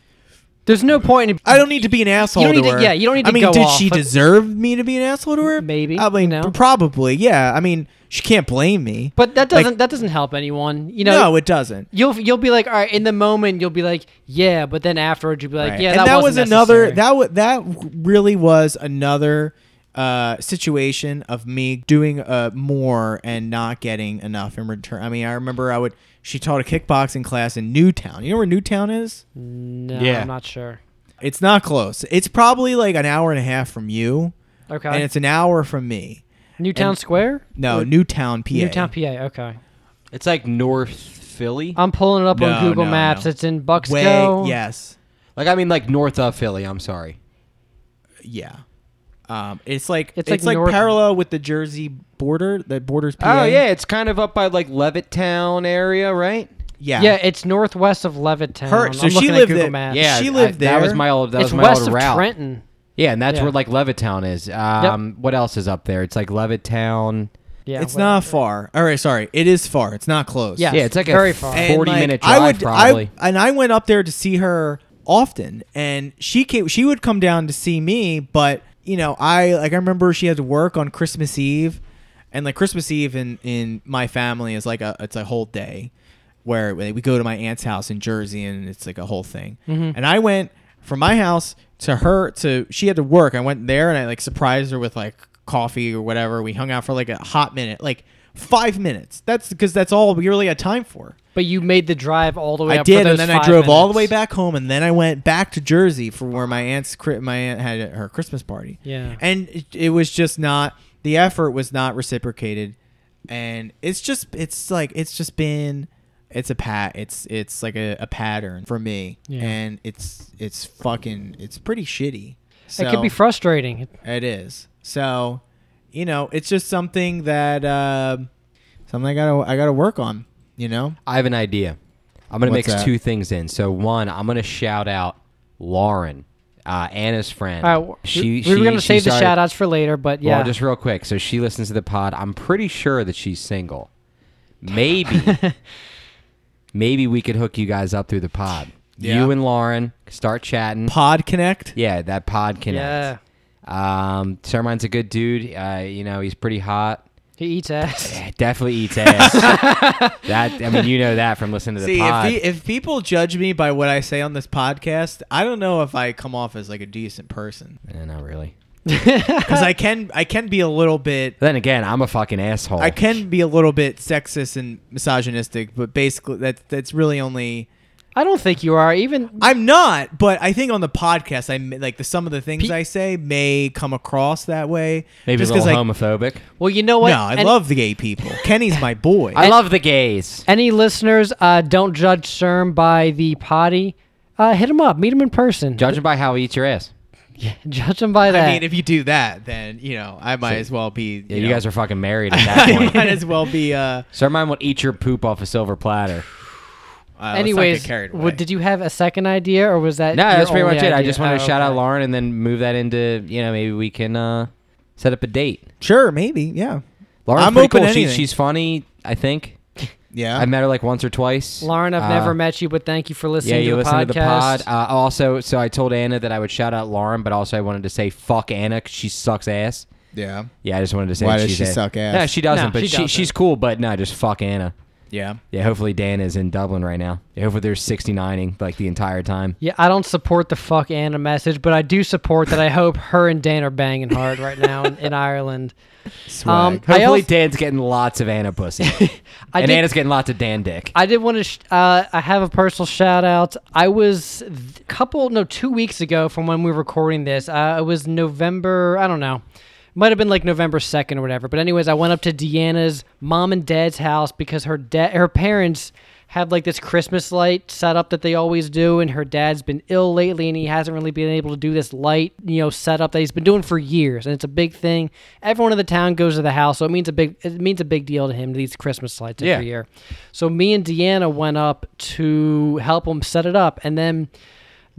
S1: there's no point in
S3: I don't need to be an asshole
S1: need
S3: to
S1: to-
S3: her.
S1: yeah, you don't need
S3: I
S1: to
S3: mean,
S1: go
S3: did
S1: off,
S3: she
S1: but-
S3: deserve me to be an asshole to her?
S1: Maybe,
S3: I mean,
S1: you know?
S3: probably. Yeah. I mean, she can't blame me.
S1: but that
S3: like-
S1: doesn't that doesn't help anyone. You know,
S3: no, it doesn't.
S1: you'll you'll be like, all right, in the moment you'll be like, yeah, but then afterwards you'll be like,
S3: Right.
S1: yeah,
S3: and
S1: that,
S3: that, was
S1: wasn't
S3: another
S1: necessary.
S3: that w- that really was another uh, situation of me doing uh, more and not getting enough in return. I mean, I remember I would she taught a kickboxing class in Newtown. You know where Newtown is?
S1: No,
S2: Yeah.
S1: I'm not sure.
S3: It's not close. It's probably like an hour and a half from you, and
S1: Okay,
S3: it's an hour from me.
S1: Newtown
S3: and-
S1: Square,
S3: No, Newtown, PA.
S1: Newtown, PA. Okay,
S2: It's like North Philly.
S1: I'm pulling it up on
S3: No,
S1: Google
S3: no,
S1: Maps.
S3: no.
S1: It's in Bucks
S3: Way,
S1: Go.
S3: yes,
S2: Like I mean, like north of Philly. I'm sorry.
S3: yeah. Um, it's like
S1: It's
S3: it's,
S1: like
S3: like,
S1: north-
S3: parallel with the Jersey border that borders PA.
S2: Oh yeah, it's kind of up by like Levittown area, right?
S3: yeah,
S1: Yeah, it's northwest of Levittown.
S3: Her- so
S1: I'm
S3: she
S1: looking at
S3: lived
S1: Google
S3: at-
S1: Maps.
S2: Yeah,
S3: She
S2: I-
S3: lived
S2: That was
S3: there.
S2: my old. That
S1: it's
S2: was my
S1: west
S2: old
S1: of
S2: route.
S1: Trenton.
S2: Yeah, and that's
S1: Yeah.
S2: where like Levittown is. Um, What else is up there? It's like Levittown.
S1: Yeah,
S3: it's
S1: whatever.
S3: not far. All right, sorry, it is far. It's not close.
S1: Yeah.
S2: Yeah, it's like
S1: Very
S2: a
S1: far.
S3: And,
S2: forty
S3: like,
S2: minute drive
S3: I would,
S2: probably.
S3: I, and I went up there to see her often, and she came. She would come down to see me, but you know, I like I remember she had to work on Christmas Eve, and like Christmas Eve in in my family is like a it's a whole day, where we go to my aunt's house in Jersey, and it's like a whole thing.
S2: Mm-hmm.
S3: And I went from my house to her to she had to work. I went there and I like surprised her with like coffee or whatever. We hung out for like a hot minute, like. Five minutes. That's because that's all we really had time for.
S1: But you made the drive all the way.
S3: I
S1: up
S3: did,
S1: for those
S3: and then I
S1: five
S3: drove all the way
S1: minutes.
S3: back home, and then I went back to Jersey for where my aunt's cri- my aunt had her Christmas party.
S1: Yeah.
S3: and it, it was just not the effort was not reciprocated, and it's just it's like it's just been it's a pat it's it's like a, a pattern for me,
S1: Yeah.
S3: and it's it's fucking it's pretty shitty. So,
S1: It could be frustrating.
S3: it is. So, you know, it's just something that uh, something I gotta I gotta work on. You know.
S2: I have an idea. I'm gonna mix
S3: What's that?
S2: two things in. So one, I'm gonna shout out Lauren, uh, Anna's friend.
S1: All right,
S2: she,
S1: we we
S2: she-
S1: were gonna
S2: she
S1: save the
S2: started-
S1: shout outs for later, but
S2: Well,
S1: yeah,
S2: just real quick. So she listens to the pod. I'm pretty sure that she's single. Maybe, maybe we could hook you guys up through the pod.
S3: Yeah.
S2: You and Lauren start chatting.
S3: Pod Connect.
S2: yeah, that pod
S1: yeah,
S2: connect. Um, Sermine's a good dude. Uh, you know, he's pretty hot.
S1: he eats ass.
S2: Eh, Definitely eats ass. that I mean, you know that from listening to the
S3: See, if,
S2: pod.
S3: he, if people judge me by what I say on this podcast, I don't know if I come off as like a decent person
S2: Eh, not really.
S3: because I can I can be a little bit
S2: Then again, I'm a fucking asshole.
S3: I can be a little bit sexist and misogynistic, but basically that that's really only
S1: I don't think you are even.
S3: I'm not. But I think on the podcast, I m- like the some of the things I say may come across that way.
S2: Maybe
S3: just
S2: a
S3: 'cause
S2: little
S3: I-
S2: homophobic.
S1: Well, you know what?
S3: No, I
S1: Any-
S3: love the gay people. Kenny's my boy.
S2: I love the gays.
S1: any listeners. Uh, don't judge Sherm by the potty. Uh, hit him up. Meet him in person.
S2: Judging by how he eats your ass.
S1: Judge him by that.
S3: I mean, if you do that, then you know I might as well be.
S2: Yeah,
S3: you,
S2: you
S3: know,
S2: guys are fucking married at that
S3: I
S2: point.
S3: might as well be. Uh,
S2: Sir, mine would eat your poop off a silver platter.
S3: uh, let's not get
S1: Anyways,
S3: carried
S1: w-
S3: away.
S1: did you have a second idea, or was that?
S2: No,
S1: your
S2: that's pretty
S1: only
S2: much it. I
S1: idea?
S2: just wanted to
S1: Oh,
S2: shout out
S1: okay.
S2: Lauren and then move that into you know maybe we can uh, set up a date.
S3: Sure, maybe. Yeah.
S2: Lauren's
S3: I'm
S2: pretty
S3: open
S2: cool.
S3: to
S2: She-
S3: anything.
S2: she's funny. I think
S3: Yeah.
S2: I met her like once or twice.
S1: Lauren, I've
S2: Uh,
S1: never met you, but thank you for listening.
S2: Yeah, you
S1: to the
S2: listen
S1: podcast.
S2: to the pod. Uh, also, so I told Anna that I would shout out Lauren, but also I wanted to say fuck Anna. 'cause she sucks ass.
S3: yeah.
S2: Yeah, I just wanted to say
S3: Why
S2: that
S3: does
S2: she's
S3: she
S2: a-
S3: suck ass?
S2: No, she doesn't.
S1: No,
S2: but
S1: she
S2: she,
S1: doesn't.
S2: she's cool. But no, just fuck Anna.
S3: Yeah.
S2: Yeah, hopefully Dan is in Dublin right now. Yeah, hopefully there's 69ing like the entire time.
S1: Yeah, I don't support the fuck Anna message, but I do support that I hope her and Dan are banging hard right now in, in Ireland. Um,
S2: Hopefully
S1: I, also,
S2: Dan's getting lots of Anna pussy,
S1: I
S2: and
S1: did,
S2: Anna's getting lots of Dan dick.
S1: I did want to. Sh- uh, I have a personal shout out. I was a couple, no, two weeks ago from when we were recording this. Uh, it was November. I don't know. Might have been like November second or whatever. But anyways, I went up to Deanna's mom and dad's house because her dad, her parents had like this Christmas light set up that they always do, and her dad's been ill lately, and he hasn't really been able to do this light, you know, setup that he's been doing for years, and it's a big thing. Everyone in the town goes to the house, so it means a big it means a big deal to him these Christmas lights every
S2: Yeah.
S1: year. So me and Deanna went up to help him set it up, and then.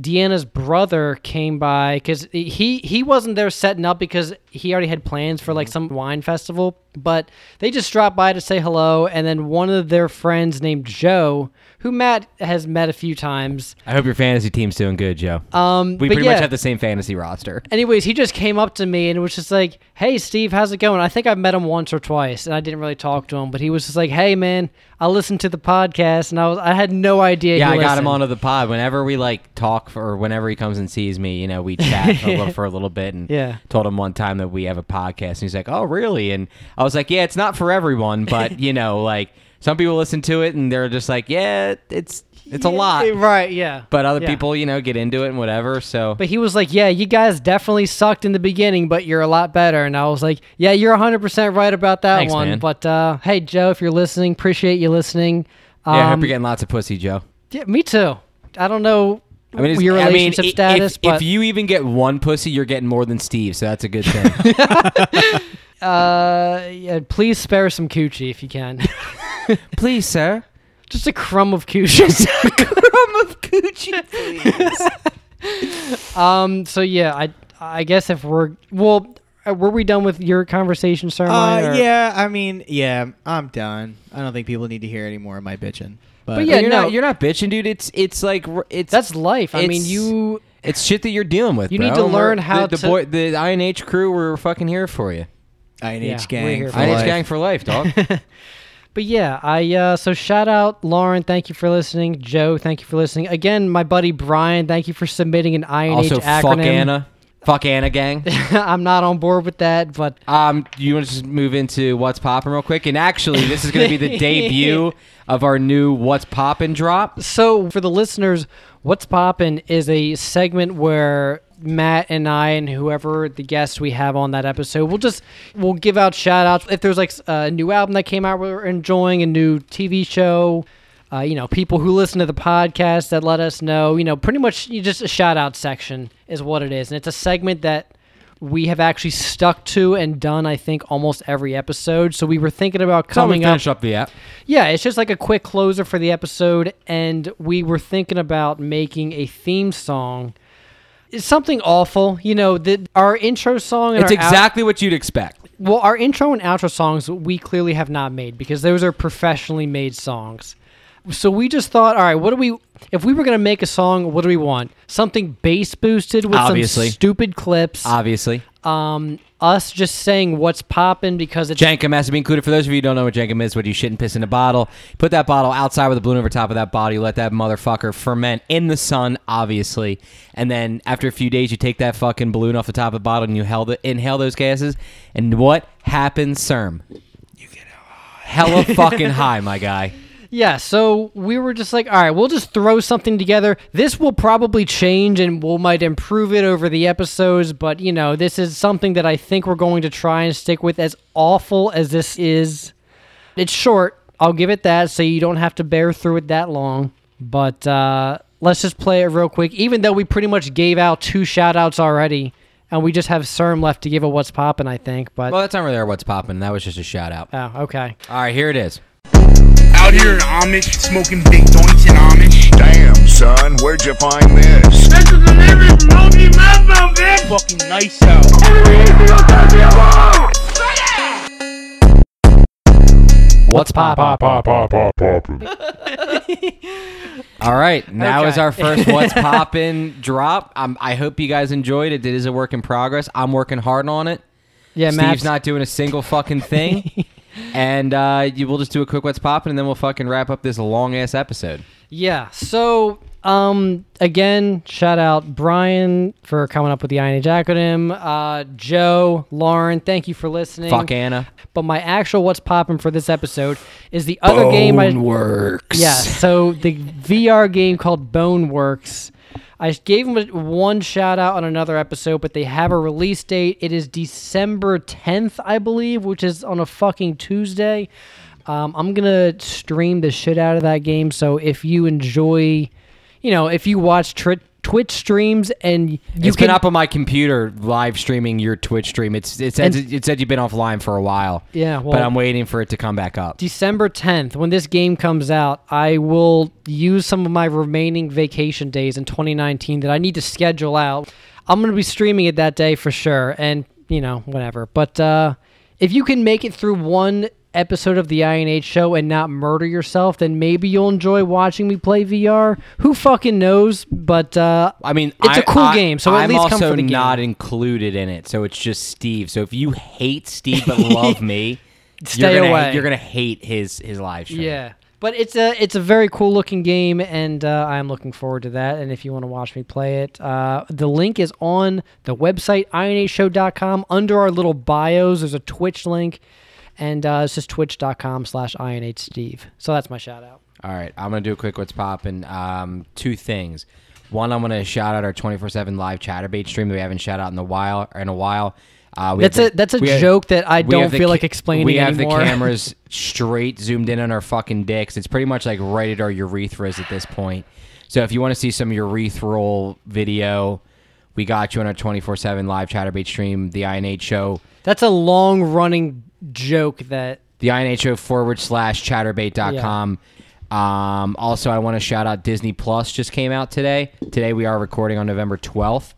S1: Deanna's brother came by because he he wasn't there setting up because he already had plans for
S2: Mm-hmm.
S1: like some wine festival. But they just dropped by to say hello, and then one of their friends named Joe, who Matt has met a few times.
S2: I hope your fantasy team's doing good, Joe.
S1: Um,
S2: we
S1: but
S2: pretty
S1: yeah.
S2: much have the same fantasy roster.
S1: Anyways, he just came up to me and was just like, "Hey, Steve, how's it going?" I think I've met him once or twice, and I didn't really talk to him, but he was just like, "Hey, man, I listened to the podcast, and I was I had no idea."
S4: Yeah,
S1: he
S4: I got him
S1: listened."
S4: onto the pod. Whenever we like talk, for, or whenever he comes and sees me, you know, we chat for a little, for a little bit, and
S1: Yeah.
S4: told him one time that we have a podcast, and he's like, "Oh, really?" And I was like, "Yeah, it's not for everyone, but you know, like some people listen to it and they're just like, yeah, it's it's a lot,
S1: right? Yeah,
S4: but other
S1: Yeah.
S4: people, you know, get into it and whatever." So
S1: But he was like, "Yeah, you guys definitely sucked in the beginning, but you're a lot better." And I was like, "Yeah, you're 100% right about that
S4: Thanks,
S1: one."
S4: man.
S1: But uh, hey, Joe, if you're listening, appreciate you listening. Um,
S4: yeah, I hope you're getting lots of pussy, Joe.
S1: yeah, me too. I don't know
S2: I mean, it's,
S1: your
S2: I mean,
S1: relationship
S2: i-
S1: status,
S2: If,
S1: but
S2: if you even get one pussy, you're getting more than Steve, so that's a good thing.
S1: uh, yeah, please spare some coochie if you can.
S4: Please, sir.
S1: Just a crumb of coochie. um. So yeah, I I guess if we're well, uh, were we done with your conversation, sir? Mine,
S3: Uh,
S1: or-
S3: yeah, I mean, yeah, I'm done. I don't think people need to hear any more of my bitching. But,
S1: But yeah,
S2: you're
S1: no,
S2: not, you're not bitching, dude. It's it's like r- it's
S1: that's life. I mean,
S2: It's-
S1: you
S2: it's shit that you're dealing with.
S1: You need
S2: bro,
S1: to
S2: and we're-
S1: learn how
S2: the,
S1: to-
S2: the boy the INH crew. We're fucking here for you.
S3: INH
S1: Yeah, we're
S3: gang.
S1: here
S3: for
S1: for
S2: INH
S3: life.
S2: gang for life, dog.
S1: But yeah, I uh, so shout out Lauren, thank you for listening. Joe, thank you for listening. Again, my buddy Brian, thank you for submitting an INH
S2: also,
S1: acronym.
S2: fuck Anna, fuck Anna gang.
S1: I'm not on board with that, but
S2: Um, you want to just move into what's poppin' real quick? And actually, this is going to be the debut of our new "What's Poppin" drop.
S1: so for the listeners, what's poppin' is a segment where Matt and I and whoever the guest we have on that episode, we'll just we'll give out shout outs if there's like s- a new album that came out we're enjoying, a new TV show. Uh, you know, people who listen to the podcast that let us know. You know, pretty much you just a shout out section is what it is, and it's a segment that we have actually stuck to and done. I think almost every episode. So we were thinking about
S2: So we
S1: coming up
S2: finish up the app.
S1: yeah, it's just like a quick closer for the episode, and we were thinking about making a theme song. It's something awful, you know. The, our intro song and
S2: It's
S1: our out-
S2: exactly what you'd expect.
S1: well, our intro and outro songs we clearly have not made because those are professionally made songs. So we just thought, all right, what do we? If we were gonna make a song, what do we want? Something bass boosted with
S2: Obviously.
S1: some stupid clips.
S2: Obviously,
S1: um, us just saying what's poppin' because it's
S2: Jankum has to be included. For those of you who don't know what Jankum is, what you shit and piss in a bottle, put that bottle outside with a balloon over top of that bottle. You let that motherfucker ferment in the sun, obviously, and then after a few days, you take that fucking balloon off the top of the bottle and you held it, inhale those gases, and what happens, CERM? You get hella fucking high, my guy.
S1: Yeah, so we were just like, all right, we'll just throw something together. This will probably change and we'll might improve it over the episodes, but you know, this is something that I think we're going to try and stick with as awful as this is. It's short, I'll give it that, so you don't have to bear through it that long. But uh let's just play it real quick, even though we pretty much gave out two shout outs already, and we just have CERM left to give a what's poppin', I think. But
S2: Well, that's not really our what's popping. That was just a shout out.
S1: oh, okay.
S2: All right, here it is.
S5: Out here in Amish, smoking big joints in Amish.
S6: Damn, son, where'd you find this?
S5: This is the name of Moby Mambo, bitch! Fucking nice out.
S2: What's pop? All right, now
S1: Okay.
S2: is our first what's poppin' drop. Um, I hope you guys enjoyed it. It is a work in progress. I'm working hard on it.
S1: Yeah,
S2: Steve's
S1: Matt's-
S2: not doing a single fucking thing. and uh, you, we'll just do a quick what's popping, and then we'll fucking wrap up this long ass episode.
S1: Yeah. So, um, again, shout out Brian for coming up with the INH acronym. Uh, Joe, Lauren, thank you for listening.
S2: Fuck Anna.
S1: But my actual what's popping for this episode is the other game I
S7: works.
S1: Yeah. So the VR game called Boneworks. I gave them a- one shout out on another episode, but they have a release date. It is December 10th, I believe, which is on a fucking Tuesday. Um, I'm gonna stream the shit out of that game. So if you enjoy, you know, if you watch tri- Twitch streams and you
S2: It's
S1: can
S2: been up on my computer live streaming your Twitch stream. It's it said
S1: And-
S2: it said you've been offline for a while.
S1: Yeah,
S2: but
S1: well-
S2: I'm waiting for it to come back up.
S1: December 10th, when this game comes out, I will use some of my remaining vacation days in 2019 that I need to schedule out. I'm going to be streaming it that day for sure, and, you know, whatever. But uh, if you can make it through one episode of the INH show and not murder yourself, then maybe you'll enjoy watching me play VR. Who fucking knows? But uh,
S2: I mean,
S1: it's
S2: a
S1: a cool game, so at
S2: I'm
S1: least
S2: also
S1: come for the game.
S2: not included in it, so it's just Steve. So if you hate Steve but love me,
S1: Stay
S2: you're gonna,
S1: away.
S2: You're gonna hate his his live stream.
S1: Yeah, but it's a it's a very cool looking game, and uh, I'm looking forward to that. And if you want to watch me play it, uh, the link is on the website inashow.com under our little bios. There's a Twitch link, and uh, it's just twitch.com slash inhsteve. So that's my shout out.
S2: All right, I'm gonna do a quick what's popping. Um, two things. One, I'm gonna shout out our 24/7 live chatterbait stream that we haven't shout out in a while. In a while, uh, we
S1: That's
S2: have
S1: a- that's a
S2: we have-
S1: joke that I
S2: we
S1: don't
S2: have the
S1: feel
S2: ca-
S1: like explaining
S2: We have
S1: anymore.
S2: the cameras straight zoomed in on our fucking dicks. It's pretty much like right at our urethras at this point. So if you want to see some urethral video, we got you on our 24/7 live chatterbait stream, the INH show.
S1: That's a long running joke that
S2: the INHO forward slash chatterbait.com. Um, also, I want to shout out Disney Plus just came out today. Today we are recording on November 12th.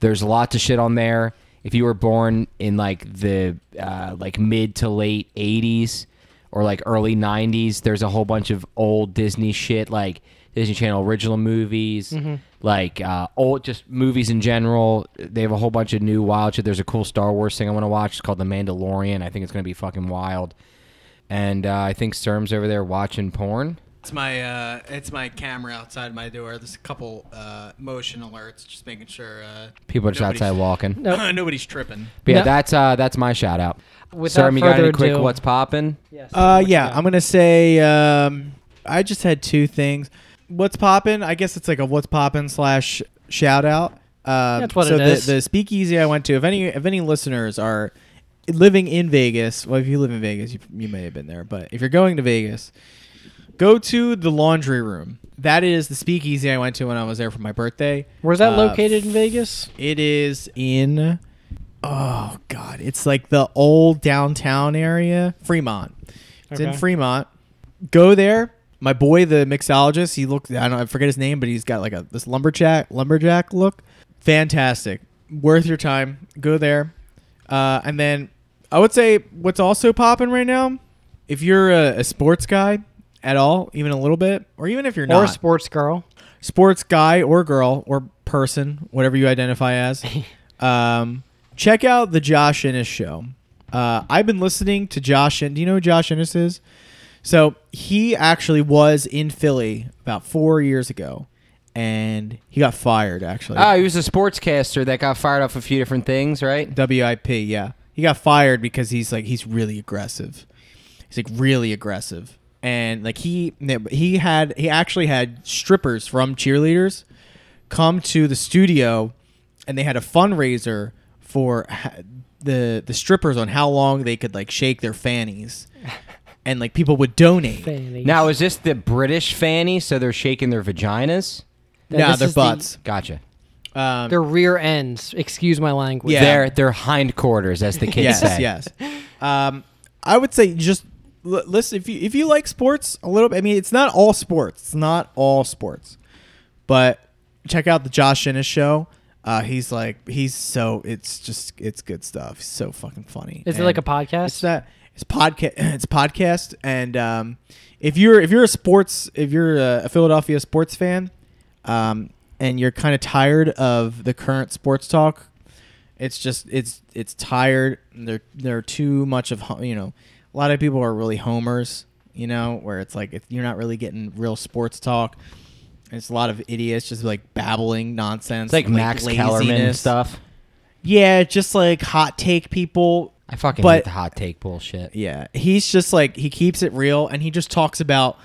S2: There's lots of shit on there. If you were born in like the uh, like mid to late 80s or like early 90s, there's a whole bunch of old Disney shit like Disney Channel original movies, like uh, old just movies in general. They have a whole bunch of new wild shit. There's a cool Star Wars thing I want to watch. It's called The Mandalorian. I think it's gonna be fucking wild. And uh, I think Serm's over there watching porn.
S3: It's my uh, it's my camera outside my door. There's a couple uh, motion alerts, just making sure uh,
S2: People are just
S3: nobody's-
S2: outside walking.
S3: nobody's tripping.
S2: But yeah,
S1: No.
S2: that's uh, that's my shout out.
S1: Without
S2: Serm, you got any
S1: further
S2: quick
S1: ado-
S2: what's popping?
S1: yes,
S3: Uh, yeah, I'm gonna say um, I just had two things. What's poppin'? I guess it's like a what's poppin' slash shout out. Um,
S1: That's what
S3: so
S1: it
S3: the,
S1: is.
S3: the speakeasy I went to. If any if any listeners are living in Vegas, well, if you live in Vegas, you, you may have been there. But if you're going to Vegas, go to the laundry room. That is the speakeasy I went to when I was there for my birthday.
S1: where's that
S3: Uh,
S1: located in Vegas?
S3: It is in oh god, it's like the old downtown area, Fremont. It's in
S1: Okay.
S3: Fremont. Go there. My boy, the mixologist, he looked. I don't. I forget his name, but he's got like a this lumberjack lumberjack look. Fantastic. Worth your time. Go there. Uh, and then I would say what's also popping right now, if you're a, a sports guy at all, even a little bit, or even if you're
S1: Or a
S3: not,
S1: sports girl?
S3: sports guy or girl or person, whatever you identify as, um, check out the Josh Innes show. Uh, I've been listening to Josh. In- Do you know who Josh Innes is? So he actually was in Philly about four years ago, and he got fired. Actually,
S2: Oh, he was a sportscaster that got fired off a few different things, right?
S3: WIP, yeah. He got fired because he's like he's really aggressive. He's like really aggressive. And like he he had he actually had strippers from cheerleaders come to the studio and they had a fundraiser for ha- the the strippers on how long they could like shake their fannies. And like people would donate.
S1: Fanny.
S2: Now is this the British fanny? So they're shaking their vaginas.
S3: Nah,
S1: this
S3: their
S1: is the-
S3: butts.
S2: Gotcha.
S3: um,
S1: Their rear ends. Excuse my language.
S3: Yeah.
S2: They're they're hindquarters, as the kids
S3: yes,
S2: say.
S3: yes. Um, I would say just l- listen if you if you like sports a little. bit. I mean, it's not all sports. It's not all sports, but check out the Josh Innes show. Uh, he's like he's so it's just it's good stuff. He's so fucking funny.
S1: Is it
S3: And
S1: like a podcast?
S3: It's not. It's podcast. It's podcast. And um, if you're if you're a sports if you're a Philadelphia sports fan, um, and you're kind of tired of the current sports talk, it's just it's it's tired. There there are too much of hu- you know a lot of people are really homers, you know, where it's like if you're not really getting real sports talk. It's a lot of idiots just like babbling nonsense,
S2: It's like, Max Kellerman
S3: laziness.
S2: stuff.
S3: Yeah, just like hot take people.
S2: I fucking
S3: But-
S2: hate the hot take bullshit.
S3: Yeah, he's just like he keeps it real, and he just talks about.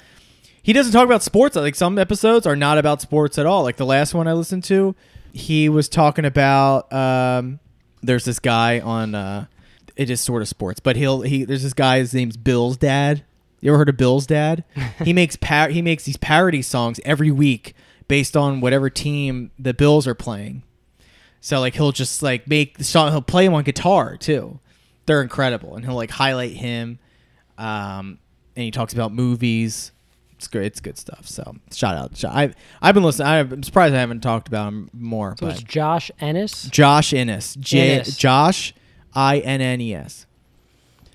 S3: He doesn't talk about sports. Like some episodes are not about sports at all. Like the last one I listened to, he was talking about. Um, there's this guy on. Uh, it is sort of sports, but he'll he. There's this guy. His name's Bill's dad. You ever heard of Bill's dad? he makes par- he makes these parody songs every week based on whatever team the Bills are playing. So like he'll just like make the song. He'll play him on guitar too. They're incredible, and he'll like highlight him. Um, and he talks about movies. It's good. It's good stuff. So shout out. Shout, I I've been listening. I'm surprised I haven't talked about him more.
S1: So it's
S3: But
S1: Josh Ennis.
S3: Josh Innes. J-
S1: Innes.
S3: Josh I N N E S.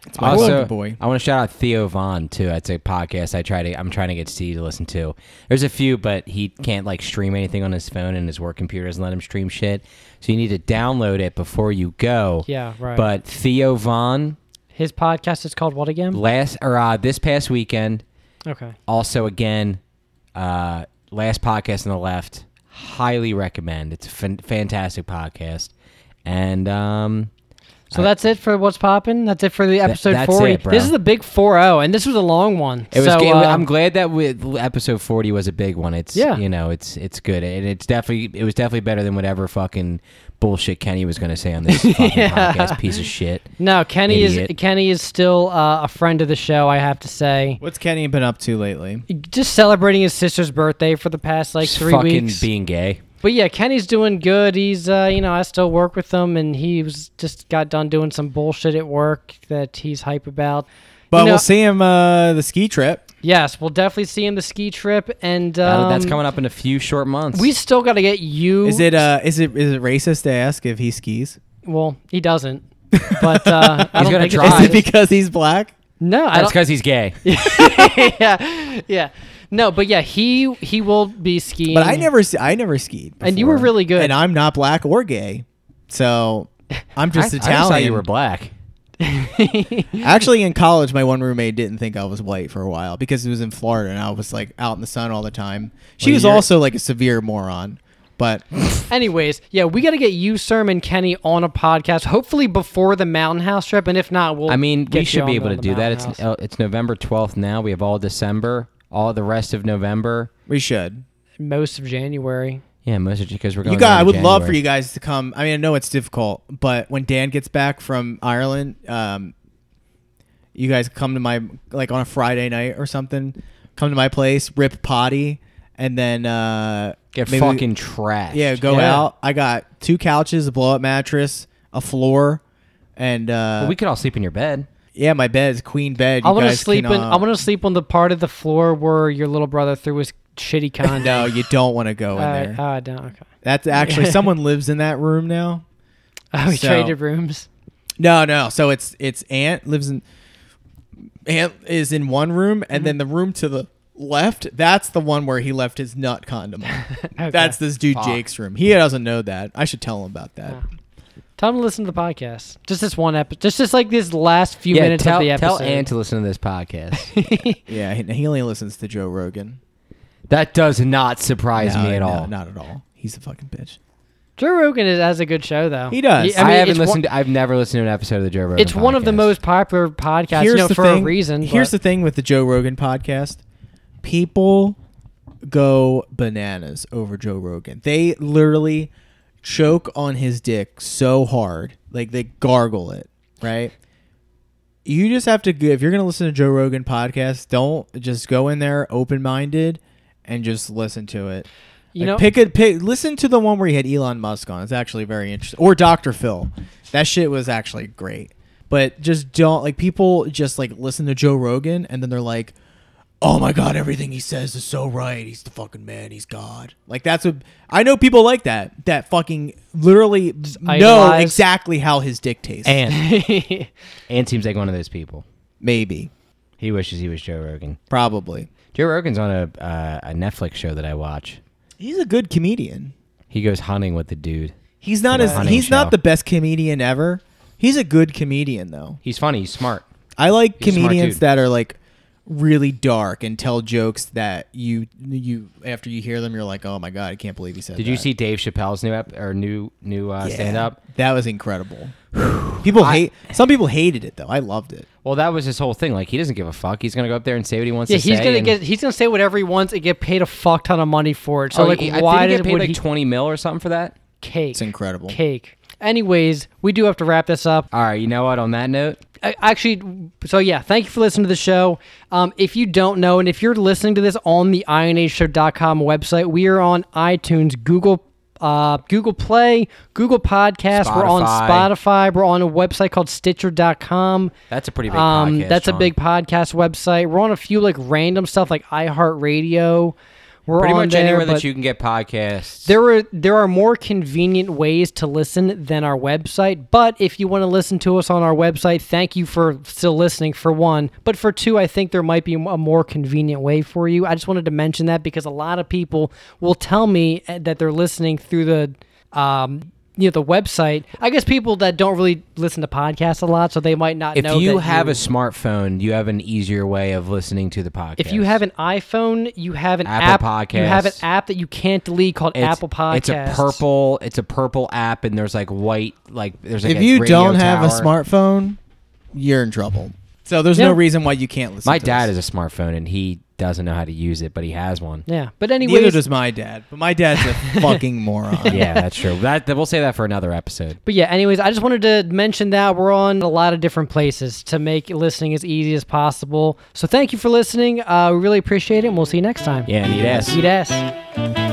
S3: It's my
S2: Also,
S3: little boy.
S2: I want to shout out Theo Vaughn too. That's a podcast I try to. I'm trying to get Steve to listen to. There's a few, but he can't like stream anything on his phone, and his work computer doesn't let him stream shit. So you need to download it before you go.
S1: Yeah, right.
S2: But Theo Vaughn
S1: His podcast is called what again?
S2: last or uh, this past weekend,
S1: Okay.
S2: also again, uh, last podcast on the left. Highly recommend. It's a fan- fantastic podcast, and um,
S1: So that's it for what's popping. That's it for the episode
S2: that's
S1: 40.
S2: it, bro.
S1: This is the big 40 and this was a long one.
S2: It was.
S1: so,
S2: good.
S1: uh,
S2: I'm glad that with episode 40 was a big one. It's
S1: Yeah.
S2: you know, it's it's good, and it's definitely it was definitely better than whatever fucking bullshit Kenny was going to say on this fucking podcast piece of shit.
S1: No, Kenny is
S2: Idiot.
S1: Kenny is still uh, a friend of the show, I have to say.
S3: What's Kenny been up to lately?
S1: Just celebrating his sister's birthday for the past like 3
S2: fucking
S1: weeks.
S2: being gay.
S1: But yeah, Kenny's doing good. He's, uh, you know, I still work with him, and he was just got done doing some bullshit at work that he's hype about.
S3: But
S1: You know-
S3: we'll see him uh, the ski trip.
S1: Yes, we'll definitely see him the ski trip, and
S2: That-
S1: um,
S2: that's coming up in a few short months.
S1: We still got to get you.
S3: Is it uh is it is it racist to ask if he skis?
S1: Well, he doesn't. But uh, I
S2: He's
S1: don't
S2: gonna
S1: think
S2: try.
S3: Is it
S1: It's
S3: because he's black?
S1: no, I
S2: that's
S1: don't,
S2: because he's gay.
S1: yeah, yeah, no, but yeah, he he will be skiing.
S3: But I never, s- I never skied.
S1: And you were
S3: before.
S1: really good.
S3: And I'm not black or gay, so I'm
S2: I, I
S3: just
S2: just
S3: Italian.
S2: thought you were black.
S3: Actually, in college, my one roommate didn't think I was white for a while because it was in Florida and I was like out in the sun all the time. She was
S2: you're-
S3: also like a severe moron, but
S1: Anyways, yeah, we got to get you, Sermon Kenny, on a podcast. Hopefully before the Mountain House trip, and if not, we'll.
S2: I mean,
S1: get
S2: we
S1: you
S2: should be
S1: on
S2: able
S1: the-
S2: to
S1: the
S2: do that.
S1: Mountain
S2: It's
S1: House.
S2: uh, it's November 12th now. We have all December, all the rest of November.
S3: we should.
S1: most of January.
S2: Yeah, most of because we're going.
S3: You guys,
S2: down
S3: I
S2: in
S3: would love for
S2: January.
S3: you guys to come. I mean, I know it's difficult, but when Dan gets back from Ireland, um, you guys come to my like on a Friday night or something. Come to my place, rip potty, and then uh,
S2: get
S3: maybe-
S2: fucking trashed.
S3: Yeah, go
S1: Yeah.
S3: out. I got two couches, a blow up mattress, a floor, and uh,
S2: we could all sleep in your bed.
S3: yeah, my bed's queen bed.
S1: I
S3: You
S1: want to
S3: guys
S1: sleep
S3: can,
S1: in.
S3: uh,
S1: I want to sleep on the part of the floor where your little brother threw his shitty condo.
S3: No, you don't want to go in
S1: Uh,
S3: there.
S1: oh, I don't. Okay.
S3: That's actually someone lives in that room now.
S1: Oh, we
S3: So-
S1: traded rooms.
S3: No, no. So it's it's aunt lives in aunt is in one room, and then the
S2: Mm-hmm.
S3: room to the left. That's the one where he left his nut condom. on. That's this dude Jake's room. He doesn't know that. I should tell him about that.
S1: Yeah. Tell him to listen to the podcast. Just this one episode. Just just like this last few minutes
S2: tell,
S1: of the
S2: tell
S1: episode.
S2: Ann to listen to this podcast.
S3: Yeah, he, he only listens to Joe Rogan.
S2: that does not surprise
S3: No,
S2: me at
S3: no,
S2: all.
S3: Not at all. He's a fucking bitch.
S1: Joe Rogan is, has a good show though.
S3: He does.
S1: Yeah,
S2: I,
S1: mean,
S2: haven't
S1: it's
S2: listened.
S1: One,
S2: to, I've never listened to an episode of the Joe Rogan.
S1: it's one of the
S2: podcast.
S1: most popular podcasts, you know, for a reason.
S3: Here's
S1: but
S3: the thing with the Joe Rogan podcast. People go bananas over Joe Rogan. They literally choke on his dick so hard, like they gargle it, right? You just have to go, if you're going to listen to Joe Rogan podcast, don't just go in there open-minded and just listen to it.
S1: you
S3: Like,
S1: know,
S3: pick a pick. Listen to the one where he had Elon Musk on. It's actually very interesting. Or Dr. Phil. That shit was actually great. But just don't like people just like listen to Joe Rogan and then they're like, "Oh my god, everything he says is so right. He's the fucking man. He's God." Like that's what I know. People like that. That fucking literally know
S1: idolize-
S3: exactly how his dick tastes.
S2: Ann. Ann seems like one of those people.
S3: Maybe,
S2: He wishes he was Joe Rogan.
S3: probably.
S2: Joe Rogan's on a uh, a Netflix show that I watch.
S3: He's a good comedian.
S2: He goes hunting with the dude.
S3: He's not
S2: Yeah.
S3: as
S2: Funny
S3: he's
S2: show.
S3: not the best comedian ever. He's a good comedian though.
S2: He's funny. He's smart.
S3: I like
S2: He's a smart
S3: comedians
S2: dude.
S3: that are like really dark and tell jokes that you you after you hear them you're like, "Oh my god, I can't believe he said
S2: Did
S3: that."
S2: you see Dave Chappelle's new ep- or new new uh, stand up?
S3: That was incredible. people hate some people hated it though. I loved it.
S2: Well, that was his whole thing. Like he doesn't give a fuck. He's gonna go up there and say what he wants
S1: Yeah,
S2: to say.
S1: he's gonna
S2: and-
S1: get he's gonna say whatever he wants and get paid a fuck ton of money for it. So
S2: Oh,
S1: like,
S2: he-
S1: why
S2: I think
S1: did
S2: he get paid
S1: would
S2: like
S1: he
S2: twenty mil or something for that?
S1: cake?
S3: It's incredible.
S1: Cake. Anyways, we do have to wrap this up.
S2: All right, you know what? On that note,
S1: I- actually so yeah thank you for listening to the show um, if you don't know and if you're listening to this on the inashow.com website we are on itunes google uh, google play google podcast we're on
S2: Spotify.
S1: spotify we're on a website called stitcher.com
S2: that's a pretty big
S1: um,
S2: podcast.
S1: that's a
S2: Sean.
S1: big podcast website we're on a few like random stuff like iheartradio we're
S2: Pretty
S1: on
S2: much
S1: there,
S2: anywhere
S1: but-
S2: that you can get podcasts.
S1: there are there are more convenient ways to listen than our website, but if you want to listen to us on our website, thank you for still listening for one. But for two, I think there might be a more convenient way for you. I just wanted to mention that because a lot of people will tell me eh, that they're listening through the um you know the website. I guess people that don't really listen to podcasts a lot, so they might not
S2: if
S1: know.
S2: you
S1: that
S2: have
S1: you-
S2: a smartphone, you have an easier way of listening to the podcast.
S1: if you have an iPhone, you have an
S2: Apple
S1: app. You have an
S2: Podcasts.
S1: app that you can't delete called
S2: It's-
S1: Apple Podcasts.
S2: It's a purple. It's a purple app, and there's like white. Like there's like
S3: if
S2: a
S3: you
S2: radio
S3: don't have a
S2: tower.
S3: smartphone, you're in trouble. So there's
S1: Yeah.
S3: no reason why you can't listen.
S2: My
S3: to
S2: dad
S3: us.
S2: has a smartphone, and he doesn't know how to use it, but he has one.
S1: Yeah, but anyways,
S3: Neither does my dad, but my dad's a fucking moron.
S2: yeah, that's true. That, that we'll say that for another episode.
S1: But yeah, anyways, I just wanted to mention that we're on a lot of different places to make listening as easy as possible. So thank you for listening. Uh, we really appreciate it, and we'll see you next time.
S2: Yeah, need ass.
S1: Eat ass.